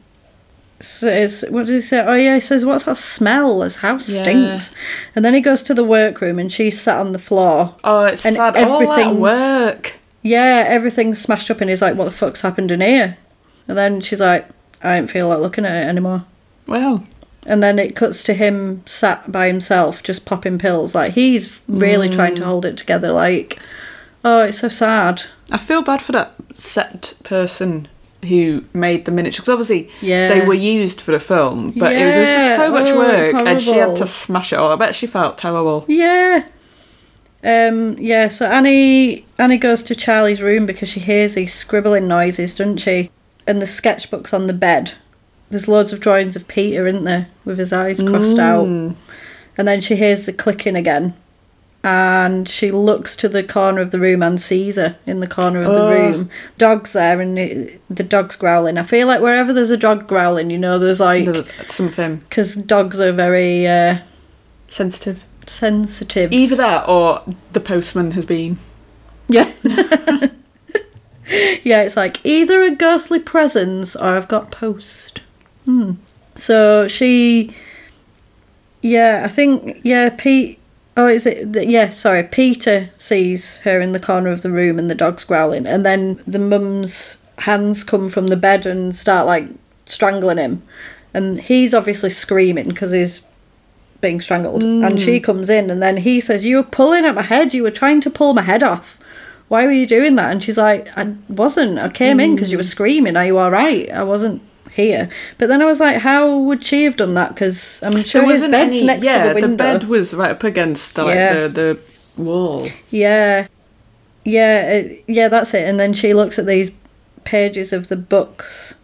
[SPEAKER 2] says, "What does he say?" Oh yeah, he says, "What's that smell? This house
[SPEAKER 3] Yeah.
[SPEAKER 2] stinks." And then he goes to the workroom, and she's sat on the floor.
[SPEAKER 3] "Oh, it's
[SPEAKER 2] and
[SPEAKER 3] sad. All that
[SPEAKER 2] everything's-
[SPEAKER 3] work."
[SPEAKER 2] Yeah, everything's smashed up, and he's like, "What the fuck's happened in here?" And then she's like, "I don't feel like looking at it anymore."
[SPEAKER 3] Well,
[SPEAKER 2] And then it cuts to him sat by himself, just popping pills. Like he's really trying to hold it together. Like, oh, it's so sad.
[SPEAKER 3] I feel bad for that set person who made the miniature because obviously
[SPEAKER 2] Yeah.
[SPEAKER 3] they were used for the film, but it was
[SPEAKER 2] Yeah.
[SPEAKER 3] just so much
[SPEAKER 2] Oh, it's
[SPEAKER 3] work, and she had
[SPEAKER 2] horrible.
[SPEAKER 3] to smash it all. I bet she felt terrible.
[SPEAKER 2] Yeah. Um, yeah, so Annie Annie goes to Charlie's room because she hears these scribbling noises, doesn't she? And the sketchbook's on the bed. There's loads of drawings of Peter, isn't there? With his eyes crossed out. And then she hears the clicking again. And she looks to the corner of the room and sees her in the corner of the room. Dog's there and it, the dog's growling. I feel like wherever there's a dog growling, you know, there's like.
[SPEAKER 3] There's Something
[SPEAKER 2] Because dogs are very uh,
[SPEAKER 3] sensitive.
[SPEAKER 2] sensitive.
[SPEAKER 3] Either that or the postman has been.
[SPEAKER 2] Yeah. yeah, it's like either a ghostly presence or I've got post. Hmm. So she. Yeah, I think. Yeah, Pete. Oh, is it? The, yeah, sorry. Peter sees her in the corner of the room and the dog's growling. And then the mum's hands come from the bed and start like strangling him. And he's obviously screaming because he's being strangled. And
[SPEAKER 3] Mm.
[SPEAKER 2] she comes in, and then he says, You were pulling at my head. You were trying to pull my head off. Why were you doing that? And she's like, I wasn't. I came in because you were
[SPEAKER 3] Mm.
[SPEAKER 2] screaming. Are you all right? I wasn't here. But then I was like, How would she have done that? Because I'm sure his bed's next to
[SPEAKER 3] yeah,
[SPEAKER 2] the window.
[SPEAKER 3] bed was right up against like
[SPEAKER 2] Yeah.
[SPEAKER 3] the the wall.
[SPEAKER 2] Yeah. Yeah, uh, yeah, that's it. And then she looks at these pages of the books,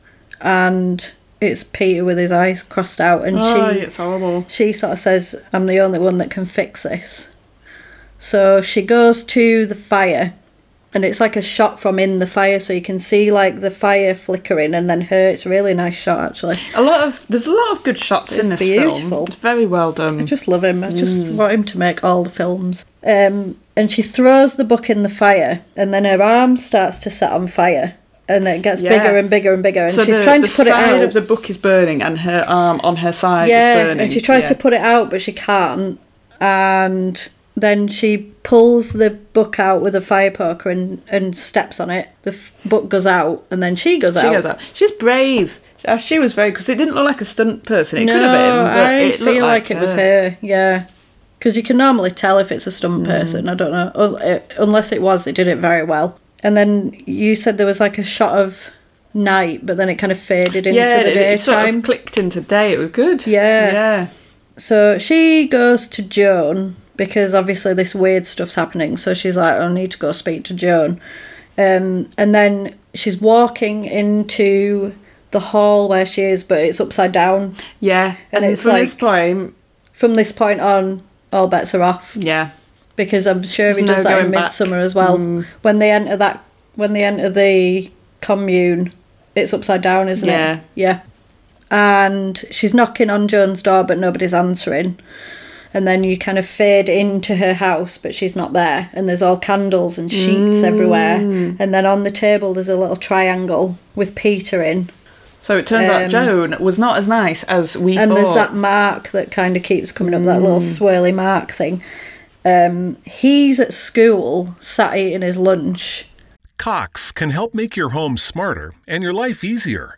[SPEAKER 2] and it's Peter with his eyes crossed out, and
[SPEAKER 3] Oh,
[SPEAKER 2] she
[SPEAKER 3] it's horrible.
[SPEAKER 2] she sort of says, I'm the only one that can fix this. So she goes to the fire and it's like a shot from in the fire, so you can see like the fire flickering and then her. It's a really nice shot actually.
[SPEAKER 3] A lot of there's a lot of good shots
[SPEAKER 2] It's
[SPEAKER 3] in this
[SPEAKER 2] beautiful.
[SPEAKER 3] film. It's very well
[SPEAKER 2] I
[SPEAKER 3] done.
[SPEAKER 2] just love him. I just
[SPEAKER 3] Mm.
[SPEAKER 2] want him to make all the films. Um, and she throws the book in the fire, and then her arm starts to set on fire, and then it gets
[SPEAKER 3] Yeah.
[SPEAKER 2] bigger and bigger and bigger. And
[SPEAKER 3] so
[SPEAKER 2] she's
[SPEAKER 3] the,
[SPEAKER 2] trying
[SPEAKER 3] the
[SPEAKER 2] to put it
[SPEAKER 3] side
[SPEAKER 2] out.
[SPEAKER 3] of the book is burning, and her arm on her side is
[SPEAKER 2] yeah,
[SPEAKER 3] burning.
[SPEAKER 2] and she tries
[SPEAKER 3] Yeah.
[SPEAKER 2] to put it out, but she can't. And then she pulls the book out with a fire poker and, and steps on it. The f- book goes out, and then she goes
[SPEAKER 3] She
[SPEAKER 2] out.
[SPEAKER 3] goes out. She's brave. Uh, She was very because it didn't look like a stunt person. It
[SPEAKER 2] no,
[SPEAKER 3] could have been. But
[SPEAKER 2] I
[SPEAKER 3] it looked
[SPEAKER 2] feel like, it was her. Yeah, because you can normally tell if it's a
[SPEAKER 3] Hmm.
[SPEAKER 2] stunt person. I don't know, Un- uh, unless it was. They did it very well. And then you said there was like a shot of night, but then it kind of faded into
[SPEAKER 3] Yeah,
[SPEAKER 2] the
[SPEAKER 3] it, it sort
[SPEAKER 2] daytime.
[SPEAKER 3] of clicked into day. It was good.
[SPEAKER 2] Yeah.
[SPEAKER 3] yeah.
[SPEAKER 2] So she goes to Joan because obviously this weird stuff's happening. So she's like, I need to go speak to Joan. Um, and then she's walking into the hall where she is, but it's upside down.
[SPEAKER 3] Yeah,
[SPEAKER 2] And
[SPEAKER 3] and,
[SPEAKER 2] it's
[SPEAKER 3] from this
[SPEAKER 2] like-
[SPEAKER 3] point,
[SPEAKER 2] From this point on, all bets are off
[SPEAKER 3] yeah,
[SPEAKER 2] because I'm sure he
[SPEAKER 3] There's
[SPEAKER 2] does
[SPEAKER 3] no
[SPEAKER 2] that in
[SPEAKER 3] going back. Mm.
[SPEAKER 2] Midsummer as well. When they enter that, when they enter the commune, it's upside down, isn't
[SPEAKER 3] Yeah.
[SPEAKER 2] it? Yeah. And she's knocking on Joan's door, but nobody's answering. And then you kind of fade into her house, but she's not there. And there's all candles and sheets everywhere.
[SPEAKER 3] Mm.
[SPEAKER 2] And then on the table, there's a little triangle with Peter in.
[SPEAKER 3] So it turns
[SPEAKER 2] Um,
[SPEAKER 3] out Joan was not as nice as we
[SPEAKER 2] and
[SPEAKER 3] thought. Mm.
[SPEAKER 2] there's that mark that kind of keeps coming up, that little swirly mark thing. Um, he's at school, sat eating his lunch.
[SPEAKER 5] Cox can help make your home smarter and your life easier.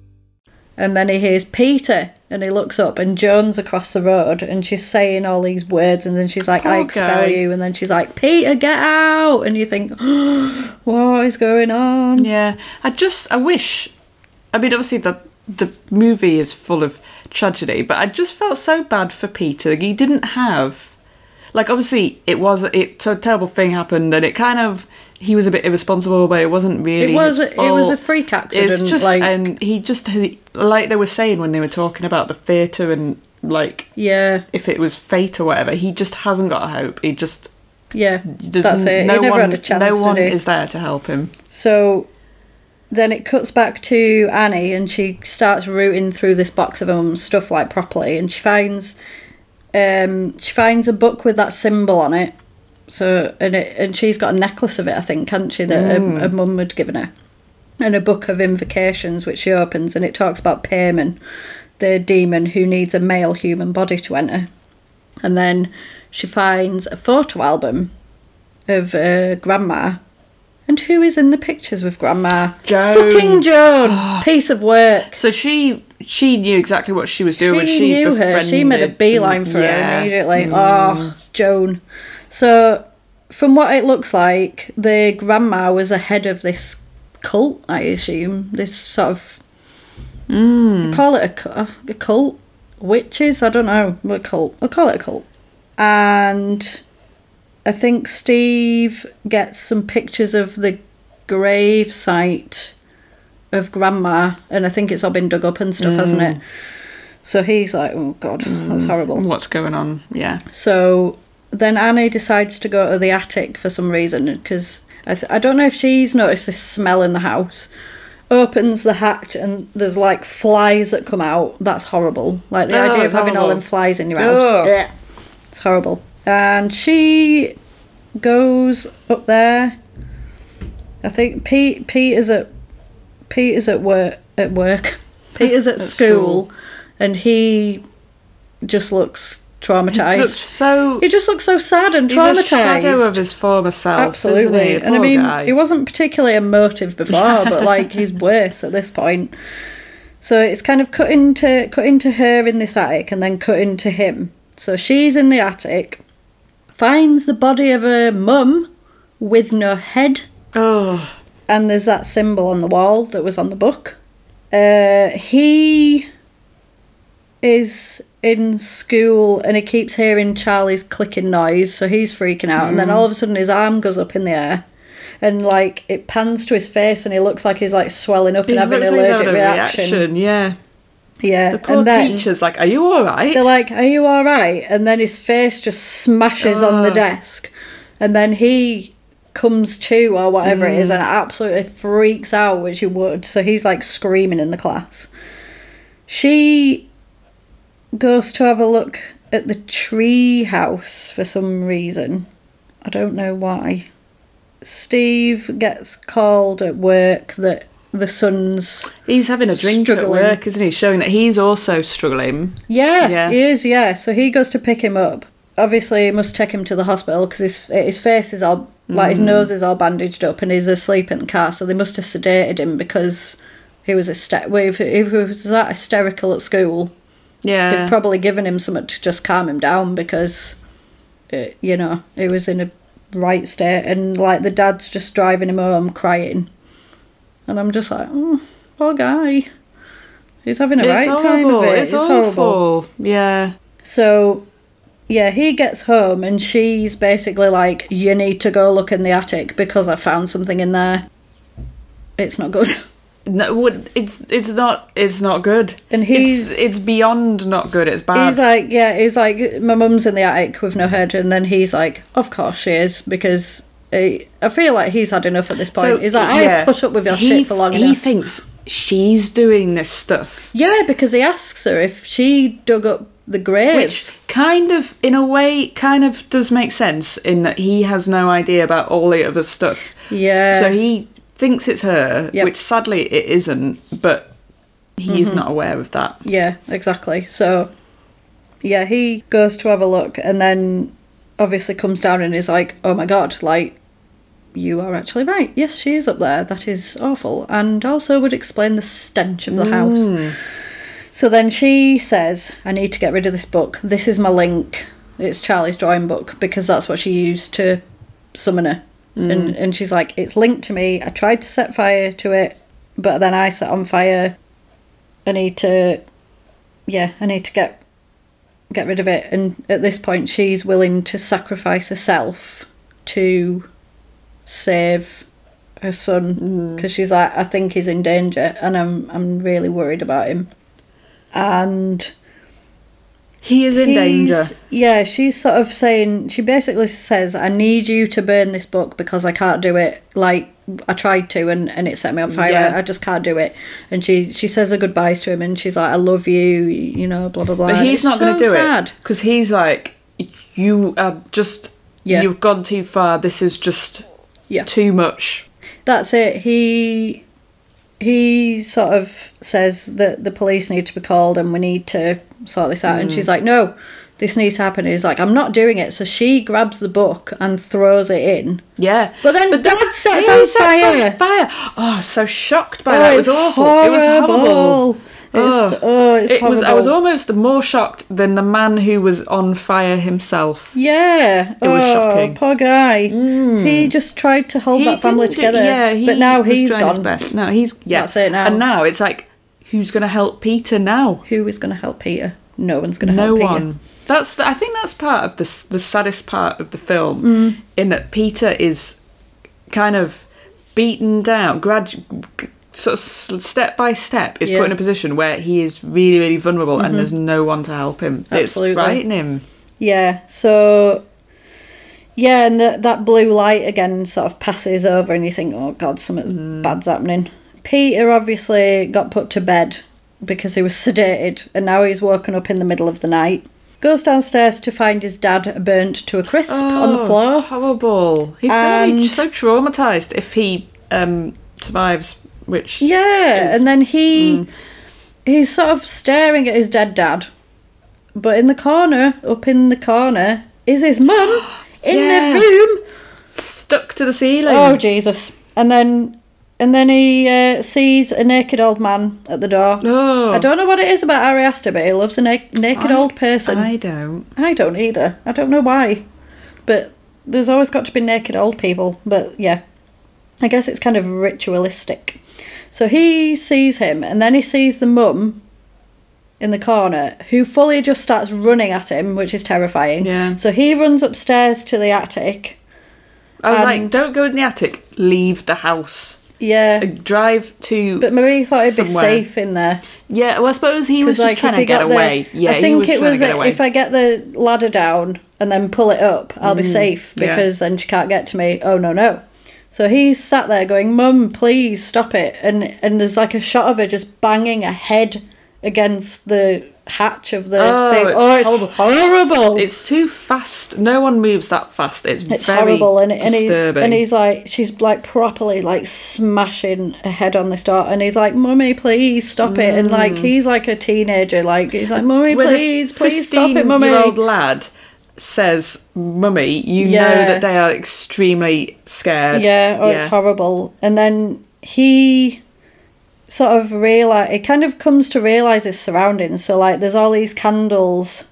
[SPEAKER 2] And then he hears Peter and he looks up and Joan's across the road and she's saying all these words and then she's like, I
[SPEAKER 3] Poor
[SPEAKER 2] expel
[SPEAKER 3] guy.
[SPEAKER 2] you. And then she's like, Peter, get out. And you think, what is going on?
[SPEAKER 3] yeah. I just I wish. I mean, obviously the the movie is full of tragedy, but I just felt so bad for Peter. He didn't have. Like obviously, it was it a terrible thing happened, and it kind of he was a bit irresponsible, but it wasn't really.
[SPEAKER 2] It was
[SPEAKER 3] his
[SPEAKER 2] a- it was
[SPEAKER 3] fault.
[SPEAKER 2] a freak accident,
[SPEAKER 3] It's just
[SPEAKER 2] like-
[SPEAKER 3] and he just like they were saying when they were talking about the theatre and like
[SPEAKER 2] Yeah,
[SPEAKER 3] if it was fate or whatever. He just hasn't got a hope. He just
[SPEAKER 2] yeah.
[SPEAKER 3] there's
[SPEAKER 2] That's it.
[SPEAKER 3] no
[SPEAKER 2] he never
[SPEAKER 3] one,
[SPEAKER 2] had a chance
[SPEAKER 3] no
[SPEAKER 2] to
[SPEAKER 3] one
[SPEAKER 2] do.
[SPEAKER 3] is there to help him.
[SPEAKER 2] So then it cuts back to Annie and she starts rooting through this box of um stuff like properly and she finds um she finds a book with that symbol on it. So and it, and she's got a necklace of it, I think, can't she, that her, her mum had given her. And a book of invocations which she opens and it talks about Payman, the demon who needs a male human body to enter. And then she finds a photo album of uh, Grandma. And who is in the pictures with Grandma?
[SPEAKER 3] Joan. Oh.
[SPEAKER 2] Fucking Joan! Piece of work.
[SPEAKER 3] So she she knew exactly what she was doing.
[SPEAKER 2] she,
[SPEAKER 3] she
[SPEAKER 2] knew her. She made a
[SPEAKER 3] befriended-
[SPEAKER 2] beeline for
[SPEAKER 3] yeah.
[SPEAKER 2] her immediately. Oh, Joan. So From what it looks like, the grandma was ahead of this cult, I assume. This sort of.
[SPEAKER 3] Mm.
[SPEAKER 2] I Call it a, cu- a cult? Witches? I don't know. A cult. I'll call it a cult. And I think Steve gets some pictures of the grave site of grandma, and I think it's all been dug up and stuff, hasn't it? So he's like, oh god, that's horrible.
[SPEAKER 3] What's going on? Yeah.
[SPEAKER 2] So then Annie decides to go to the attic for some reason because I, th- I don't know if she's noticed this smell in the house. Opens the hatch and there's like flies that come out. That's horrible. Like the
[SPEAKER 3] Oh,
[SPEAKER 2] idea of
[SPEAKER 3] it's
[SPEAKER 2] having all them
[SPEAKER 3] horrible.
[SPEAKER 2] flies in your house.
[SPEAKER 3] Ugh.
[SPEAKER 2] Ugh. It's horrible. And she goes up there. I think Pete Pete is at Pete is at work at work. Pete is at, school, and he just looks traumatized.
[SPEAKER 3] Looks so.
[SPEAKER 2] He just looks so sad and
[SPEAKER 3] he's
[SPEAKER 2] traumatized.
[SPEAKER 3] a shadow of his former self.
[SPEAKER 2] Absolutely,
[SPEAKER 3] Isn't he?
[SPEAKER 2] and I
[SPEAKER 3] Poor
[SPEAKER 2] mean,
[SPEAKER 3] guy.
[SPEAKER 2] he wasn't particularly emotive before, but like he's worse at this point. So it's kind of cut into cut into her in this attic, and then cut into him. So she's in the attic, finds the body of her mum with no head,
[SPEAKER 3] Oh,
[SPEAKER 2] and there's that symbol on the wall that was on the book. Uh, he is in school and he keeps hearing Charlie's clicking noise, so he's freaking out. And then all of
[SPEAKER 3] Hmm.
[SPEAKER 2] a sudden, his arm goes up in the air, and like it pans to his face, and he looks like he's like swelling up
[SPEAKER 3] he
[SPEAKER 2] and
[SPEAKER 3] looks
[SPEAKER 2] having
[SPEAKER 3] like
[SPEAKER 2] an
[SPEAKER 3] he's
[SPEAKER 2] allergic
[SPEAKER 3] having a
[SPEAKER 2] reaction.
[SPEAKER 3] reaction. Yeah.
[SPEAKER 2] Yeah,
[SPEAKER 3] The poor
[SPEAKER 2] and then
[SPEAKER 3] teacher's like, "Are you all right?"
[SPEAKER 2] they're like, "Are you all right?" And then his face just smashes on the desk, and then he comes to or whatever it is, and absolutely freaks out, which you would. So he's like screaming in the class. She goes to have a look at the tree house for some reason. I don't know why. Steve gets called at work that the son's
[SPEAKER 3] He's having a drink
[SPEAKER 2] Struggling.
[SPEAKER 3] at work, isn't he? Showing that he's also struggling.
[SPEAKER 2] Yeah,
[SPEAKER 3] Yeah.
[SPEAKER 2] he is. Yeah, so he goes to pick him up. Obviously, he must take him to the hospital because his his face is all like
[SPEAKER 3] Mm.
[SPEAKER 2] his nose is all bandaged up and he's asleep in the car. So they must have sedated him because he was hyster- well, if if he was that hysterical at school,
[SPEAKER 3] Yeah.
[SPEAKER 2] they've probably given him something to just calm him down because, uh you know, he was in a right state and like the dad's just driving him home crying, and I'm just like, oh, poor guy, he's having a right time of it.
[SPEAKER 3] It's, awful. Yeah.
[SPEAKER 2] So, yeah, he gets home and she's basically like, You need to go look in the attic because I found something in there. It's not good.
[SPEAKER 3] No, what- it's it's not it's not good.
[SPEAKER 2] And
[SPEAKER 3] It's-
[SPEAKER 2] he's-
[SPEAKER 3] it's, beyond not good. It's bad.
[SPEAKER 2] He's like, Yeah, he's like, My mum's in the attic with no head. And then he's like, Of course she is because. he- I feel like he's had enough at this point. he's like, I
[SPEAKER 3] yeah.
[SPEAKER 2] have put up with your
[SPEAKER 3] He
[SPEAKER 2] shit for
[SPEAKER 3] th-
[SPEAKER 2] long
[SPEAKER 3] He
[SPEAKER 2] enough.
[SPEAKER 3] thinks she's doing this stuff,
[SPEAKER 2] yeah, because he asks her if she dug up the grave.
[SPEAKER 3] which kind of, in a way, kind of does make sense in that he has no idea about all the other stuff.
[SPEAKER 2] yeah.
[SPEAKER 3] So he thinks it's her,
[SPEAKER 2] Yep. Mm-hmm.
[SPEAKER 3] which sadly it isn't, but he's not aware of that.
[SPEAKER 2] Yeah, exactly. So, yeah, he goes to have a look and then obviously comes down and is like, oh my god, like, you are actually right. Yes, she is up there. That is awful. And also would explain the stench of the house. So then she says, I need to get rid of this book. This is my link. It's Charlie's drawing book because that's what she used to summon her. And, and she's like, it's linked to me. I tried to set fire to it, but then I set on fire. I need to, yeah, I need to get get rid of it. And at this point, she's willing to sacrifice herself to save her son because she's like, I think he's in danger, and I'm I'm really worried about him. And
[SPEAKER 3] He is in danger.
[SPEAKER 2] he's- Yeah, she's sort of saying she basically says, "I need you to burn this book because I can't do it. Like I tried to, and, and it set me on fire.
[SPEAKER 3] Yeah.
[SPEAKER 2] I, I just can't do it." And she she says her goodbyes to him, and she's like, "I love you," you know, blah blah blah.
[SPEAKER 3] But
[SPEAKER 2] And
[SPEAKER 3] he's
[SPEAKER 2] it's
[SPEAKER 3] not going to
[SPEAKER 2] so
[SPEAKER 3] do
[SPEAKER 2] sad.
[SPEAKER 3] it because he's like, you are just,
[SPEAKER 2] Yeah.
[SPEAKER 3] you've gone too far. This is just
[SPEAKER 2] Yeah.
[SPEAKER 3] too much.
[SPEAKER 2] That's it. He he sort of says that the police need to be called and we need to sort this out.
[SPEAKER 3] Mm.
[SPEAKER 2] And she's like, "No, this needs to happen." And he's like, "I'm not doing it." So she grabs the book and throws it in.
[SPEAKER 3] Yeah,
[SPEAKER 2] But then Dad
[SPEAKER 3] that-
[SPEAKER 2] sets
[SPEAKER 3] he
[SPEAKER 2] on
[SPEAKER 3] sets on
[SPEAKER 2] fire.
[SPEAKER 3] fire. Oh, I was so shocked by
[SPEAKER 2] Oh,
[SPEAKER 3] that. It was
[SPEAKER 2] it's
[SPEAKER 3] awful. It was horrible.
[SPEAKER 2] horrible. It's, oh, it's
[SPEAKER 3] it was. I
[SPEAKER 2] horrible.
[SPEAKER 3] was almost more shocked than the man who was on fire himself.
[SPEAKER 2] Yeah.
[SPEAKER 3] It was
[SPEAKER 2] oh,
[SPEAKER 3] shocking. Mm.
[SPEAKER 2] Poor guy. He just tried to hold
[SPEAKER 3] He
[SPEAKER 2] that family
[SPEAKER 3] didn't do-
[SPEAKER 2] together.
[SPEAKER 3] Yeah, he
[SPEAKER 2] but now
[SPEAKER 3] was
[SPEAKER 2] he's
[SPEAKER 3] trying his
[SPEAKER 2] gone.
[SPEAKER 3] best. No, he's yeah.
[SPEAKER 2] That's it now.
[SPEAKER 3] And now it's like, who's going to help Peter now?
[SPEAKER 2] Who is going to help Peter? No one's going to
[SPEAKER 3] no
[SPEAKER 2] help Peter.
[SPEAKER 3] one. That's I think that's part of the s- the saddest part of the film
[SPEAKER 2] Mm.
[SPEAKER 3] in that Peter is kind of beaten down, grad, g- sort of s- step by step is
[SPEAKER 2] Yeah. Mm-hmm.
[SPEAKER 3] put in a position where he is really really vulnerable and there's no one to help him.
[SPEAKER 2] Absolutely.
[SPEAKER 3] It's frightening.
[SPEAKER 2] Yeah. So. Yeah, and that that blue light again sort of passes over, and you think, "Oh God, something
[SPEAKER 3] Hmm.
[SPEAKER 2] bad's happening." Peter obviously got put to bed because he was sedated, and now he's woken up in the middle of the night. Goes downstairs to find his dad burnt to a crisp on the
[SPEAKER 3] Oh,
[SPEAKER 2] floor.
[SPEAKER 3] Horrible. He's going to be
[SPEAKER 2] And-
[SPEAKER 3] so traumatized if he um, survives. Which
[SPEAKER 2] Yeah,
[SPEAKER 3] is-
[SPEAKER 2] and then he
[SPEAKER 3] Hmm.
[SPEAKER 2] he's sort of staring at his dead dad, but in the corner, up in the corner, is his mum in
[SPEAKER 3] Yeah.
[SPEAKER 2] the room.
[SPEAKER 3] stuck to the ceiling.
[SPEAKER 2] Oh Jesus! And then and then he uh, sees a naked old man at the door.
[SPEAKER 3] Oh.
[SPEAKER 2] I don't know what it is about Ari Aster, but he loves a na- naked old person.
[SPEAKER 3] I
[SPEAKER 2] I,
[SPEAKER 3] don't.
[SPEAKER 2] don't either. I don't know why, but there's always got to be naked old people. But yeah, I guess it's kind of ritualistic. So he sees him, and then he sees the mum in the corner, who fully just starts running at him, which is terrifying.
[SPEAKER 3] Yeah.
[SPEAKER 2] So he runs upstairs to the attic.
[SPEAKER 3] I was like,
[SPEAKER 2] And-
[SPEAKER 3] don't go in the attic. Leave the house.
[SPEAKER 2] Yeah.
[SPEAKER 3] Drive to.
[SPEAKER 2] But Marie thought it'd be
[SPEAKER 3] somewhere.
[SPEAKER 2] safe in there.
[SPEAKER 3] Yeah, well, I suppose he was
[SPEAKER 2] 'Cause,
[SPEAKER 3] just
[SPEAKER 2] like,
[SPEAKER 3] trying
[SPEAKER 2] if
[SPEAKER 3] to
[SPEAKER 2] he
[SPEAKER 3] get
[SPEAKER 2] got the-
[SPEAKER 3] away. yeah,
[SPEAKER 2] I
[SPEAKER 3] he
[SPEAKER 2] think
[SPEAKER 3] was
[SPEAKER 2] it
[SPEAKER 3] trying
[SPEAKER 2] was
[SPEAKER 3] to get
[SPEAKER 2] uh,
[SPEAKER 3] away.
[SPEAKER 2] if I get the ladder down and then pull it up, I'll be safe
[SPEAKER 3] Mm, yeah.
[SPEAKER 2] because then she can't get to me. Oh no no! So he's sat there going, "Mum, please stop it!" And and there's like a shot of her just banging her head against the hatch of the thing. oh, it's horrible!
[SPEAKER 3] It's too fast. No one moves that fast. It's,
[SPEAKER 2] It's
[SPEAKER 3] very
[SPEAKER 2] horrible, and and, he,
[SPEAKER 3] disturbing.
[SPEAKER 2] and he's like, she's like properly like smashing her head on this door, and he's like, "Mummy, please stop it!" And
[SPEAKER 3] Mm.
[SPEAKER 2] like, he's like a teenager, like he's like, "Mummy,
[SPEAKER 3] When a
[SPEAKER 2] please, please stop it, mummy."
[SPEAKER 3] 15-year-old lad says, "Mummy, you know
[SPEAKER 2] Yeah.
[SPEAKER 3] that they are extremely scared."
[SPEAKER 2] Yeah, oh, it's horrible. And then he sort of realize it kind of comes to realize his surroundings. So like, there's all these candles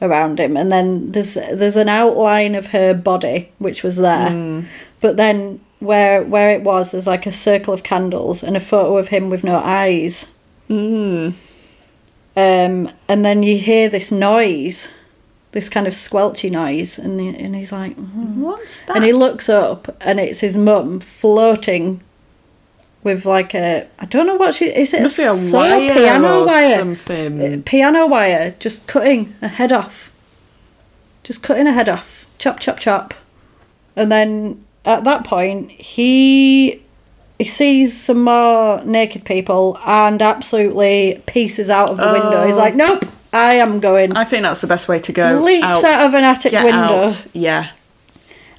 [SPEAKER 2] around him, and then there's there's an outline of her body which was there, but then where where it was, there's like a circle of candles and a photo of him with no eyes. Um, and then you hear this noise, this kind of squelchy noise, and he- and he's like, "Hmm."
[SPEAKER 3] What's that?
[SPEAKER 2] and he looks up, and it's his mum floating with like a I don't know what she is. It
[SPEAKER 3] must be a
[SPEAKER 2] saw,
[SPEAKER 3] wire
[SPEAKER 2] piano
[SPEAKER 3] or
[SPEAKER 2] wire,
[SPEAKER 3] something.
[SPEAKER 2] piano wire, just cutting a head off, just cutting a head off, chop, chop, chop, and then at that point he he sees some more naked people and absolutely pieces out of the window. He's like, nope, I am going.
[SPEAKER 3] Oh. I think that's the best way to go.
[SPEAKER 2] Leaps out of an attic
[SPEAKER 3] Get
[SPEAKER 2] window.
[SPEAKER 3] out. Yeah.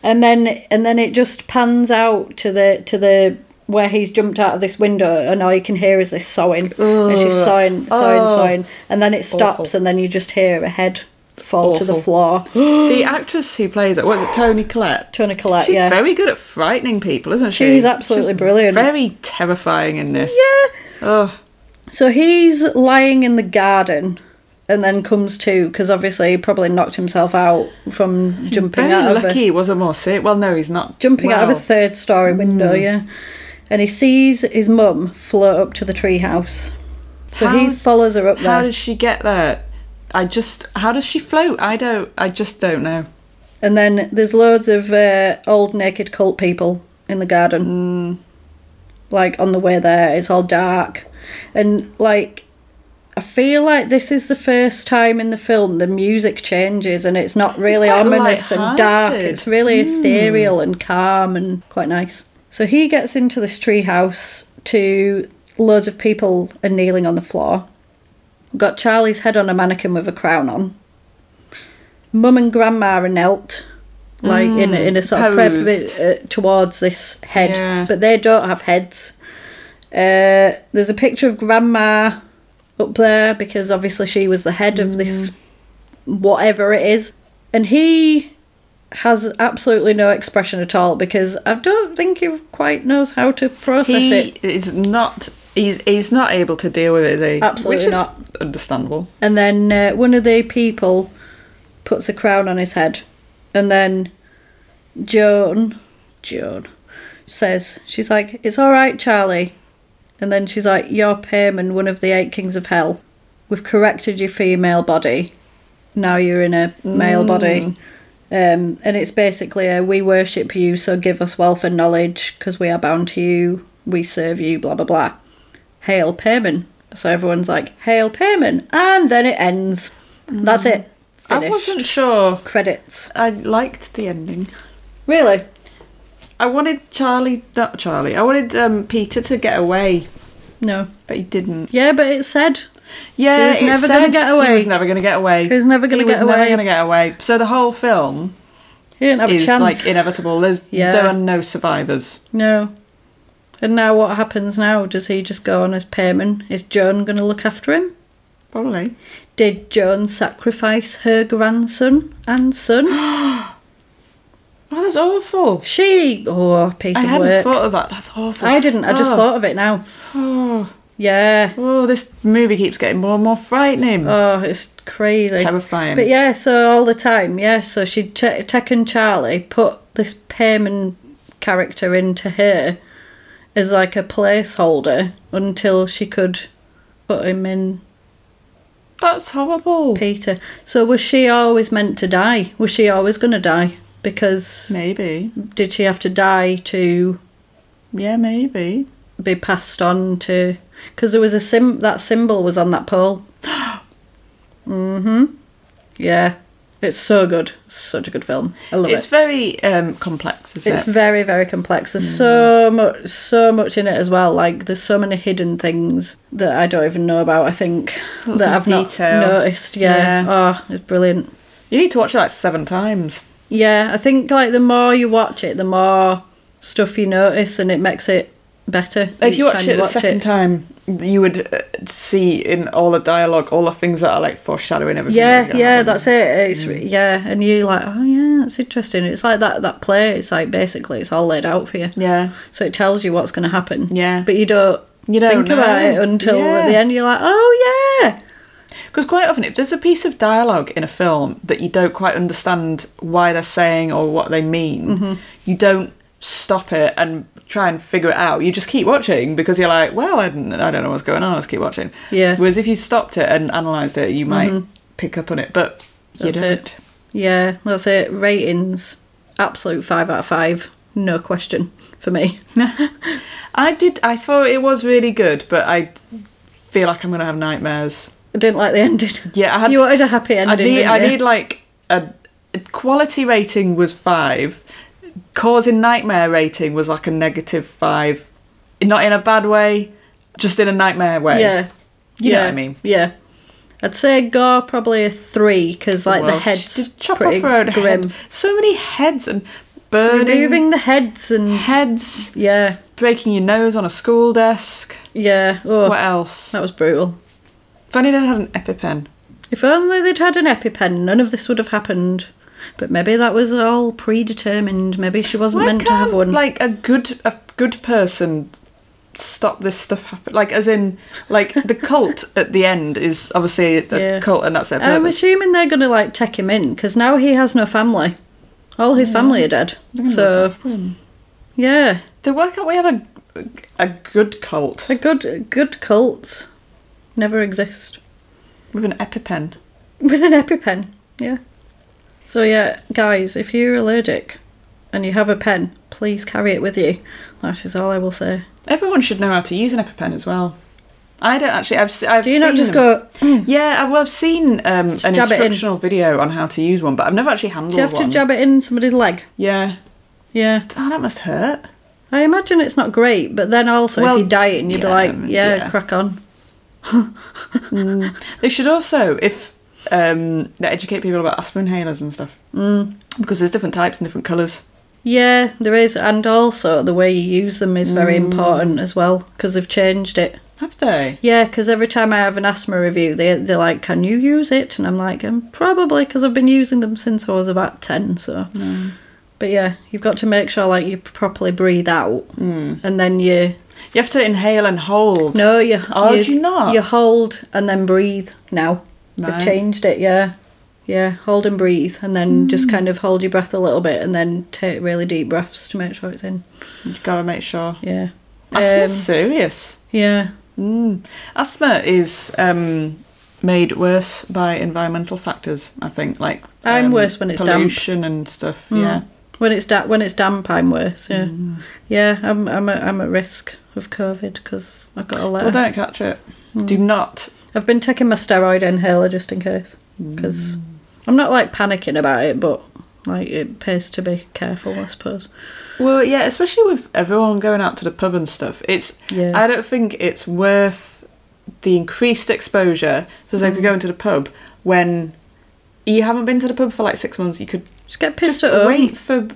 [SPEAKER 2] and then and then it just pans out to the to the where he's jumped out of this window and all you can hear is this sawing and she's sawing sawing
[SPEAKER 3] Oh.
[SPEAKER 2] sawing and then it stops and then you just hear a head fall to the
[SPEAKER 3] Awful.
[SPEAKER 2] floor
[SPEAKER 3] the actress who plays it, was it Tony Collette?
[SPEAKER 2] Tony Collette,
[SPEAKER 3] She's
[SPEAKER 2] yeah.
[SPEAKER 3] very good at frightening people, isn't she?
[SPEAKER 2] She's absolutely brilliant.
[SPEAKER 3] Very terrifying in this. Yeah. Oh,
[SPEAKER 2] so he's lying in the garden and then comes to because obviously he probably knocked himself out from jumping
[SPEAKER 3] very
[SPEAKER 2] out of a,
[SPEAKER 3] lucky he wasn't more sick. Well, no, he's not.
[SPEAKER 2] jumping out of
[SPEAKER 3] Well,
[SPEAKER 2] a third story window,
[SPEAKER 3] Mm.
[SPEAKER 2] yeah. And he sees his mum float up to the treehouse. So
[SPEAKER 3] How-
[SPEAKER 2] he follows her up
[SPEAKER 3] How
[SPEAKER 2] there.
[SPEAKER 3] does she get there? I just. How does she float? I don't. I just don't know.
[SPEAKER 2] and then there's loads of uh, old naked cult people in the garden.
[SPEAKER 3] Hmm.
[SPEAKER 2] Like on the way there, it's all dark. And like, I feel like this is the first time in the film the music changes and it's not really
[SPEAKER 3] quite
[SPEAKER 2] ominous and dark.
[SPEAKER 3] lighthearted. Hmm.
[SPEAKER 2] It's really ethereal and calm and quite nice. So he gets into this treehouse to loads of people are kneeling on the floor. Got Charlie's head on a mannequin with a crown on. Mum and grandma are knelt, like in, a, in a sort of
[SPEAKER 3] posed.
[SPEAKER 2] prep uh, towards this head,
[SPEAKER 3] Yeah.
[SPEAKER 2] but they don't have heads. Uh, there's a picture of grandma up there because obviously she was the head of this whatever it is. And he has absolutely no expression at all because I don't think he quite knows how to process
[SPEAKER 3] he
[SPEAKER 2] it.
[SPEAKER 3] is not He's he's not able to deal with it, is he?
[SPEAKER 2] Absolutely
[SPEAKER 3] Which is
[SPEAKER 2] not.
[SPEAKER 3] Understandable.
[SPEAKER 2] And then uh, one of the people puts a crown on his head. And then Joan, Joan says, she's like, it's all right, Charlie. And then she's like, you're Payman, one of the eight kings of hell. We've corrected your female body. Now you're in a male body.
[SPEAKER 3] Mm.
[SPEAKER 2] Um, and it's basically a, we worship you, so give us wealth and knowledge because we are bound to you. We serve you, blah, blah, blah. Hail Payman. So everyone's like, Hail Payman. And then it ends. That's it. Finished.
[SPEAKER 3] Mm. I wasn't sure.
[SPEAKER 2] Credits.
[SPEAKER 3] I liked the ending.
[SPEAKER 2] Really?
[SPEAKER 3] I wanted Charlie, not Charlie. I wanted um, Peter to get away,
[SPEAKER 2] No.
[SPEAKER 3] but he didn't.
[SPEAKER 2] Yeah, but it said.
[SPEAKER 3] Yeah,
[SPEAKER 2] He was
[SPEAKER 3] it
[SPEAKER 2] never
[SPEAKER 3] said
[SPEAKER 2] gonna get away.
[SPEAKER 3] He was never going to get away.
[SPEAKER 2] He was never gonna
[SPEAKER 3] He
[SPEAKER 2] get
[SPEAKER 3] was never
[SPEAKER 2] away.
[SPEAKER 3] gonna get away. So the whole film
[SPEAKER 2] He didn't have a
[SPEAKER 3] is
[SPEAKER 2] chance.
[SPEAKER 3] like inevitable. There's
[SPEAKER 2] Yeah.
[SPEAKER 3] there are no survivors.
[SPEAKER 2] no. And now what happens now? Does he just go on as Payman? Is Joan going to look after him?
[SPEAKER 3] Probably.
[SPEAKER 2] Did Joan sacrifice her grandson and son?
[SPEAKER 3] Oh, that's awful.
[SPEAKER 2] she. Oh, piece
[SPEAKER 3] I
[SPEAKER 2] of
[SPEAKER 3] hadn't
[SPEAKER 2] work.
[SPEAKER 3] thought of that. That's awful.
[SPEAKER 2] I didn't. I just
[SPEAKER 3] Oh.
[SPEAKER 2] thought of it now.
[SPEAKER 3] Oh,
[SPEAKER 2] Yeah.
[SPEAKER 3] oh, this movie keeps getting more and more frightening.
[SPEAKER 2] Oh, it's crazy.
[SPEAKER 3] Terrifying.
[SPEAKER 2] But yeah, so all the time, yeah. So she'd t- taken Charlie, put this Payman character into her as like a placeholder until she could put him in
[SPEAKER 3] That's horrible.
[SPEAKER 2] Peter. So was she always meant to die? Was she always going to die? Because
[SPEAKER 3] Maybe.
[SPEAKER 2] did she have to die to
[SPEAKER 3] Yeah, maybe.
[SPEAKER 2] be passed on to? Because there was a sim that symbol was on that pole. mhm. Yeah, it's so good. Such a good film. I love
[SPEAKER 3] It's
[SPEAKER 2] it.
[SPEAKER 3] very um, complex, isn't
[SPEAKER 2] It's
[SPEAKER 3] it? Mm.
[SPEAKER 2] very, very complex. There's so much, so much in it as well. Like there's so many hidden things that I don't even know about. I think
[SPEAKER 3] Lots
[SPEAKER 2] that
[SPEAKER 3] of
[SPEAKER 2] I've
[SPEAKER 3] detail.
[SPEAKER 2] not noticed. Yeah.
[SPEAKER 3] Yeah.
[SPEAKER 2] Oh, it's brilliant.
[SPEAKER 3] you need to watch it like seven times.
[SPEAKER 2] Yeah, I think like the more you watch it, the more stuff you notice, and it makes it better.
[SPEAKER 3] If you
[SPEAKER 2] each
[SPEAKER 3] watch
[SPEAKER 2] time
[SPEAKER 3] it the second time, you would uh, see in all the dialogue all the things that are like foreshadowing everything. that's
[SPEAKER 2] Yeah,
[SPEAKER 3] gonna
[SPEAKER 2] yeah,
[SPEAKER 3] happen.
[SPEAKER 2] that's it. It's re- yeah, and you like, oh yeah, that's interesting. It's like that that play. It's like basically it's all laid out for you.
[SPEAKER 3] Yeah.
[SPEAKER 2] So it tells you what's going to happen.
[SPEAKER 3] Yeah.
[SPEAKER 2] But you don't
[SPEAKER 3] You don't
[SPEAKER 2] think about
[SPEAKER 3] know.
[SPEAKER 2] it until at
[SPEAKER 3] Yeah.
[SPEAKER 2] the end you're like, oh yeah.
[SPEAKER 3] Because quite often, if there's a piece of dialogue in a film that you don't quite understand why they're saying or what they mean,
[SPEAKER 2] Mm-hmm.
[SPEAKER 3] you don't stop it and try and figure it out. You just keep watching because you're like, well, I don't, I don't know what's going on. I'll just keep watching.
[SPEAKER 2] Yeah. Mm-hmm.
[SPEAKER 3] Whereas if you stopped it and analysed it, you might pick up on it. But you
[SPEAKER 2] That's
[SPEAKER 3] don't.
[SPEAKER 2] it. Yeah, that's it. Ratings, absolute five out of five, no question for me.
[SPEAKER 3] I did. I thought it was really good, but I feel like I'm going to have nightmares.
[SPEAKER 2] I didn't like the ending.
[SPEAKER 3] Yeah, I had.
[SPEAKER 2] you wanted a happy ending.
[SPEAKER 3] I need.
[SPEAKER 2] didn't
[SPEAKER 3] I
[SPEAKER 2] you?
[SPEAKER 3] need like a, a quality rating was five. Causing nightmare rating was like a negative five, not in a bad way, just in a nightmare way.
[SPEAKER 2] Yeah,
[SPEAKER 3] you
[SPEAKER 2] yeah,
[SPEAKER 3] know what I mean.
[SPEAKER 2] Yeah, I'd say gore probably a three because like
[SPEAKER 3] Well,
[SPEAKER 2] the
[SPEAKER 3] she
[SPEAKER 2] heads
[SPEAKER 3] did chop
[SPEAKER 2] pretty
[SPEAKER 3] off her own
[SPEAKER 2] grim.
[SPEAKER 3] head. So many heads and burning
[SPEAKER 2] Removing the heads and
[SPEAKER 3] heads,
[SPEAKER 2] yeah,
[SPEAKER 3] breaking your nose on a school desk.
[SPEAKER 2] yeah. Oh,
[SPEAKER 3] What else?
[SPEAKER 2] that was brutal.
[SPEAKER 3] If only they'd had an EpiPen.
[SPEAKER 2] If only they'd had an EpiPen, none of this would have happened. But maybe that was all predetermined. Maybe she wasn't
[SPEAKER 3] Why
[SPEAKER 2] meant to have
[SPEAKER 3] can't,
[SPEAKER 2] one.
[SPEAKER 3] Like a good a good person stop this stuff happen like as in like the cult at the end is obviously a
[SPEAKER 2] Yeah.
[SPEAKER 3] cult and that's their
[SPEAKER 2] I'm
[SPEAKER 3] purpose.
[SPEAKER 2] assuming they're going to like take him in because now he has no family. All his family are dead. So yeah,
[SPEAKER 3] so why can't we have a a good cult
[SPEAKER 2] a good good cults never exist
[SPEAKER 3] with an EpiPen?
[SPEAKER 2] with an EpiPen. Yeah. So yeah, guys, if you're allergic and you have a pen, please carry it with you. That is all I will say.
[SPEAKER 3] Everyone should know how to use an EpiPen as well. I don't actually. I've, se- I've
[SPEAKER 2] Do you
[SPEAKER 3] seen
[SPEAKER 2] not just
[SPEAKER 3] them.
[SPEAKER 2] go? Do
[SPEAKER 3] Yeah, I- well, I've seen um, an
[SPEAKER 2] jab it in.
[SPEAKER 3] instructional video on how to use one, but I've never actually handled
[SPEAKER 2] you have
[SPEAKER 3] one.
[SPEAKER 2] to jab it in somebody's leg?
[SPEAKER 3] Yeah.
[SPEAKER 2] Yeah.
[SPEAKER 3] Oh, that must hurt.
[SPEAKER 2] I imagine it's not great, but then also
[SPEAKER 3] Well,
[SPEAKER 2] if you diet and you'd be
[SPEAKER 3] yeah,
[SPEAKER 2] like,
[SPEAKER 3] um,
[SPEAKER 2] yeah,
[SPEAKER 3] yeah.
[SPEAKER 2] crack on.
[SPEAKER 3] They should also, if um, they educate people about asthma inhalers and stuff, mm. because there's different types and different colours.
[SPEAKER 2] Yeah, there is, and also the way you use them is very
[SPEAKER 3] Mm.
[SPEAKER 2] important as well because they've changed it.
[SPEAKER 3] Have they?
[SPEAKER 2] Yeah, because every time I have an asthma review, they they're like, "Can you use it?" And I'm like, "Um, probably," because I've been using them since I was about ten. So,
[SPEAKER 3] Mm. Mm.
[SPEAKER 2] but yeah, you've got to make sure like you properly breathe out, and then you
[SPEAKER 3] You have to inhale and hold.
[SPEAKER 2] No, you.
[SPEAKER 3] Oh, do you not?
[SPEAKER 2] You hold and then breathe. Now
[SPEAKER 3] Right.
[SPEAKER 2] they've changed it. Yeah, yeah. Hold and breathe, and then
[SPEAKER 3] Hmm.
[SPEAKER 2] just kind of hold your breath a little bit, and then take really deep breaths to make sure it's in.
[SPEAKER 3] You've got to make sure.
[SPEAKER 2] Yeah.
[SPEAKER 3] Asthma's
[SPEAKER 2] Um,
[SPEAKER 3] serious.
[SPEAKER 2] yeah.
[SPEAKER 3] Mm. Asthma is um, made worse by environmental factors, I think, like
[SPEAKER 2] I'm
[SPEAKER 3] um,
[SPEAKER 2] worse when it's damp.
[SPEAKER 3] pollution and stuff. Yeah.
[SPEAKER 2] hmm.
[SPEAKER 3] Hmm.
[SPEAKER 2] When it's da- when it's damp, I'm worse. Yeah, yeah. I'm I'm at, I'm at risk of COVID because I've got a letter.
[SPEAKER 3] Well, don't catch it. Do not.
[SPEAKER 2] I've been taking my steroid inhaler just in case because
[SPEAKER 3] Hmm.
[SPEAKER 2] I'm not like panicking about it, but like it pays to be careful, I suppose.
[SPEAKER 3] Well, yeah, especially with everyone going out to the pub and stuff. It's.
[SPEAKER 2] Yeah.
[SPEAKER 3] I don't think it's worth the increased exposure because they could
[SPEAKER 2] Mm.
[SPEAKER 3] go into the pub when you haven't been to the pub for like six months. You could
[SPEAKER 2] Just get pissed
[SPEAKER 3] just
[SPEAKER 2] at home.
[SPEAKER 3] wait for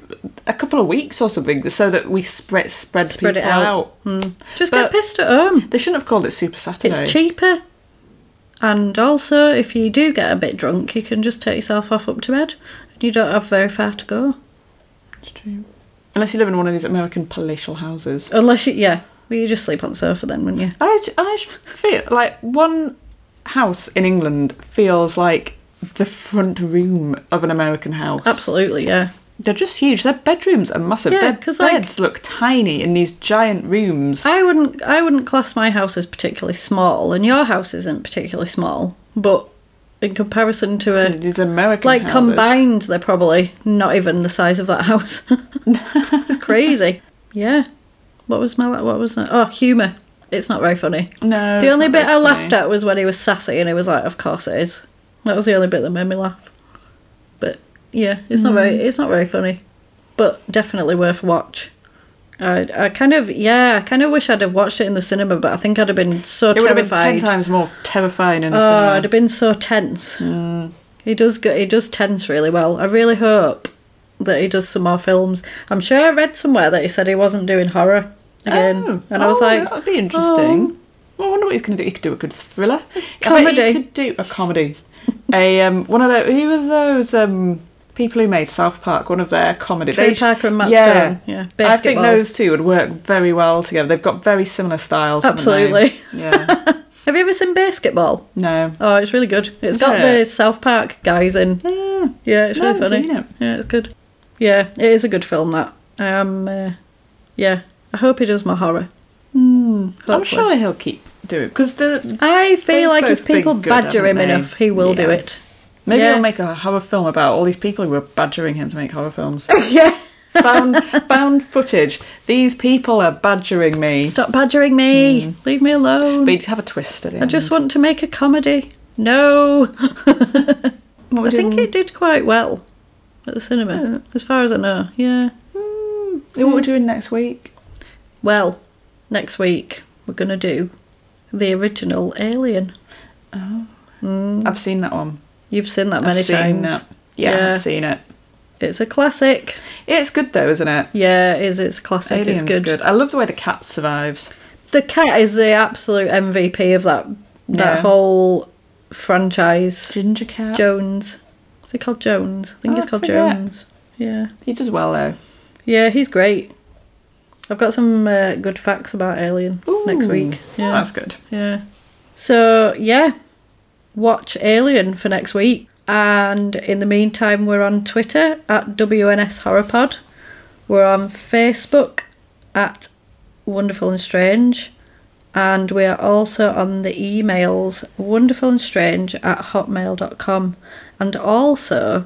[SPEAKER 3] a couple of weeks or something so that we spread spread,
[SPEAKER 2] Spread it
[SPEAKER 3] people
[SPEAKER 2] out.
[SPEAKER 3] out.
[SPEAKER 2] Just get
[SPEAKER 3] But-
[SPEAKER 2] pissed at home.
[SPEAKER 3] They shouldn't have called it Super
[SPEAKER 2] It's
[SPEAKER 3] Saturday.
[SPEAKER 2] cheaper. And also, if you do get a bit drunk, you can just take yourself off up to bed. and You don't have very far to go.
[SPEAKER 3] It's true. Unless you live in one of these American palatial houses.
[SPEAKER 2] Unless you, yeah, well, you just sleep on the sofa then, wouldn't you?
[SPEAKER 3] I, j- I sh- feel like one house in England feels like the front room of an American house.
[SPEAKER 2] Absolutely, yeah.
[SPEAKER 3] They're just huge. Their bedrooms are massive.
[SPEAKER 2] Yeah,
[SPEAKER 3] Their
[SPEAKER 2] 'cause,
[SPEAKER 3] beds
[SPEAKER 2] like-
[SPEAKER 3] look tiny in these giant rooms.
[SPEAKER 2] I wouldn't, I wouldn't class my house as particularly small, and your house isn't particularly small, but in comparison to a
[SPEAKER 3] these American
[SPEAKER 2] like
[SPEAKER 3] houses.
[SPEAKER 2] combined they're probably not even the size of that house it's crazy yeah what was my la- what was that oh humor it's not very funny
[SPEAKER 3] No,
[SPEAKER 2] the
[SPEAKER 3] it's
[SPEAKER 2] only
[SPEAKER 3] not
[SPEAKER 2] bit
[SPEAKER 3] very
[SPEAKER 2] i laughed
[SPEAKER 3] funny.
[SPEAKER 2] at was when he was sassy and he was like of course it is that was the only bit that made me laugh but yeah it's not
[SPEAKER 3] Mm.
[SPEAKER 2] very it's not very funny but definitely worth a watch I, I kind of yeah I kind of wish I'd have watched it in the cinema but I think I'd have been so
[SPEAKER 3] It would have been ten
[SPEAKER 2] terrified.
[SPEAKER 3] times more terrifying in a
[SPEAKER 2] Oh,
[SPEAKER 3] cinema. Mm.
[SPEAKER 2] I'd have been so tense. He does go, he does tense really well. I really hope that he does some more films. I'm sure I read somewhere that he said he wasn't doing horror again,
[SPEAKER 3] Oh,
[SPEAKER 2] and I was
[SPEAKER 3] oh,
[SPEAKER 2] like, "Oh."
[SPEAKER 3] that'd be interesting. I wonder what he's going to do. He could do a good thriller. I bet
[SPEAKER 2] Comedy.
[SPEAKER 3] he could do a comedy. a um, one of those. Who was those um, people who made South Park? One of their comedy.
[SPEAKER 2] Trey
[SPEAKER 3] sh-
[SPEAKER 2] Parker and Matt Stone. Yeah,
[SPEAKER 3] I think
[SPEAKER 2] basketball.
[SPEAKER 3] those two would work very well together. They've got very similar styles. haven't they?
[SPEAKER 2] Absolutely.
[SPEAKER 3] Yeah.
[SPEAKER 2] oh, have you ever seen Basketball?
[SPEAKER 3] No.
[SPEAKER 2] Oh, it's really good. It's got
[SPEAKER 3] Yeah.
[SPEAKER 2] the South Park guys in.
[SPEAKER 3] Mm.
[SPEAKER 2] Yeah, it's
[SPEAKER 3] No, I
[SPEAKER 2] really funny.
[SPEAKER 3] haven't seen it.
[SPEAKER 2] Yeah, it's good. Yeah, it is a good film. That I am. Uh, yeah, I hope he does more horror.
[SPEAKER 3] Hmm. I'm
[SPEAKER 2] Hopefully.
[SPEAKER 3] sure he'll keep doing because the
[SPEAKER 2] I feel like
[SPEAKER 3] They've
[SPEAKER 2] if
[SPEAKER 3] both been
[SPEAKER 2] people
[SPEAKER 3] good,
[SPEAKER 2] badger him
[SPEAKER 3] haven't they?
[SPEAKER 2] enough, he will do
[SPEAKER 3] Yeah.
[SPEAKER 2] it.
[SPEAKER 3] maybe
[SPEAKER 2] Yeah.
[SPEAKER 3] he'll make a horror film about all these people who were badgering him to make horror films. found found footage. These people are badgering me.
[SPEAKER 2] Stop badgering me.
[SPEAKER 3] Hmm.
[SPEAKER 2] Leave me alone.
[SPEAKER 3] But he'd have a twist at it.
[SPEAKER 2] I just want to make a comedy. No. I think it did quite well at the cinema, as far as I know. Yeah.
[SPEAKER 3] What we're doing next week?
[SPEAKER 2] Well, next week we're going to do the original Alien.
[SPEAKER 3] I've seen that one.
[SPEAKER 2] You've seen that many
[SPEAKER 3] I've seen
[SPEAKER 2] times.
[SPEAKER 3] It. Yeah,
[SPEAKER 2] Yeah.
[SPEAKER 3] I've seen it.
[SPEAKER 2] It's a classic.
[SPEAKER 3] It's good though, isn't it?
[SPEAKER 2] Yeah, it is. It's a classic.
[SPEAKER 3] Alien's
[SPEAKER 2] it's good.
[SPEAKER 3] I love the way the cat survives.
[SPEAKER 2] The cat is the absolute MVP of that that
[SPEAKER 3] Yeah.
[SPEAKER 2] whole franchise.
[SPEAKER 3] Ginger cat.
[SPEAKER 2] Jones. Is he called Jones? I think
[SPEAKER 3] Oh,
[SPEAKER 2] he's
[SPEAKER 3] I
[SPEAKER 2] called
[SPEAKER 3] forget.
[SPEAKER 2] Jones. Yeah.
[SPEAKER 3] He does well though.
[SPEAKER 2] Yeah, he's great. I've got some uh, good facts about Alien next
[SPEAKER 3] Ooh,
[SPEAKER 2] week. Yeah.
[SPEAKER 3] That's good.
[SPEAKER 2] Yeah. So, yeah, watch Alien for next week. And in the meantime, we're on Twitter at WNS Horrorpod. We're on Facebook at Wonderful and Strange. And we are also on the emails wonderful and strange at hotmail.com. And also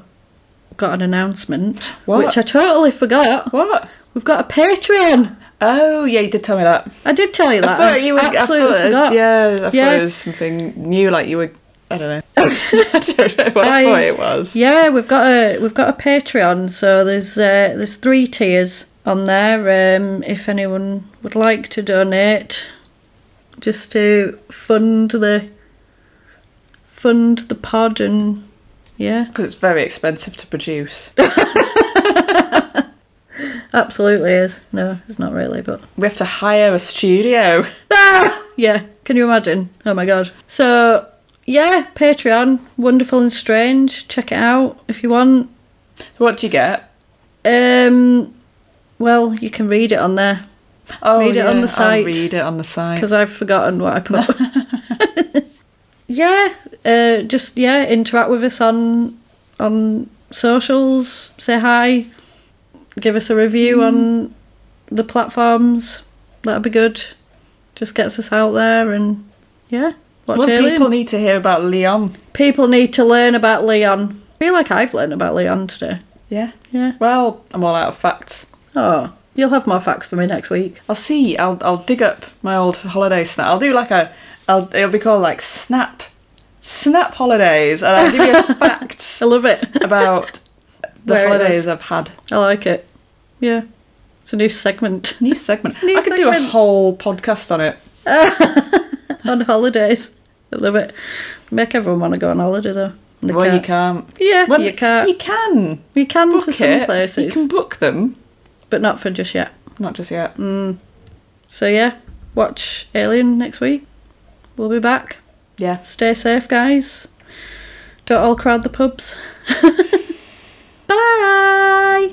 [SPEAKER 2] got an announcement,
[SPEAKER 3] What?
[SPEAKER 2] which I totally forgot.
[SPEAKER 3] What?
[SPEAKER 2] We've got a Patreon.
[SPEAKER 3] Oh yeah, you did tell me that.
[SPEAKER 2] I did tell you
[SPEAKER 3] I
[SPEAKER 2] that.
[SPEAKER 3] thought you were.
[SPEAKER 2] absolutely
[SPEAKER 3] I thought it was-
[SPEAKER 2] forgot.
[SPEAKER 3] Yeah, I thought
[SPEAKER 2] Yeah.
[SPEAKER 3] it was something new. Like you were. I don't know. I don't know what I,
[SPEAKER 2] I-
[SPEAKER 3] thought it was.
[SPEAKER 2] Yeah, we've got a we've got a Patreon, so there's uh, there's three tiers on there. Um, if anyone would like to donate, just to fund the fund the pod and yeah,
[SPEAKER 3] Because it's very expensive to produce.
[SPEAKER 2] absolutely is. No, it's not really, but
[SPEAKER 3] we have to hire a studio.
[SPEAKER 2] Ah! Yeah, can you imagine? Oh my god. So yeah, Patreon, wonderful and strange. Check it out if you want.
[SPEAKER 3] What do you get?
[SPEAKER 2] Um, well, you can read it on there.
[SPEAKER 3] Oh,
[SPEAKER 2] Read it on the
[SPEAKER 3] yeah, I'll
[SPEAKER 2] site.
[SPEAKER 3] read it on the site.
[SPEAKER 2] because I've forgotten what I put. yeah, uh, just yeah, interact with us on on socials, say hi, give us a review on the platforms. That'd be good. Just gets us out there and yeah, watch
[SPEAKER 3] well,
[SPEAKER 2] Alien.
[SPEAKER 3] people need to hear about Leon.
[SPEAKER 2] people need to learn about Leon. I feel like I've learned about Leon today.
[SPEAKER 3] Yeah.
[SPEAKER 2] Yeah.
[SPEAKER 3] Well, I'm all out of facts.
[SPEAKER 2] Oh, you'll have more facts for me next week.
[SPEAKER 3] I'll see. I'll I'll dig up my old holiday snap. I'll do like a. I'll it'll be called like snap, snap holidays, and I'll give you a fact
[SPEAKER 2] I love it.
[SPEAKER 3] about the
[SPEAKER 2] Where it
[SPEAKER 3] holidays
[SPEAKER 2] is.
[SPEAKER 3] I've had.
[SPEAKER 2] I like it. Yeah. It's a new segment.
[SPEAKER 3] New segment.
[SPEAKER 2] New
[SPEAKER 3] I could do a
[SPEAKER 2] segment.
[SPEAKER 3] whole podcast on it.
[SPEAKER 2] on holidays. I love it. Make everyone want to go on holiday though. They
[SPEAKER 3] well, you can't.
[SPEAKER 2] Yeah,
[SPEAKER 3] Well,
[SPEAKER 2] you can't.
[SPEAKER 3] You can.
[SPEAKER 2] You can
[SPEAKER 3] book
[SPEAKER 2] to some
[SPEAKER 3] it. You
[SPEAKER 2] places,
[SPEAKER 3] can book them.
[SPEAKER 2] but not for just yet.
[SPEAKER 3] Not just yet.
[SPEAKER 2] Mm. So yeah, watch Alien next week. We'll be back.
[SPEAKER 3] Yeah.
[SPEAKER 2] Stay safe, guys. Don't all crowd the pubs. Bye.